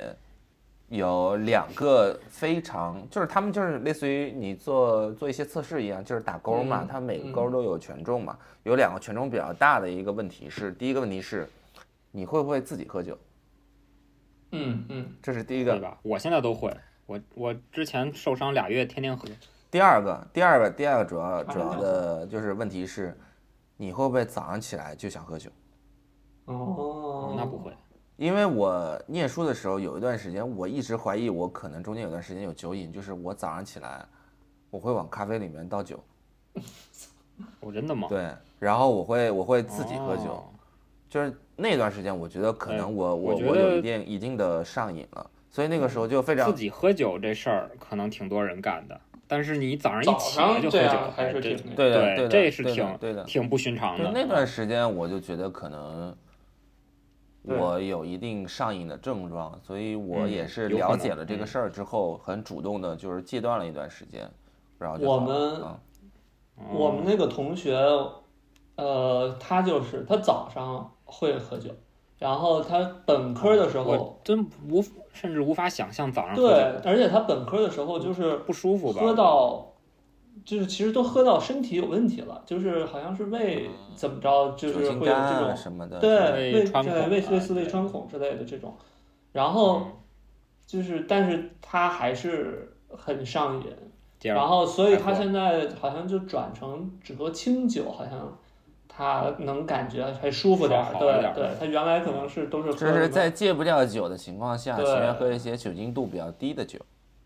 [SPEAKER 3] 有两个非常就是他们就是类似于你做做一些测试一样，就是打勾嘛，
[SPEAKER 1] 嗯
[SPEAKER 3] 它每个勾都有权重嘛，有两个权重比较大的一个问题是，第一个问题是你会不会自己喝酒，
[SPEAKER 1] 嗯嗯
[SPEAKER 3] 这是第一
[SPEAKER 2] 对
[SPEAKER 3] 个。
[SPEAKER 2] 吧？我现在都会，我我之前受伤俩月，天天喝，
[SPEAKER 3] 第二个，第二个，第二个主要主
[SPEAKER 1] 传染
[SPEAKER 3] 要的就是问题是，你会不会早上起来就想喝酒？
[SPEAKER 1] 哦，
[SPEAKER 2] 嗯那不会，
[SPEAKER 3] 因为我念书的时候有一段时间，我一直怀疑我可能中间有段时间有酒瘾，就是我早上起来，我会往咖啡里面倒酒，
[SPEAKER 2] 我真的吗？
[SPEAKER 3] 对，然后我会我会自己喝酒，
[SPEAKER 2] 哦
[SPEAKER 3] 就是那段时间我觉得可能我、
[SPEAKER 2] 哎
[SPEAKER 3] 我
[SPEAKER 2] 我觉
[SPEAKER 3] 有
[SPEAKER 2] 得
[SPEAKER 3] 一定一定的上瘾了，所以那个时候就非常
[SPEAKER 2] 自己喝酒这事儿可能挺多人干的，但是你早上一
[SPEAKER 1] 早
[SPEAKER 2] 起来
[SPEAKER 1] 上
[SPEAKER 2] 就喝
[SPEAKER 1] 这
[SPEAKER 2] 酒，
[SPEAKER 1] 样还
[SPEAKER 2] 哎
[SPEAKER 1] 是
[SPEAKER 2] 这
[SPEAKER 1] 挺
[SPEAKER 3] 对的对的
[SPEAKER 2] 这是
[SPEAKER 3] 对的
[SPEAKER 2] 挺
[SPEAKER 3] 对的
[SPEAKER 2] 挺不寻常
[SPEAKER 3] 就
[SPEAKER 2] 的。
[SPEAKER 3] 那
[SPEAKER 1] 啊
[SPEAKER 3] 段时间，我就觉得可能
[SPEAKER 1] 对
[SPEAKER 3] 我有一定上瘾的症状，所以我
[SPEAKER 2] 嗯
[SPEAKER 3] 也是
[SPEAKER 2] 有可
[SPEAKER 3] 了
[SPEAKER 2] 能
[SPEAKER 3] 解了这个
[SPEAKER 2] 嗯
[SPEAKER 3] 事儿之后，很主动的，就是戒断了一段时间，然后就
[SPEAKER 1] 我
[SPEAKER 3] 好了
[SPEAKER 1] 们
[SPEAKER 3] 啊
[SPEAKER 2] 嗯
[SPEAKER 1] 我们那个同学，呃，他就是他早上会喝酒，然后他本科的时
[SPEAKER 3] 啊
[SPEAKER 1] 候
[SPEAKER 2] 我，真无甚至无法想象早上喝
[SPEAKER 1] 对
[SPEAKER 2] 酒，
[SPEAKER 1] 而且他本科的时
[SPEAKER 3] 嗯
[SPEAKER 1] 候就是
[SPEAKER 2] 不舒服吧？
[SPEAKER 1] 喝到，就是其实都喝到身体有问题了，就是好像是胃怎么着，就
[SPEAKER 3] 嗯酒
[SPEAKER 1] 是
[SPEAKER 3] 精
[SPEAKER 1] 会有
[SPEAKER 3] 肝
[SPEAKER 1] 这
[SPEAKER 3] 啊
[SPEAKER 1] 种
[SPEAKER 3] 什么的，
[SPEAKER 1] 对
[SPEAKER 3] 是吧
[SPEAKER 1] 胃
[SPEAKER 2] 胃穿孔
[SPEAKER 1] 对胃
[SPEAKER 2] 啊
[SPEAKER 1] 类似胃
[SPEAKER 2] 对
[SPEAKER 1] 穿孔之类的这种，然后
[SPEAKER 2] 嗯
[SPEAKER 1] 就是但是他还是很上瘾，
[SPEAKER 2] 第二
[SPEAKER 1] 然后，所以他
[SPEAKER 2] 还喝
[SPEAKER 1] 现在好像就转成只喝清酒，好像他能感觉还舒服点儿。
[SPEAKER 2] 好好一点
[SPEAKER 1] 对
[SPEAKER 2] 儿
[SPEAKER 1] 对，他原来可能是都是喝
[SPEAKER 3] 就
[SPEAKER 1] 什
[SPEAKER 3] 是
[SPEAKER 1] 么
[SPEAKER 3] 在戒不掉酒的情况下，
[SPEAKER 1] 对
[SPEAKER 3] 情愿喝一些酒精度比较低的酒。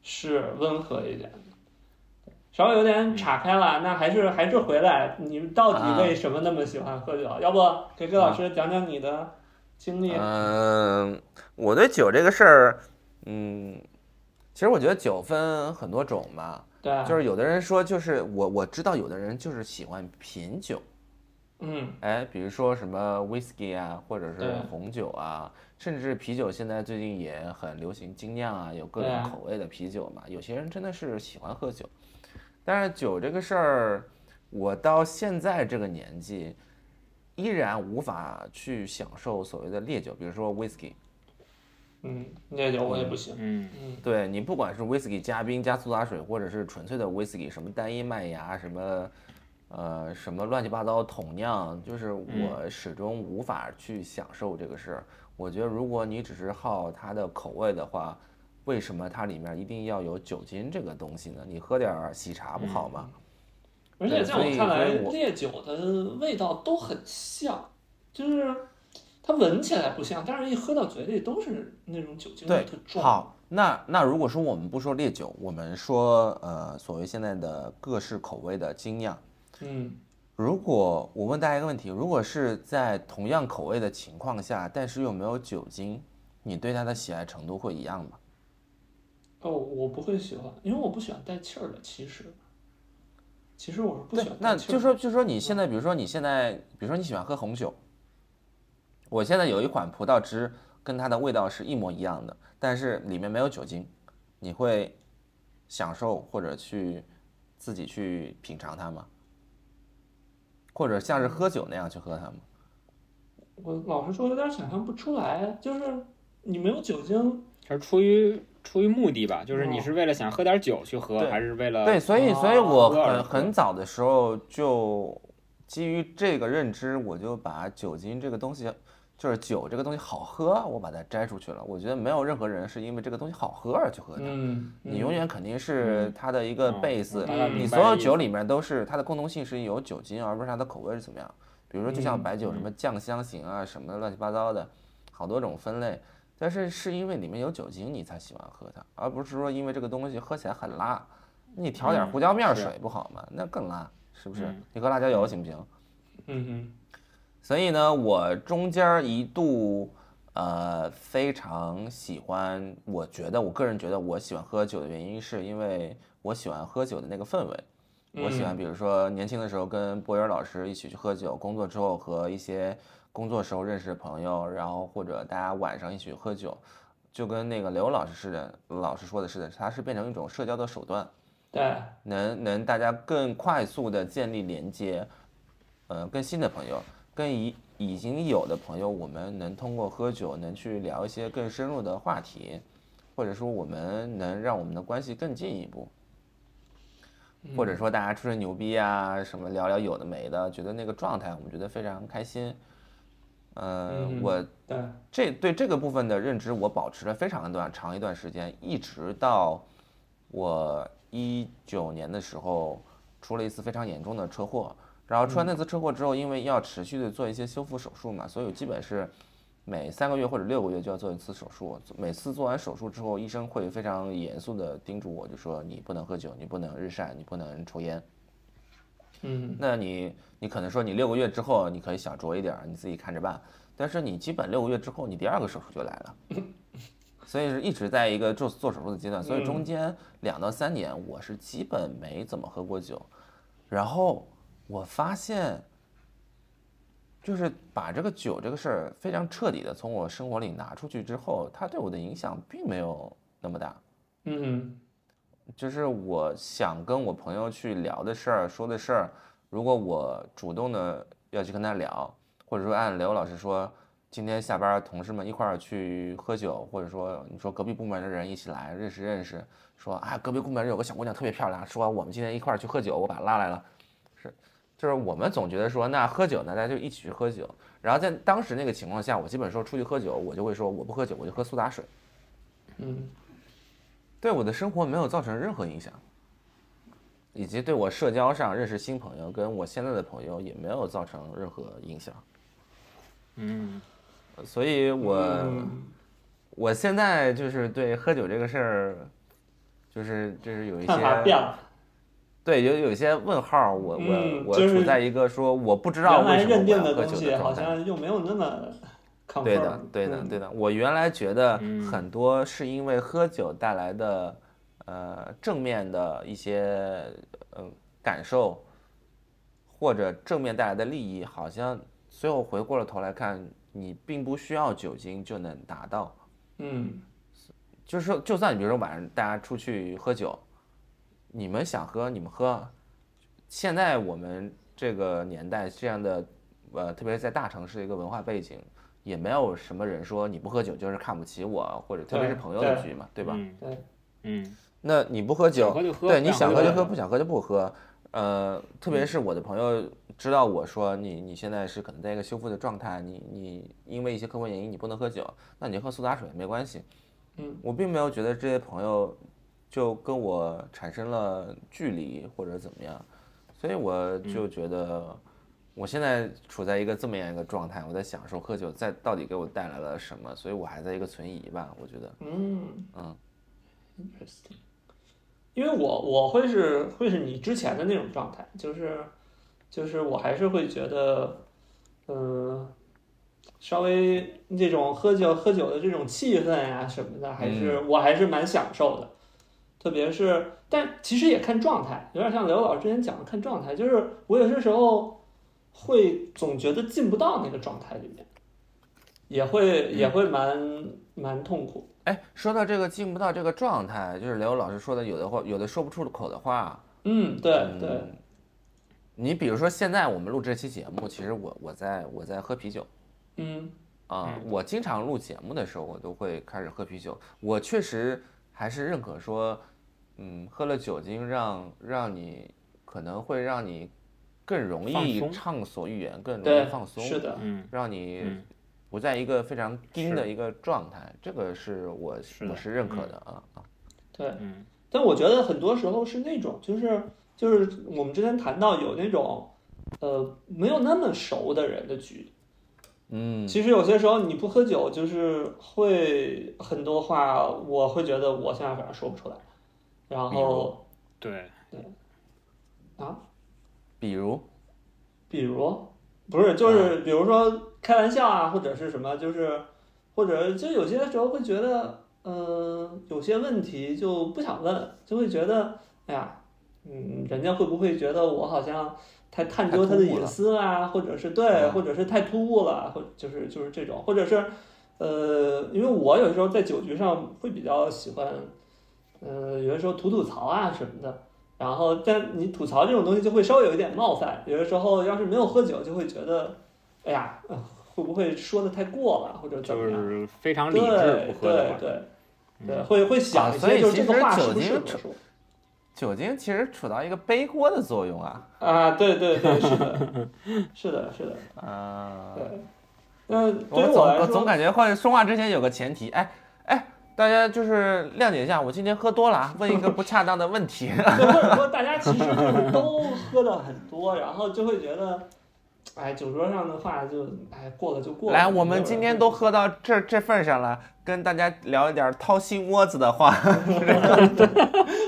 [SPEAKER 1] 是温和一点的，稍微有
[SPEAKER 2] 嗯
[SPEAKER 1] 点岔开了。那还是还是回来，你到底
[SPEAKER 3] 啊
[SPEAKER 1] 为什么那么喜欢喝酒？要不给给
[SPEAKER 2] 啊
[SPEAKER 1] 老师讲讲你的经历？
[SPEAKER 3] 嗯，我对酒这个事儿，嗯，其实我觉得酒分很多种嘛，
[SPEAKER 1] 对，
[SPEAKER 3] 就是有的人说，就是我我知道有的人就是喜欢品酒。
[SPEAKER 1] 嗯，
[SPEAKER 3] 哎，比如说什么 whisky 啊，或者是
[SPEAKER 1] 对
[SPEAKER 3] 红酒啊，甚至啤酒，现在最近也很流行精酿啊，有各
[SPEAKER 1] 对
[SPEAKER 3] 种
[SPEAKER 1] 啊
[SPEAKER 3] 口味的啤酒嘛。有些人真的是喜欢喝酒，但是酒这个事儿，我到现在这个年纪，依然无法去享受所谓的烈酒，比如说 whisky。
[SPEAKER 1] 嗯，那酒我也不行。
[SPEAKER 2] 嗯，
[SPEAKER 3] 对你不管是 whisky 加冰加苏打水，或者是纯粹的 whisky，什么单一麦芽，什么呃什么乱七八糟桶酿，就是我始终无法去享受这个事儿。我觉得如果你只是好它的口味的话，为什么它里面一定要有酒精这个东西呢？你喝点儿喜茶不好吗？
[SPEAKER 1] 而且在
[SPEAKER 3] 对
[SPEAKER 1] 我
[SPEAKER 3] 所以
[SPEAKER 1] 看来
[SPEAKER 3] 所以我，
[SPEAKER 1] 烈酒的味道都很像，就是它闻起来不像，但是一喝到嘴里都是那种酒精味
[SPEAKER 3] 对
[SPEAKER 1] 特，重。
[SPEAKER 3] 好，那那如果说我们不说烈酒，我们说呃所谓现在的各式口味的精酿。
[SPEAKER 1] 嗯，
[SPEAKER 3] 如果我问大家一个问题，如果是在同样口味的情况下，但是又没有酒精，你对它的喜爱程度会一样吗？
[SPEAKER 1] 哦，我不会喜欢，因为我不喜欢带气儿的。其实，其实我是不喜
[SPEAKER 3] 对
[SPEAKER 1] 欢，带
[SPEAKER 3] 那
[SPEAKER 1] 气儿的。
[SPEAKER 3] 就说就说你现在，比如说你现在，比如说你喜欢喝红酒，我现在有一款葡萄汁，跟它的味道是一模一样的，但是里面没有酒精，你会享受或者去自己去品尝它吗？或者像是喝酒那样去喝它吗？
[SPEAKER 1] 我老实说，有点想象不出来，就是你没有酒精，
[SPEAKER 2] 这是出于出于目的吧，就是
[SPEAKER 1] 哦
[SPEAKER 2] 你是为了想喝点酒去喝，
[SPEAKER 3] 对
[SPEAKER 2] 还是为了
[SPEAKER 3] 对，所以所以我
[SPEAKER 2] 喝而
[SPEAKER 3] 很
[SPEAKER 2] 喝
[SPEAKER 3] 很早的时候就基于这个认知，我就把酒精这个东西，就是酒这个东西好喝，我把它摘出去了。我觉得没有任何人是因为这个东西好喝而去喝它。
[SPEAKER 1] 嗯，
[SPEAKER 3] 你永远肯定是它的一个
[SPEAKER 2] 嗯我
[SPEAKER 3] base，、
[SPEAKER 2] 大概
[SPEAKER 1] 嗯
[SPEAKER 3] 你
[SPEAKER 2] 明白
[SPEAKER 3] 所有
[SPEAKER 2] 意思
[SPEAKER 3] 酒里面都是它的共同性是有酒精，而不是它的口味是怎么样。比如说，就像
[SPEAKER 1] 嗯
[SPEAKER 3] 白酒什么酱香型啊，什么乱七八糟的，好多种分类。但是是因为里面有酒精，你才喜欢喝它，而不是说因为这个东西喝起来很辣，你调点
[SPEAKER 2] 嗯
[SPEAKER 3] 胡椒面
[SPEAKER 2] 是
[SPEAKER 3] 水不好吗？那更辣，是不是
[SPEAKER 2] 嗯？
[SPEAKER 3] 你喝辣椒油行不行？
[SPEAKER 1] 嗯哼，
[SPEAKER 3] 所以呢，我中间儿一度呃非常喜欢，我觉得我个人觉得我喜欢喝酒的原因，是因为我喜欢喝酒的那个氛围。我喜欢，比如说年轻的时候跟博源老师一起去喝酒，工作之后和一些工作时候认识的朋友，然后或者大家晚上一起喝酒，就跟那个刘老师似的，老师说的似的，它是变成一种社交的手段。
[SPEAKER 1] 对，
[SPEAKER 3] 能能大家更快速的建立连接，呃，跟新的朋友，跟已已经有的朋友，我们能通过喝酒能去聊一些更深入的话题，或者说我们能让我们的关系更进一步，或者说大家吹吹牛逼啊，什么聊聊有的没的，觉得那个状态我们觉得非常开心。呃，
[SPEAKER 1] 嗯
[SPEAKER 3] 我
[SPEAKER 1] 对，
[SPEAKER 3] 这对这个部分的认知，我保持了非常段长一段时间，一直到我一九年的时候出了一次非常严重的车祸，然后出完那次车祸之后，因为要持续的做一些修复手术嘛，所以我基本是每三个月或者六个月就要做一次手术。每次做完手术之后，医生会非常严肃的叮嘱我，就说你不能喝酒，你不能日晒，你不能抽烟。
[SPEAKER 1] 嗯，
[SPEAKER 3] 那你你可能说你六个月之后你可以小酌一点儿，你自己看着办。但是你基本六个月之后，你第二个手术就来了，所以是一直在一个做做手术的阶段。所以中间两到三年，我是基本没怎么喝过酒。然后我发现，就是把这个酒这个事儿非常彻底的从我生活里拿出去之后，它对我的影响并没有那么大。
[SPEAKER 1] 嗯
[SPEAKER 3] 就是我想跟我朋友去聊的事儿、说的事儿，如果我主动的要去跟他聊，或者说按刘老师说，今天下班儿同事们一块儿去喝酒，或者说你说隔壁部门的人一起来认识认识，说啊隔壁部门有个小姑娘特别漂亮，说我们今天一块儿去喝酒，我把她拉来了，是，就是我们总觉得说那喝酒呢，大家就一起去喝酒，然后在当时那个情况下，我基本说出去喝酒，我就会说我不喝酒，我就喝苏打水，
[SPEAKER 1] 嗯
[SPEAKER 3] 对我的生活没有造成任何影响，以及对我社交上认识新朋友跟我现在的朋友也没有造成任何影响，
[SPEAKER 2] 嗯，
[SPEAKER 3] 呃所以我、
[SPEAKER 1] 嗯
[SPEAKER 3] 我现在就是对喝酒这个事儿，就是就是有
[SPEAKER 1] 嗯，
[SPEAKER 3] 一些
[SPEAKER 1] 看法变了，
[SPEAKER 3] 对有有一些问号，我我、
[SPEAKER 1] 嗯
[SPEAKER 3] 我
[SPEAKER 1] 就是
[SPEAKER 3] 处在一个说我不知道
[SPEAKER 1] 原
[SPEAKER 3] 为
[SPEAKER 1] 来
[SPEAKER 3] 什么
[SPEAKER 1] 认
[SPEAKER 3] 我
[SPEAKER 1] 定
[SPEAKER 3] 要
[SPEAKER 1] 的
[SPEAKER 3] 喝
[SPEAKER 1] 东
[SPEAKER 3] 酒
[SPEAKER 1] 西好
[SPEAKER 3] 状态。
[SPEAKER 1] 像又没有那么 confirm。
[SPEAKER 3] 对的，对的，
[SPEAKER 1] 嗯
[SPEAKER 3] 对的。我原来觉得
[SPEAKER 2] 嗯
[SPEAKER 3] 很多是因为喝酒带来的，呃，正面的一些呃感受，或者正面带来的利益，好像最后回过了头来看，你并不需要酒精就能达到。
[SPEAKER 1] 嗯
[SPEAKER 3] 就是说，就算你比如说晚上大家出去喝酒，你们想喝你们喝，现在我们这个年代这样的，呃，特别是在大城市的一个文化背景，也没有什么人说你不喝酒就是看不起我，或者特别是
[SPEAKER 1] 对
[SPEAKER 3] 朋友的
[SPEAKER 1] 对
[SPEAKER 3] 局嘛，对吧？
[SPEAKER 2] 嗯
[SPEAKER 1] 对，
[SPEAKER 2] 嗯，
[SPEAKER 3] 那你不喝酒，
[SPEAKER 2] 想喝就喝嗯
[SPEAKER 3] 对，
[SPEAKER 2] 不
[SPEAKER 3] 你
[SPEAKER 2] 想
[SPEAKER 3] 想
[SPEAKER 1] 喝
[SPEAKER 3] 喝
[SPEAKER 1] 就
[SPEAKER 3] 就喝，
[SPEAKER 1] 喝
[SPEAKER 3] 不想喝就不喝。呃，特别是我的朋友知道我说你你现在是可能在一个修复的状态，你你因为一些客观原因你不能喝酒，那你就喝苏打水没关系。
[SPEAKER 1] 嗯，
[SPEAKER 3] 我并没有觉得这些朋友就跟我产生了距离或者怎么样，所以我
[SPEAKER 2] 嗯
[SPEAKER 3] 就觉得我现在处在一个这么样一个状态，我在享受喝酒在到底给我带来了什么，所以我还在一个存疑吧，我觉得。
[SPEAKER 1] 嗯
[SPEAKER 3] 嗯
[SPEAKER 1] ，interesting。因为我我会是会是你之前的那种状态，就是就是我还是会觉得，嗯、稍微这种喝酒喝酒的这种气氛呀、什么的，还是、我还是蛮享受的。特别是，但其实也看状态，有点像刘老师之前讲的，看状态。就是我有些时候会总觉得进不到那个状态里面，也会也会蛮、蛮痛苦。
[SPEAKER 3] 哎，说到这个进不到这个状态，就是刘老师说的，有的话有的说不出口的话，
[SPEAKER 1] 嗯，对对，
[SPEAKER 3] 嗯，你比如说现在我们录这期节目，其实我我在我在喝啤酒
[SPEAKER 1] 嗯
[SPEAKER 3] 啊、我经常录节目的时候，我都会开始喝啤酒。我确实还是认可说，嗯，喝了酒精让让你可能会让你更容
[SPEAKER 2] 放
[SPEAKER 3] 易
[SPEAKER 2] 松
[SPEAKER 3] 畅所欲言，更容
[SPEAKER 1] 对
[SPEAKER 3] 易，放松，
[SPEAKER 1] 是的，
[SPEAKER 2] 嗯
[SPEAKER 3] 让你
[SPEAKER 2] 嗯
[SPEAKER 3] 不在一个非常盯的
[SPEAKER 2] 是
[SPEAKER 3] 一个状态，这个是我
[SPEAKER 2] 是
[SPEAKER 3] 我
[SPEAKER 2] 的
[SPEAKER 3] 是认可
[SPEAKER 2] 嗯
[SPEAKER 3] 的啊啊。
[SPEAKER 1] 对。
[SPEAKER 2] 嗯
[SPEAKER 1] 但我觉得很多时候是那种，就是就是我们之前谈到有那种，呃，没有那么熟的人的局，
[SPEAKER 3] 嗯，
[SPEAKER 1] 其实有些时候你不喝酒，就是会很多话，我会觉得我现在反正说不出来，然
[SPEAKER 3] 比如
[SPEAKER 1] 后
[SPEAKER 2] 对，
[SPEAKER 1] 啊，
[SPEAKER 3] 比如，
[SPEAKER 1] 比如不是就是比如说开玩笑啊，或者是什么，就是或者就有些时候会觉得，呃，有些问题就不想问，就会觉得，哎呀，嗯，人家会不会觉得我好像太探究他的隐私啊，或者是对，
[SPEAKER 3] 嗯
[SPEAKER 1] 或者是太突兀了，或者就是就是这种，或者是，呃，因为我有时候在酒局上会比较喜欢，呃，有的时候吐吐槽啊什么的。然后，但你吐槽这种东西就会稍微有一点冒犯，有的时候要是没有喝酒，就会觉得，哎呀，呃会不会说的太过了，或者怎
[SPEAKER 2] 就
[SPEAKER 1] 么样？
[SPEAKER 2] 是非常理
[SPEAKER 1] 对
[SPEAKER 2] 智不喝的话，
[SPEAKER 1] 对对对，会会想一
[SPEAKER 3] 所
[SPEAKER 1] 些，
[SPEAKER 3] 以
[SPEAKER 1] 就是这
[SPEAKER 3] 其
[SPEAKER 1] 个
[SPEAKER 3] 实
[SPEAKER 1] 话
[SPEAKER 3] 酒
[SPEAKER 1] 是不
[SPEAKER 3] 精
[SPEAKER 1] 是合
[SPEAKER 3] 成
[SPEAKER 1] 说
[SPEAKER 3] 酒精其实起到一个背锅的作用啊。
[SPEAKER 1] 啊？对对对，是的，是的，是的，
[SPEAKER 3] 啊、
[SPEAKER 1] 对。那对于
[SPEAKER 3] 我
[SPEAKER 1] 我来说，
[SPEAKER 3] 总总感觉会说话之前有个前提，哎哎，大家就是谅解一下，我今天喝多 了啊，问一个不恰当的问题。
[SPEAKER 1] 对，或者说大家其实就是都喝的很多，然后就会觉得，哎，酒桌上的话就哎过了就过了。
[SPEAKER 3] 来，我们今天都喝到这这份儿上了，跟大家聊一点掏心窝子的话。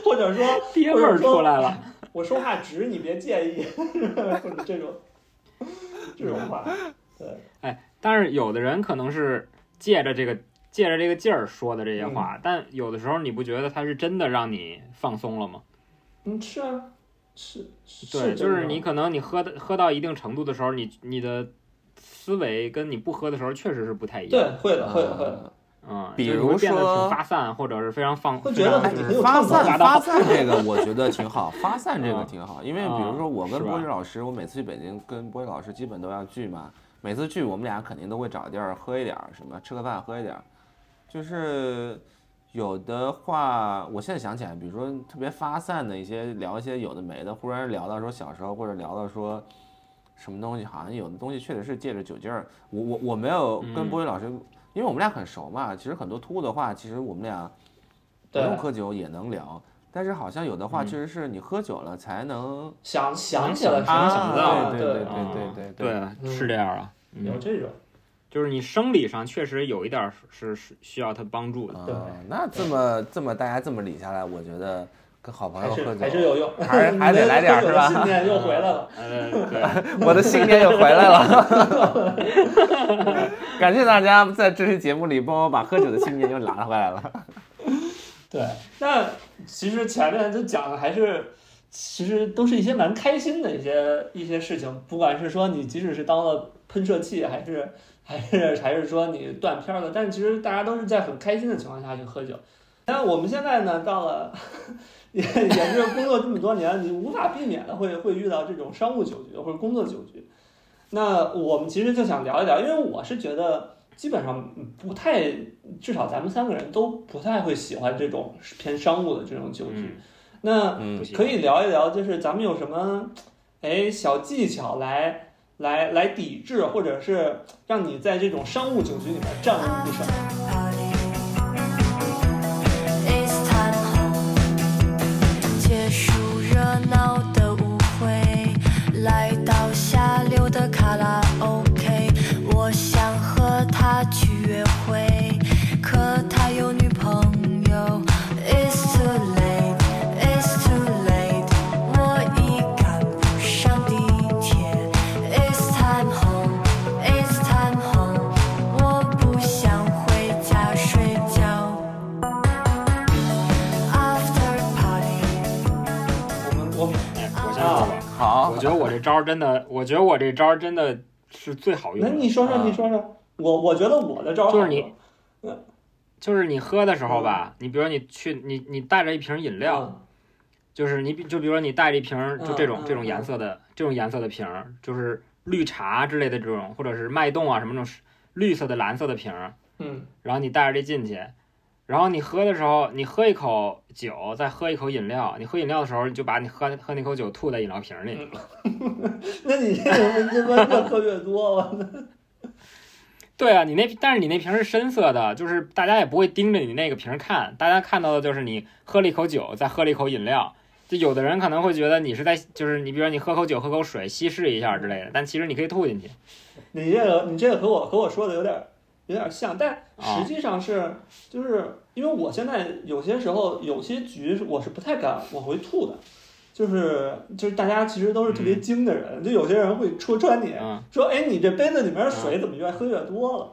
[SPEAKER 1] 或者说
[SPEAKER 2] 爹味儿出来了。
[SPEAKER 1] 我说话直，你别介意，或者这种这种话，对，
[SPEAKER 2] 但是有的人可能是借着这个借着这个劲儿说的这些
[SPEAKER 1] 嗯
[SPEAKER 2] 话，但有的时候你不觉得他是真的让你放松了吗？
[SPEAKER 1] 嗯，是啊，是是，
[SPEAKER 2] 对，就是
[SPEAKER 1] 这
[SPEAKER 2] 你
[SPEAKER 1] 种
[SPEAKER 2] 可能你喝的喝到一定程度的时候，你你的思维跟你不喝的时候确实是不太一
[SPEAKER 1] 对
[SPEAKER 2] 样。，
[SPEAKER 1] 会的，会的，会的。
[SPEAKER 3] 呃
[SPEAKER 2] 嗯，
[SPEAKER 3] 比
[SPEAKER 2] 就是你
[SPEAKER 3] 如
[SPEAKER 2] 会变得
[SPEAKER 3] 说
[SPEAKER 2] 挺发散，或者是非常放，
[SPEAKER 1] 会觉得
[SPEAKER 2] 非
[SPEAKER 1] 还挺
[SPEAKER 2] 常就
[SPEAKER 1] 很
[SPEAKER 2] 是
[SPEAKER 1] 有
[SPEAKER 3] 发
[SPEAKER 1] 创造
[SPEAKER 3] 散
[SPEAKER 1] 力。啊
[SPEAKER 3] 发散这个我觉得挺好， 发散这个挺好，因为
[SPEAKER 2] 啊
[SPEAKER 3] 比如说我跟
[SPEAKER 2] 是吧
[SPEAKER 3] 波宇老师，我每次去北京跟波宇老师基本都要聚嘛，每次聚我们俩肯定都会找地儿喝一点儿，什么吃个饭喝一点儿，就是有的话，我现在想起来，比如说特别发散的一些聊一些有的没的，忽然聊到说小时候，或者聊到说什么东西，好像有的东西确实是借着酒劲儿。我我我没有跟波宇老师，因为我们俩很熟嘛，其实很多突兀的话，其实我们俩不
[SPEAKER 1] 对
[SPEAKER 3] 用喝酒也能聊。但是好像有的话，确实是你喝酒了才能
[SPEAKER 1] 想想起来，
[SPEAKER 2] 能
[SPEAKER 1] 能
[SPEAKER 2] 想
[SPEAKER 1] 到，
[SPEAKER 2] 到
[SPEAKER 3] 啊对
[SPEAKER 1] 对
[SPEAKER 3] 对
[SPEAKER 2] 嗯
[SPEAKER 3] 对对对
[SPEAKER 2] 对，是这样啊。嗯
[SPEAKER 1] 有这种，
[SPEAKER 2] 就是你生理上确实有一点儿是是需要他帮助的。
[SPEAKER 3] 啊、
[SPEAKER 1] 对
[SPEAKER 3] 那这么这么大家这么理下来，我觉得跟好朋
[SPEAKER 1] 还
[SPEAKER 3] 友
[SPEAKER 1] 是
[SPEAKER 3] 喝
[SPEAKER 1] 还是
[SPEAKER 3] 酒，
[SPEAKER 1] 有用，
[SPEAKER 3] 还是还得来 点儿是吧
[SPEAKER 1] 信念又回来 了。
[SPEAKER 2] 呃，对，
[SPEAKER 3] 我的信念又回来了。 感谢大家在这期节目里帮我把喝酒的信念又拿回来 了。
[SPEAKER 1] 对，那其实前面就讲的还是，其实都是一些蛮开心的一些一些事情，不管是说你即使是当了喷射器，还是 还是还是说你断片儿了，但其实大家都是在很开心的情况下去喝酒。但我们现在呢，到了 也也是工作这么多年，你无法避免的会会遇到这种商务酒局或者工作酒局。那我们其实就想聊一聊，因为我是觉得基本上不太至少咱们三个人都不太会喜欢这种偏商务的这种酒局。那
[SPEAKER 3] 嗯
[SPEAKER 2] 不行
[SPEAKER 1] 可以聊一聊，就是咱们有什么哎小技巧来来来抵制，或者是让你在这种商务酒局里面站稳不少。
[SPEAKER 5] It's time home，结束热闹的舞会，来到下流的卡拉 OK。我想和他去约会，可他有女朋友。It's too late, it's too late，我已赶不上地铁。It's time home, it's time home，我不想回家睡觉。After party，
[SPEAKER 1] 我们我们
[SPEAKER 2] 哎，我先说吧。
[SPEAKER 3] 啊好
[SPEAKER 2] 我，觉得我这招儿真的，我觉得我这招儿真的是最好
[SPEAKER 1] 那
[SPEAKER 2] 用
[SPEAKER 1] 你
[SPEAKER 2] 的。
[SPEAKER 1] 说
[SPEAKER 3] 啊
[SPEAKER 1] 说，你说说，我我觉得我的招儿
[SPEAKER 2] 就是
[SPEAKER 1] 好
[SPEAKER 2] 你
[SPEAKER 1] 多
[SPEAKER 2] 就是你喝的时候
[SPEAKER 1] 嗯
[SPEAKER 2] 吧，你比如你去你你带着一瓶饮料，就是你比就比如说你带着一瓶儿就这种
[SPEAKER 1] 嗯嗯
[SPEAKER 2] 这种颜色的这种颜色的瓶儿，就是绿茶之类的这种，或者是脉动啊什么这种绿色的蓝色的瓶儿，
[SPEAKER 1] 嗯
[SPEAKER 2] 然后你带着这进去，然后你喝的时候，你喝一口酒，再喝一口饮料，你喝饮料的时候，你就把你喝喝那口酒吐在饮料瓶里。
[SPEAKER 1] 嗯，那你这人他妈越喝越多，我操
[SPEAKER 2] 对啊，你那但是你那瓶是深色的，就是大家也不会盯着你那个瓶看，大家看到的就是你喝了一口酒，再喝了一口饮料。就有的人可能会觉得你是在，就是你比如说你喝口酒、喝口水稀释一下之类的，但其实你可以吐进去。
[SPEAKER 1] 你这个你这个和我和我说的有点有点像，但
[SPEAKER 2] 啊
[SPEAKER 1] 实际上是、就是因为我现在有些时候有些局我是不太敢往回吐的，就是就是大家其实都是特别精的人，就有些人会戳穿你、
[SPEAKER 2] 嗯
[SPEAKER 1] 说，哎，你这杯子里面水怎么越喝越多了？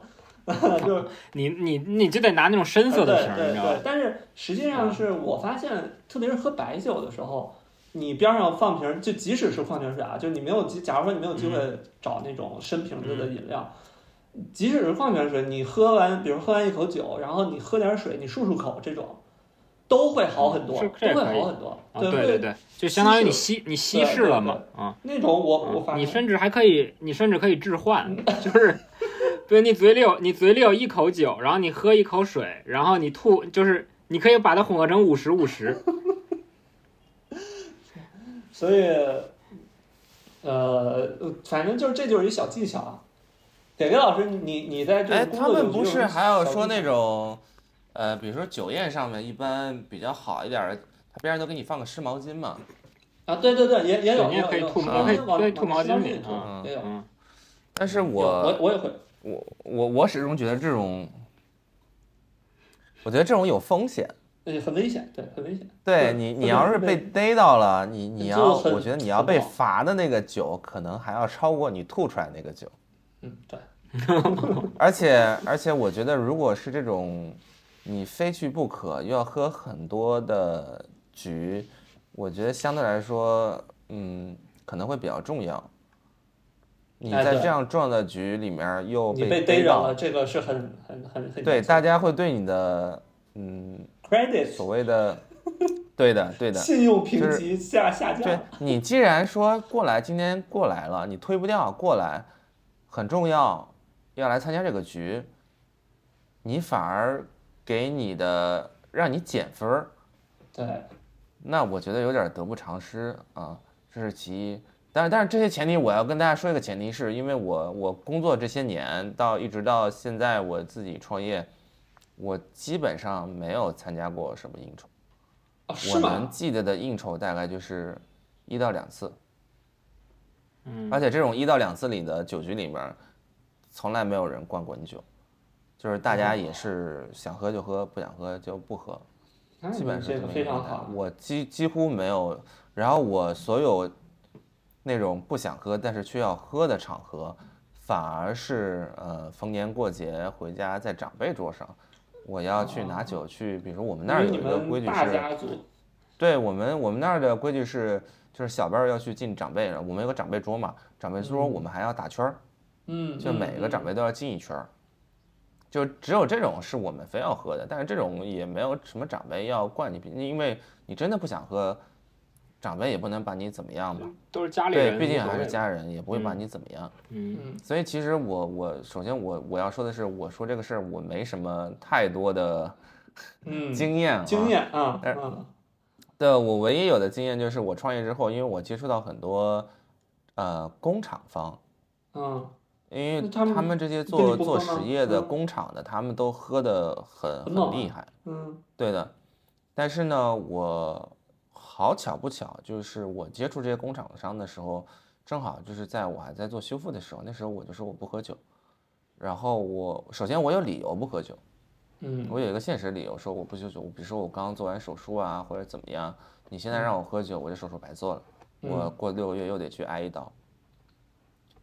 [SPEAKER 1] 就是呃
[SPEAKER 2] 你你你就得拿那种深色的瓶，
[SPEAKER 1] 对
[SPEAKER 2] 你
[SPEAKER 1] 对
[SPEAKER 2] 知道嗯
[SPEAKER 1] 对
[SPEAKER 2] 吧，？
[SPEAKER 1] 但是实际上是我发现，特别是喝白酒的时候，你边上放瓶儿，就即使是矿泉水啊，就你没有机，假如说你没有机会
[SPEAKER 2] 嗯
[SPEAKER 1] 找那种深瓶子的饮料，即使是矿泉水，你喝完，比如喝完一口酒，然后你喝点水，你漱漱口，这种都会好很多，
[SPEAKER 2] 嗯是
[SPEAKER 1] 都
[SPEAKER 2] 这
[SPEAKER 1] 会
[SPEAKER 2] 可以
[SPEAKER 1] 好很多。
[SPEAKER 2] 啊，对
[SPEAKER 1] 会
[SPEAKER 2] 对对，就相当于你
[SPEAKER 1] 稀
[SPEAKER 2] 稀你稀释了嘛，啊。
[SPEAKER 1] 那种我我
[SPEAKER 2] 啊
[SPEAKER 1] 发
[SPEAKER 2] 你
[SPEAKER 1] 现，嗯
[SPEAKER 2] 甚至还可以，你甚至可以置换， 就是，对你嘴里有你嘴里有一口酒，然后你喝一口水，然后你吐，就是你可以把它混合成五十 五十。
[SPEAKER 1] 所以，呃，反正就是这就是一小技巧啊。给给老师，你你在这
[SPEAKER 3] 哎，
[SPEAKER 1] 个工
[SPEAKER 3] 他
[SPEAKER 1] 作
[SPEAKER 3] 们
[SPEAKER 1] 中
[SPEAKER 3] 不
[SPEAKER 1] 有什
[SPEAKER 3] 是
[SPEAKER 1] 么
[SPEAKER 3] 还有
[SPEAKER 1] 小
[SPEAKER 3] 说
[SPEAKER 1] 技巧
[SPEAKER 3] 那种，呃，比如说酒宴上面一般比较好一点儿的，它边上都给你放个湿毛巾嘛。
[SPEAKER 1] 啊，对对对，也也有，
[SPEAKER 2] 对你也
[SPEAKER 1] 有
[SPEAKER 2] 可以
[SPEAKER 1] 有
[SPEAKER 2] 吐
[SPEAKER 1] 是
[SPEAKER 2] 毛
[SPEAKER 1] 吧
[SPEAKER 2] 可以
[SPEAKER 1] 往
[SPEAKER 2] 可以
[SPEAKER 1] 往
[SPEAKER 2] 吐毛
[SPEAKER 1] 身上
[SPEAKER 2] 巾里
[SPEAKER 1] 吐
[SPEAKER 2] 啊
[SPEAKER 1] 也有，
[SPEAKER 2] 嗯，
[SPEAKER 3] 但是
[SPEAKER 1] 有我
[SPEAKER 3] 我
[SPEAKER 1] 我也会，
[SPEAKER 3] 我我我始终觉得这种，我觉得这种有风险。
[SPEAKER 1] 呃很危险，对，很危险。对
[SPEAKER 3] 对你，
[SPEAKER 1] 特
[SPEAKER 3] 你
[SPEAKER 1] 别
[SPEAKER 3] 要
[SPEAKER 1] 是
[SPEAKER 3] 是
[SPEAKER 1] 被
[SPEAKER 3] 被逮到了，你你
[SPEAKER 1] 就
[SPEAKER 3] 要，
[SPEAKER 1] 很
[SPEAKER 3] 我觉得你要
[SPEAKER 1] 很
[SPEAKER 3] 被
[SPEAKER 1] 好
[SPEAKER 3] 罚的那个酒，可能还要超过你吐出来那个酒。
[SPEAKER 1] 嗯，对，
[SPEAKER 3] 而且而且，我觉得如果是这种你非去不可，又要喝很多的局，我觉得相对来说，嗯，可能会比较重要。你
[SPEAKER 1] 哎
[SPEAKER 3] 在
[SPEAKER 1] 对
[SPEAKER 3] 这样重要的局里面儿又
[SPEAKER 1] 你被
[SPEAKER 3] 逮
[SPEAKER 1] 逮着
[SPEAKER 3] 到，
[SPEAKER 1] 了，这个是很很很很
[SPEAKER 3] 对，大家会对你的嗯
[SPEAKER 1] credit
[SPEAKER 3] 所谓的，对的对的，
[SPEAKER 1] 信用评
[SPEAKER 3] 就是
[SPEAKER 1] 级下下
[SPEAKER 3] 对
[SPEAKER 1] 降，
[SPEAKER 3] 你既然说过来，今天过来了，你推不掉过来，很重要，要来参加这个局，你反而给你的让你减分儿，
[SPEAKER 1] 对，啊
[SPEAKER 3] 那我觉得有点得不偿失啊，这是其一。但但是这些前提，我要跟大家说一个前提是，因为我我工作这些年到一直到现在我自己创业，我基本上没有参加过什么应酬，
[SPEAKER 1] 哦，
[SPEAKER 3] 我
[SPEAKER 1] 是
[SPEAKER 3] 能
[SPEAKER 1] 吗？
[SPEAKER 3] 记得的应酬大概就是一到两次。
[SPEAKER 2] 嗯
[SPEAKER 3] 而且这种一到两次里的酒局里面儿，从来没有人灌滚酒，就是大家也是想喝就喝，不想喝就不喝，
[SPEAKER 1] 那
[SPEAKER 3] 基本
[SPEAKER 1] 你
[SPEAKER 3] 上
[SPEAKER 1] 这
[SPEAKER 3] 是
[SPEAKER 1] 个
[SPEAKER 3] 么一
[SPEAKER 1] 非
[SPEAKER 3] 个状
[SPEAKER 1] 常
[SPEAKER 3] 态
[SPEAKER 1] 好，
[SPEAKER 3] 我几几乎没有，然后我所有那种不想喝但是却要喝的场合，反而是呃逢年过节回家在长辈桌上，我要去拿酒去，比如说我们那儿
[SPEAKER 1] 因为
[SPEAKER 3] 有一个
[SPEAKER 1] 你
[SPEAKER 3] 规
[SPEAKER 1] 们
[SPEAKER 3] 矩
[SPEAKER 1] 大
[SPEAKER 3] 是。
[SPEAKER 1] 家族，
[SPEAKER 3] 对我们我们那儿的规矩是，就是小辈儿要去敬长辈了，我们有个长辈桌嘛，长辈桌我们还要打圈儿，
[SPEAKER 1] 嗯，
[SPEAKER 3] 就每个长
[SPEAKER 1] 辈，
[SPEAKER 3] 辈都要敬一圈儿。就只有这种是我们非要喝的，但是这种也没有什么长辈要灌你啤，因为你真的不想喝，长辈也不能把你怎么样吧？
[SPEAKER 2] 都是家里
[SPEAKER 3] 对，
[SPEAKER 2] 人，
[SPEAKER 3] 毕竟
[SPEAKER 2] 无所
[SPEAKER 3] 还是
[SPEAKER 2] 谓，
[SPEAKER 3] 家人，也不会把
[SPEAKER 2] 嗯
[SPEAKER 3] 你怎么样。
[SPEAKER 2] 嗯
[SPEAKER 1] 嗯，
[SPEAKER 3] 所以其实我我首先我我要说的是，我说这个事儿我没什么太多的
[SPEAKER 1] 嗯，
[SPEAKER 3] 经验、啊，
[SPEAKER 1] 经验啊，
[SPEAKER 3] 但
[SPEAKER 1] 嗯，
[SPEAKER 3] 对，我唯一有的经验就是我创业之后，因为我接触到很多呃工厂方，
[SPEAKER 1] 嗯，
[SPEAKER 3] 因为
[SPEAKER 1] 那他们
[SPEAKER 3] 这些
[SPEAKER 1] 跟你
[SPEAKER 3] 做
[SPEAKER 1] 不
[SPEAKER 3] 做
[SPEAKER 1] 喝吗
[SPEAKER 3] 实业的
[SPEAKER 1] 嗯
[SPEAKER 3] 工厂的，他们都喝的很
[SPEAKER 1] 很猛
[SPEAKER 3] 很厉
[SPEAKER 1] 啊
[SPEAKER 3] 害，
[SPEAKER 1] 嗯，
[SPEAKER 3] 对的。但是呢，我好巧不巧，就是我接触这些工厂商的时候，正好就是在我还在做修复的时候，那时候我就说我不喝酒，然后我首先我有理由不喝酒，
[SPEAKER 1] 嗯，
[SPEAKER 3] 我有一个现实理由，说我不喝酒，我比如说我刚刚做完手术啊，或者怎么样，你现在让我喝酒，我这手术白做了，我
[SPEAKER 1] 嗯
[SPEAKER 3] 过六个月又得去挨一刀。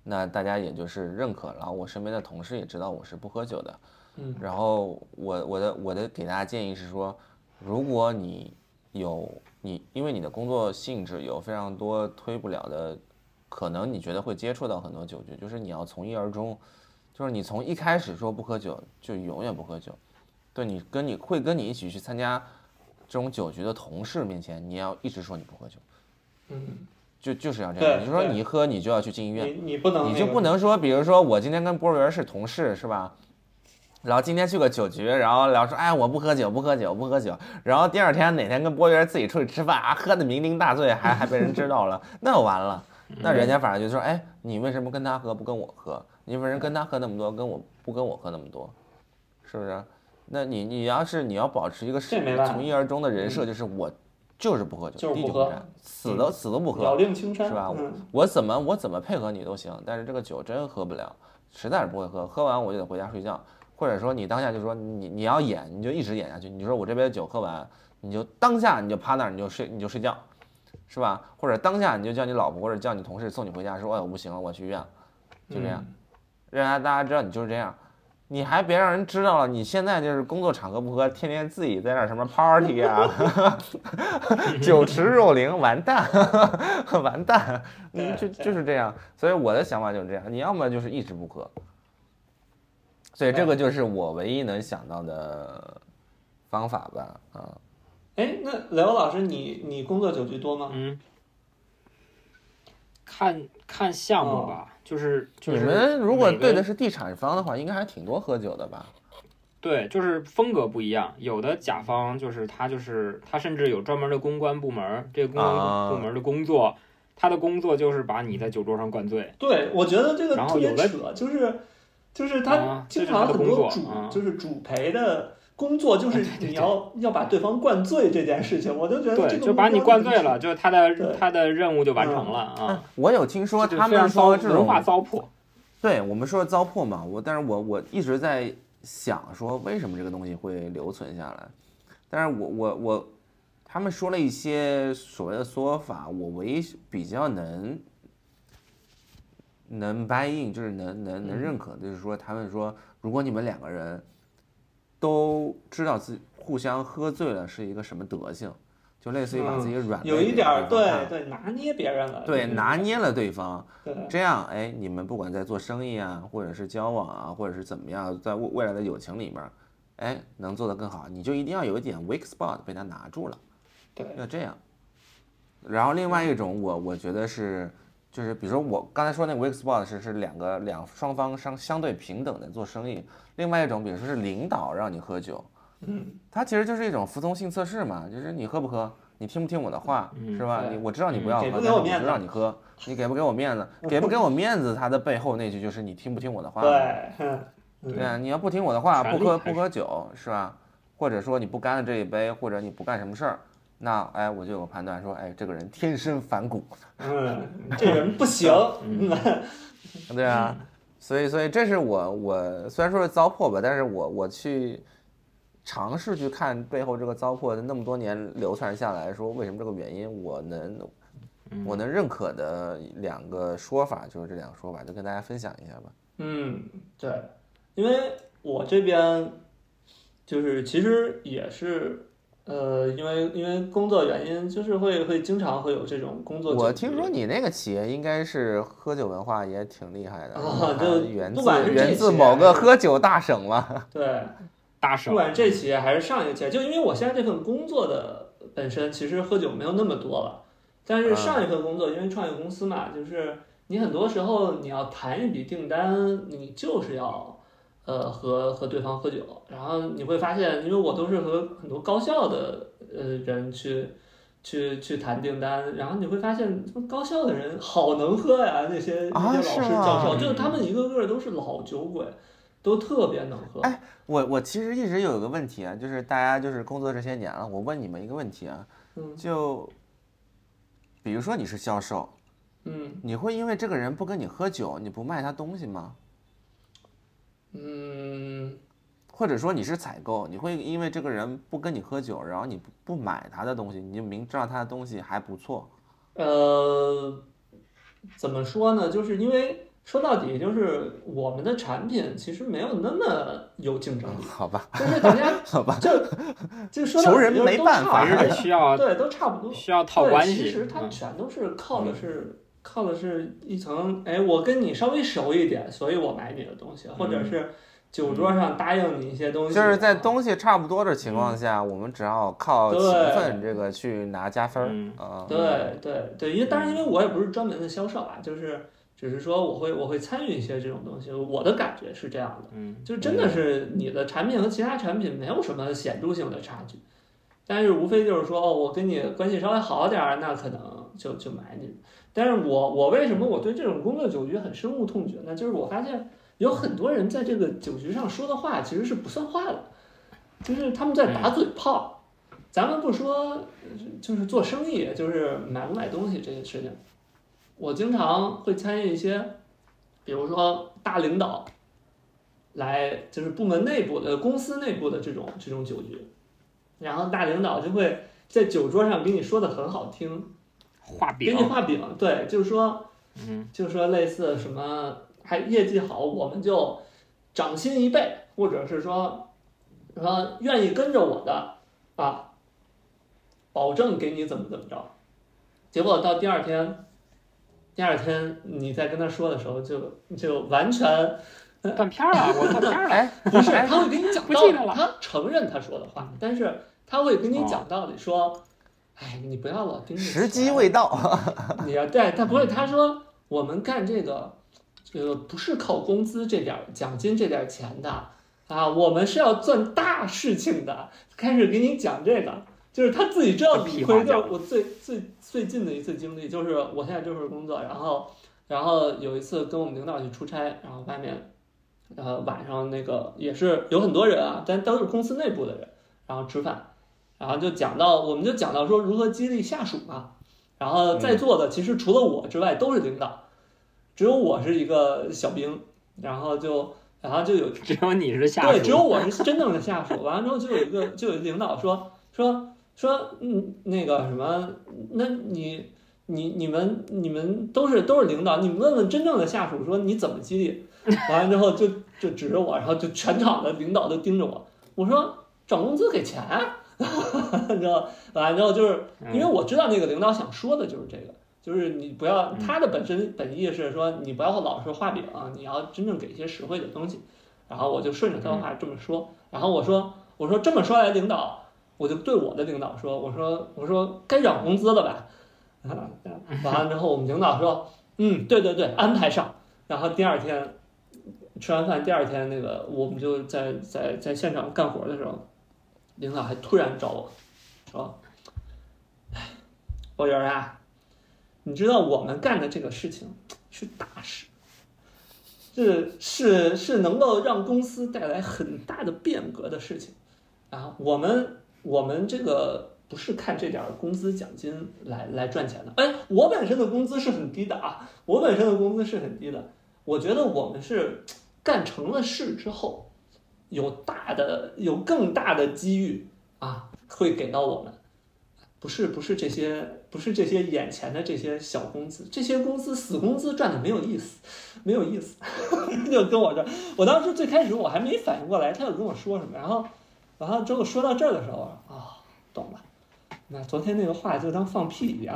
[SPEAKER 3] 那大家也就是认可，然后我身边的同事也知道我是不喝酒的，
[SPEAKER 1] 嗯
[SPEAKER 3] 然后我我的我的给大家建议是说，如果你有你因为你的工作性质有非常多推不了的，可能你觉得会接触到很多酒局，就是你要从一而终，就是你从一开始说不喝酒就永远不喝酒，对你跟你会跟你一起去参加这种酒局的同事面前，你要一直说你不喝酒，
[SPEAKER 1] 嗯，
[SPEAKER 3] 就就是要这样。
[SPEAKER 1] 对
[SPEAKER 3] 你就说
[SPEAKER 1] 对
[SPEAKER 3] 你一喝你就要去进医
[SPEAKER 1] 你
[SPEAKER 3] 院，
[SPEAKER 1] 你不能，
[SPEAKER 3] 你就不，能说，比如说我今天跟波源是同事是吧？然后今天去个酒局，然后聊说，哎，我不喝酒，不喝酒，不喝酒。然后第二天哪天跟波源自己出去吃饭啊，喝的酩酊大醉，还还被人知道了，那 完了，那人家反而就说，哎，你为什么跟他喝不跟我喝？你为什么跟他喝那么多，跟我不跟我喝那么多？是不是？那你你要是你要保持一个
[SPEAKER 1] 这没办法嗯
[SPEAKER 3] 从一而终的人设，就是我就是不喝
[SPEAKER 1] 就
[SPEAKER 3] 酒，
[SPEAKER 1] 是
[SPEAKER 3] 滴
[SPEAKER 1] 不
[SPEAKER 3] 酒
[SPEAKER 1] 喝嗯
[SPEAKER 3] 不沾，死都死都不喝，
[SPEAKER 1] 老令青山
[SPEAKER 3] 是吧？我
[SPEAKER 1] 嗯，
[SPEAKER 3] 我怎么我怎么配合你都行，但是这个酒真喝不了，实在是不会喝，喝完我就得回家睡觉，或者说你当下就说你你要演，你就一直演下去，你就说我这杯酒喝完，你就当下你就趴那儿你就睡你就睡觉，是吧？或者当下你就叫你老婆或者叫你同事送你回家，说哎我不行了，我去医院了，就这样，
[SPEAKER 1] 嗯
[SPEAKER 3] 让大家知道你就是这样。你还别让人知道了，你现在就是工作场合不喝，天天自己在那儿什么 party 啊，酒池肉林，完蛋， 完蛋，
[SPEAKER 1] 对
[SPEAKER 3] 你就
[SPEAKER 1] 对
[SPEAKER 3] 就是这样。所以我的想法就是这样，你要么就是一直不喝。所以这个就是我唯一能想到的方法吧，啊，
[SPEAKER 1] 哎，那刘老师，你你工作酒局多吗？
[SPEAKER 2] 嗯，看看项目
[SPEAKER 1] 哦
[SPEAKER 2] 吧，就是就
[SPEAKER 3] 你
[SPEAKER 2] 是
[SPEAKER 3] 们如果
[SPEAKER 2] 每个
[SPEAKER 3] 对的是地产方的话，应该还挺多喝酒的吧？
[SPEAKER 2] 对，就是风格不一样。有的甲方就是他，就是他，甚至有专门的公关部门儿。这个公
[SPEAKER 3] 啊
[SPEAKER 2] 关部门的工作，他的工作就是把你在酒桌上灌醉。
[SPEAKER 1] 对，我觉得这个
[SPEAKER 2] 然后
[SPEAKER 1] 特别
[SPEAKER 2] 有的
[SPEAKER 1] 扯，就是就是
[SPEAKER 2] 啊
[SPEAKER 1] 他
[SPEAKER 2] 这
[SPEAKER 1] 经
[SPEAKER 2] 是他
[SPEAKER 1] 常
[SPEAKER 2] 的
[SPEAKER 1] 很
[SPEAKER 2] 工
[SPEAKER 1] 多
[SPEAKER 2] 作
[SPEAKER 1] 主
[SPEAKER 2] 啊
[SPEAKER 1] 就是主陪的工作就是你要要把对方灌醉这件事情，我就觉嗯得这
[SPEAKER 2] 对，
[SPEAKER 1] 个
[SPEAKER 2] 就把
[SPEAKER 1] 目
[SPEAKER 2] 你
[SPEAKER 1] 标
[SPEAKER 2] 灌醉
[SPEAKER 1] 很
[SPEAKER 2] 了，
[SPEAKER 1] 奇。
[SPEAKER 2] 就他的
[SPEAKER 1] 对嗯
[SPEAKER 2] 他的任务就完成了啊。
[SPEAKER 3] 我有听说
[SPEAKER 2] 就
[SPEAKER 3] 他
[SPEAKER 2] 非常
[SPEAKER 3] 们说
[SPEAKER 2] 糟
[SPEAKER 3] 这
[SPEAKER 2] 文
[SPEAKER 3] 种
[SPEAKER 2] 化糟粕，
[SPEAKER 3] 对我们说糟粕嘛，我但是我我一直在想说为什么这个东西会留存下来，但是我我我，他们说了一些所谓的说法，我唯一比较能能 buy in，就是能能
[SPEAKER 1] 嗯
[SPEAKER 3] 能认可的，就是说他们说如果你们两个人都知道自己互相喝醉了是一个什么德性，就类似于把自己软
[SPEAKER 1] 嗯
[SPEAKER 3] 肋
[SPEAKER 1] 有一
[SPEAKER 3] 给
[SPEAKER 1] 点
[SPEAKER 3] 对
[SPEAKER 1] 儿
[SPEAKER 3] 方
[SPEAKER 1] 对对
[SPEAKER 3] 看
[SPEAKER 1] 拿捏别人了，
[SPEAKER 3] 对拿捏了对方。
[SPEAKER 1] 对
[SPEAKER 3] 这样，哎，你们不管在做生意啊，或者是交往啊，或者是怎么样，在未未来的友情里面，哎，能做得更好，你就一定要有一点 weak spot 被他拿住了，
[SPEAKER 1] 对
[SPEAKER 3] 要这样。然后另外一种我，我觉得是，就是比如说我刚才说那个 weak spot 是是两个两双方相相对平等的做生意，另外一种，比如说是领导让你喝酒，嗯，它其实就是一种服从性测试嘛，就是你喝不喝，你听不听我的话，是吧？
[SPEAKER 1] 对
[SPEAKER 3] 你我知道你不
[SPEAKER 2] 嗯
[SPEAKER 3] 要
[SPEAKER 1] 给
[SPEAKER 3] 喝，
[SPEAKER 1] 不给
[SPEAKER 3] 但是
[SPEAKER 1] 我
[SPEAKER 3] 我
[SPEAKER 1] 面
[SPEAKER 3] 就
[SPEAKER 1] 子
[SPEAKER 3] 让 你喝，你给不给我面子？给不给我面子？它的背后那句就是你听不听我的话嘛？
[SPEAKER 1] 对，嗯
[SPEAKER 3] 对啊，你要不听我的话，
[SPEAKER 2] 权
[SPEAKER 3] 不
[SPEAKER 2] 力
[SPEAKER 3] 喝
[SPEAKER 2] 还
[SPEAKER 3] 不喝酒是吧？或者说你不干了这一杯，或者你不干什么事儿，那哎，我就有个判断说，哎，这个人天生反骨，
[SPEAKER 1] 嗯，这人不 行，嗯
[SPEAKER 3] 对啊，所以所以这是我我虽然说是糟粕吧，但是我我去尝试去看背后这个糟粕那么多年流传下来说为什么这个原因，我能我能认可的两个说法就是这两个说法，就跟大家分享一下吧。
[SPEAKER 1] 嗯，对，因为我这边就是其实也是，呃，因为因为工作原因，就是会会经常会有这种工作酒局。
[SPEAKER 3] 我听说你那个企业应该是喝酒文化也挺厉害的，
[SPEAKER 1] 啊
[SPEAKER 3] 还
[SPEAKER 1] 就
[SPEAKER 3] 源
[SPEAKER 1] 不
[SPEAKER 3] 自
[SPEAKER 1] 管是这
[SPEAKER 3] 源自
[SPEAKER 1] 些
[SPEAKER 3] 某个喝酒大省嘛。
[SPEAKER 1] 对，
[SPEAKER 2] 大
[SPEAKER 1] 不
[SPEAKER 2] 省
[SPEAKER 1] 管
[SPEAKER 3] 嗯
[SPEAKER 1] 这企业还是上一个企业，就因为我现在这份工作的本身，其实喝酒没有那么多了。但
[SPEAKER 3] 嗯
[SPEAKER 1] 是上一份工作，因为创业公司嘛，就是你很多时候你要谈一笔订单，你就是要呃和和对方喝酒，然后你会发现，因为我都是和很多高校的呃人去去去谈订单，然后你会发现高校的人好能喝呀，那些
[SPEAKER 3] 啊嗯
[SPEAKER 1] 那些老师
[SPEAKER 3] 是吗
[SPEAKER 1] 教授，就是他们一个个都是老酒鬼，都特别能喝。
[SPEAKER 3] 哎我我其实一直有一个问题啊，就是大家就是工作这些年了，我问你们一个问题啊，
[SPEAKER 1] 嗯
[SPEAKER 3] 就比如说你是销售，
[SPEAKER 1] 嗯。
[SPEAKER 3] 你会因为这个人不跟你喝酒，你不卖他东西吗？
[SPEAKER 1] 嗯，
[SPEAKER 3] 或者说你是采购，你会因为这个人不跟你喝酒，然后你不不买他的东西，你就明知道他的东西还不错，
[SPEAKER 1] 呃，怎么说呢？就是因为说到底，就是我们的产品其实没有那么有竞争力，
[SPEAKER 3] 好吧？
[SPEAKER 1] 就是大 家
[SPEAKER 3] 好吧，
[SPEAKER 1] 就就说到
[SPEAKER 3] 求
[SPEAKER 1] 底
[SPEAKER 3] 人
[SPEAKER 1] 就是
[SPEAKER 3] 没
[SPEAKER 1] 都
[SPEAKER 3] 办
[SPEAKER 1] 差
[SPEAKER 3] 法
[SPEAKER 1] 不多
[SPEAKER 2] 还是需要
[SPEAKER 1] 对，都差不多。
[SPEAKER 2] 需要套关系。
[SPEAKER 1] 对，其实它
[SPEAKER 2] 嗯
[SPEAKER 1] 全都是靠的是、靠的是一层，哎，我跟你稍微熟一点，所以我买你的东西，或
[SPEAKER 2] 嗯
[SPEAKER 1] 者是酒桌上答应你一些东西，啊
[SPEAKER 3] 就是在东西差不多的情况下，我们只要靠勤
[SPEAKER 1] 对
[SPEAKER 3] 奋这个去拿加分
[SPEAKER 2] 嗯
[SPEAKER 3] 儿啊。
[SPEAKER 1] 对对对，因为当然，因为我也不是专门的销售啊，就是只是说我会我会参与一些这种东西，我的感觉是这样的，
[SPEAKER 2] 嗯，
[SPEAKER 1] 就真的是你的产品和其他产品没有什么显著性的差距，但是无非就是说哦，我跟你关系稍微好点儿，那可能就就买你。但是我我为什么我对这种工作酒局很深恶痛绝呢？就是我发现有很多人在这个酒局上说的话其实是不算话的，就是他们在打嘴炮。咱们不说就是做生意，就是买不买东西这些事情，我经常会参与一些，比如说大领导来，就是部门内部的、公司内部的这种这种酒局，然后大领导就会在酒桌上给你说的很好听，
[SPEAKER 2] 画
[SPEAKER 1] 给
[SPEAKER 2] 饼
[SPEAKER 1] 你，画饼，对，就是说，
[SPEAKER 2] 嗯，
[SPEAKER 1] 就是说类似什么，还业绩好，我们就涨薪一倍，或者是说，说愿意跟着我的啊，保证给你怎么怎么着。结果到第二天，第二天你再跟他说的时候就，就完全
[SPEAKER 2] 断片儿了，我断片儿了。
[SPEAKER 3] 哎，
[SPEAKER 1] 不是，他会给你讲
[SPEAKER 2] 不
[SPEAKER 1] 道理
[SPEAKER 2] 记得了，
[SPEAKER 1] 他承认他说的话，但是他会跟你讲道理，说，哎，你不要老盯着
[SPEAKER 3] 时机
[SPEAKER 1] 钱啊
[SPEAKER 3] 未到，
[SPEAKER 1] 你要对，他不
[SPEAKER 2] 嗯
[SPEAKER 1] 会，他说我们干这个，这个不是靠工资这点儿奖金这点儿钱的啊，我们是要赚大事情的。开始给你讲这个，就是他自己知道理亏。
[SPEAKER 2] 屁话
[SPEAKER 1] 就是我最最最近的一次经历，就是我现在这份工作，然后然后有一次跟我们领导去出差，然后外面呃，晚上那个也是有很多人啊，但都是公司内部的人，然后吃饭，然后就讲到，我们就讲到说如何激励下属嘛。然后在座的其实除了我之外都是领导，只有我是一个小兵，然后就然后就有
[SPEAKER 2] 只有你是下属，
[SPEAKER 1] 对，只有 我是真正的下属。完了之后，就有一个就有一个领导说说说，嗯，那个什么，那你你你们你们都是都是领导，你们问问真正的下属，说你怎么激励？完了之后就就指着我，然后就全场的领导都盯着我。我说涨工资给钱啊， 你知道？完了之后就是因为
[SPEAKER 2] 嗯
[SPEAKER 1] 我知道那个领导想说的就是这个。就是你不要
[SPEAKER 2] 嗯
[SPEAKER 1] 他的本身本意是说你不要老是画饼、你要真正给一些实惠的东西。然后我就顺着他的话这么说，然后我说我说这么说来，领导，我就对我的领导说，我说我说该涨工资了吧？啊，完了之后我们领导说，嗯，对对对，安排上。然后第二天吃完饭，第二天那个我们就在在在现场干活的时候，领导还突然找我说，哎，欧元啊，你知道我们干的这个事情是大事。是是是能够让公司带来很大的变革的事情啊！我们我们这个不是看这点儿工资奖金来来赚钱的。哎，我本身的工资是很低的啊，我本身的工资是很低的。我觉得我们是干成了事之后，有大的有更大的机遇啊，会给到我们。不是不是这些不是这些眼前的这些小工资，这些工资死工资赚的没有意思，没有意思。 就跟我这，我当时最开始我还没反应过来，他就跟我说什么，然后，然后之后说到这儿的时候，啊、懂了。那昨天那个话就当放屁一样，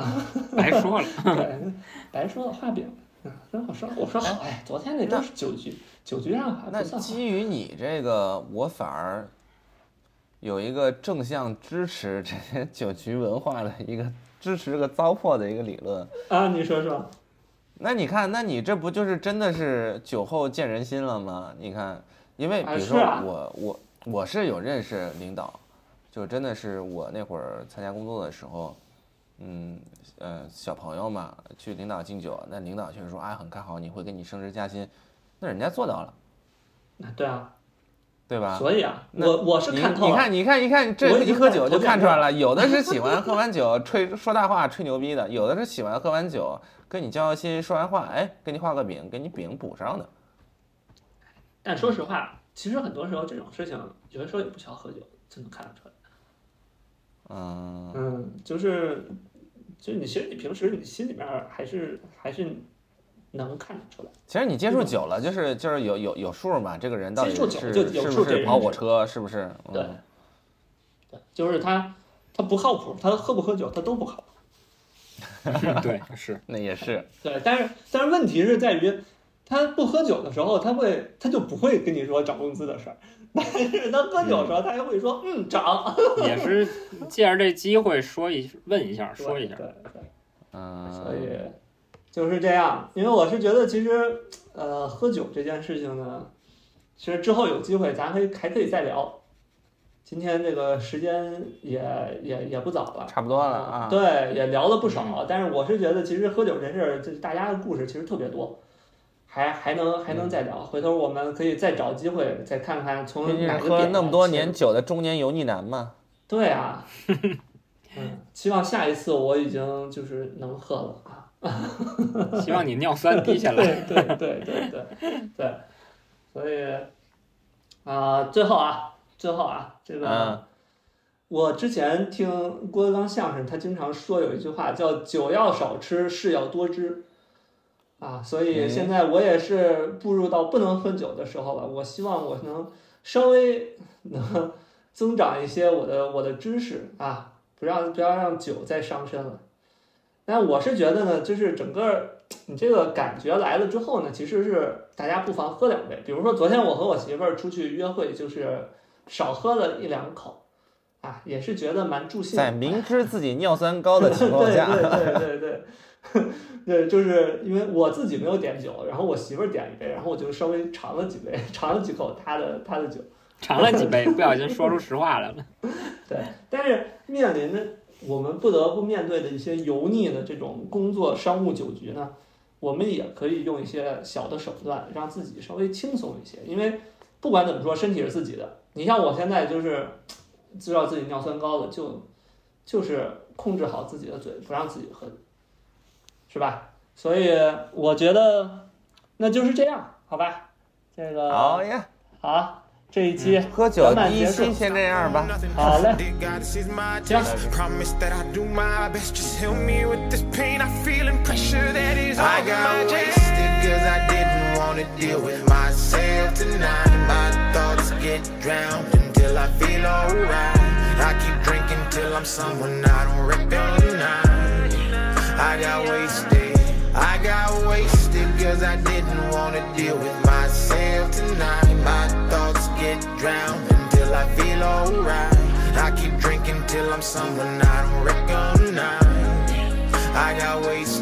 [SPEAKER 2] 白 说了。
[SPEAKER 1] 对，白说了画饼。嗯，然后我说我说好哎，昨天那都是酒局，酒局上还
[SPEAKER 3] 那
[SPEAKER 1] 啊不算好。
[SPEAKER 3] 基于你这个，我反而有一个正向支持这些 酒局文化的一个支持这个糟粕的一个理论。
[SPEAKER 1] 啊，你说说，
[SPEAKER 3] 那你看，那你这不就是真的是酒后见人心了吗？你看，因为比
[SPEAKER 1] 啊
[SPEAKER 3] 如
[SPEAKER 1] 是
[SPEAKER 3] 说我、
[SPEAKER 1] 啊
[SPEAKER 3] 我我是有认识领导，就真的是我那会儿参加工作的时候，嗯呃小朋友嘛，去领导敬酒，那领导却说啊很看好你会给你升职加薪，那人家做到了，
[SPEAKER 1] 那对啊，
[SPEAKER 3] 对吧？
[SPEAKER 1] 所以啊，
[SPEAKER 3] 那
[SPEAKER 1] 我我是看透了。
[SPEAKER 3] 你你看，你看，你看，这
[SPEAKER 1] 我已
[SPEAKER 3] 一
[SPEAKER 1] 经
[SPEAKER 3] 喝
[SPEAKER 1] 看
[SPEAKER 3] 酒
[SPEAKER 1] 头
[SPEAKER 3] 就
[SPEAKER 1] 见
[SPEAKER 3] 看出来
[SPEAKER 1] 面
[SPEAKER 3] 了，有的是喜 欢喝完酒吹说大话、吹牛逼的，有的是喜欢喝完酒跟你交交心、说完话，哎，给你画个饼，给你饼补上的。
[SPEAKER 1] 但说实话，其实很多时候这种事情，有的时候也不需要喝酒就能看得出来。
[SPEAKER 3] 嗯，
[SPEAKER 1] 嗯，就是，就是你其实你平时你心里面还是还是能看得出来。
[SPEAKER 3] 其实你接触久了，就是就是有有有数嘛，这个人到底
[SPEAKER 1] 接触
[SPEAKER 3] 是
[SPEAKER 1] 久了就有
[SPEAKER 3] 是
[SPEAKER 1] 数
[SPEAKER 3] 不
[SPEAKER 1] 这
[SPEAKER 3] 是
[SPEAKER 1] 人
[SPEAKER 3] 跑
[SPEAKER 1] 是
[SPEAKER 3] 火车，是不是？
[SPEAKER 2] 哦
[SPEAKER 3] 嗯
[SPEAKER 1] 对，对，就是他他不靠谱，他喝不喝酒他都不靠谱。
[SPEAKER 2] 对，是
[SPEAKER 3] 那也是。
[SPEAKER 1] 对，但是但是问题是在于，他不喝酒的时候，他会他就不会跟你说涨工资的事儿， 但是他喝酒的时候，他还会说嗯涨，
[SPEAKER 2] 也是借着这机会说一问一下，说一下
[SPEAKER 1] 对。对对所以
[SPEAKER 3] 嗯，
[SPEAKER 1] 就是这样，因为我是觉得其实呃喝酒这件事情呢，其实之后有机会咱可以还可以再聊。今天这个时间也也也不早了，
[SPEAKER 3] 差不多了啊。嗯
[SPEAKER 1] 对，也聊了不少，但是我是觉得，其实喝酒这事儿，就是大家的故事其实特别多，还还能还能
[SPEAKER 3] 嗯
[SPEAKER 1] 再聊。回头我们可以再找机会再看看从
[SPEAKER 3] 毕竟
[SPEAKER 1] 哪
[SPEAKER 3] 是
[SPEAKER 1] 个
[SPEAKER 3] 喝了
[SPEAKER 1] 点
[SPEAKER 3] 那么多
[SPEAKER 1] 切入
[SPEAKER 3] 年酒的中年油腻男嘛。
[SPEAKER 1] 对 啊，嗯，希望下一次我已经就是能喝了啊。
[SPEAKER 2] 希望你尿酸低下来。
[SPEAKER 1] 对 对对对对对，所以啊、最后啊，最后啊，这个。
[SPEAKER 3] 嗯
[SPEAKER 1] 我之前听郭德纲相声，他经常说有一句话叫“酒要少吃，事要多知”，啊，所以
[SPEAKER 3] 嗯
[SPEAKER 1] 现在我也是步入到不能喝酒的时候了。我希望我能稍微
[SPEAKER 3] 嗯
[SPEAKER 1] 能增长一些我的我的知识啊，不让不要让酒再伤身了。但我是觉得呢，就是整个你这个感觉来了之后呢，其实是大家不妨喝两杯。比如说昨天我和我媳妇儿出去约会，就是少喝了一两口，啊，也是觉得蛮助兴的。
[SPEAKER 3] 在明知自己尿酸高的情况下，
[SPEAKER 1] 对对对对对，对，就是因为我自己没有点酒，然后我媳妇儿点一杯，然后我就稍微尝了几杯，尝了几口她的她的酒。
[SPEAKER 2] 尝了几杯，不小心说出实话来了。
[SPEAKER 1] 对，但是面临着我们不得不面对的一些油腻的这种工作商务酒局呢，我们也可以用一些小的手段，让自己稍微轻松一些。因为不管怎么说，身体是自己的。你像我现在就是知道自己尿酸高了，就就是控制好自己的嘴，不让自己喝，是吧？所以我觉得那就是这样，好吧？这个
[SPEAKER 3] 好呀，
[SPEAKER 1] 好，这一期
[SPEAKER 3] 喝酒
[SPEAKER 1] 圆满
[SPEAKER 3] 第一
[SPEAKER 1] 结束嗯
[SPEAKER 3] 期。先这样吧。
[SPEAKER 1] 好嘞
[SPEAKER 4] Dick God, this is my test. Promise that I do my best. Just help me with this pain I feel and pressure that is on
[SPEAKER 6] I
[SPEAKER 4] my
[SPEAKER 6] got
[SPEAKER 4] chest.
[SPEAKER 6] wasted cause I didn't wanna deal with myself tonight.
[SPEAKER 4] My thoughts get drowned until I feel alright. I keep drinking till I'm someone I don't recognize. I got wasted. I got wasted cause I didn't wanna deal with myself tonight. My thoughts get drowned until I feel alright. I keep drinking till I'm someone I don't recognize. I got wasted.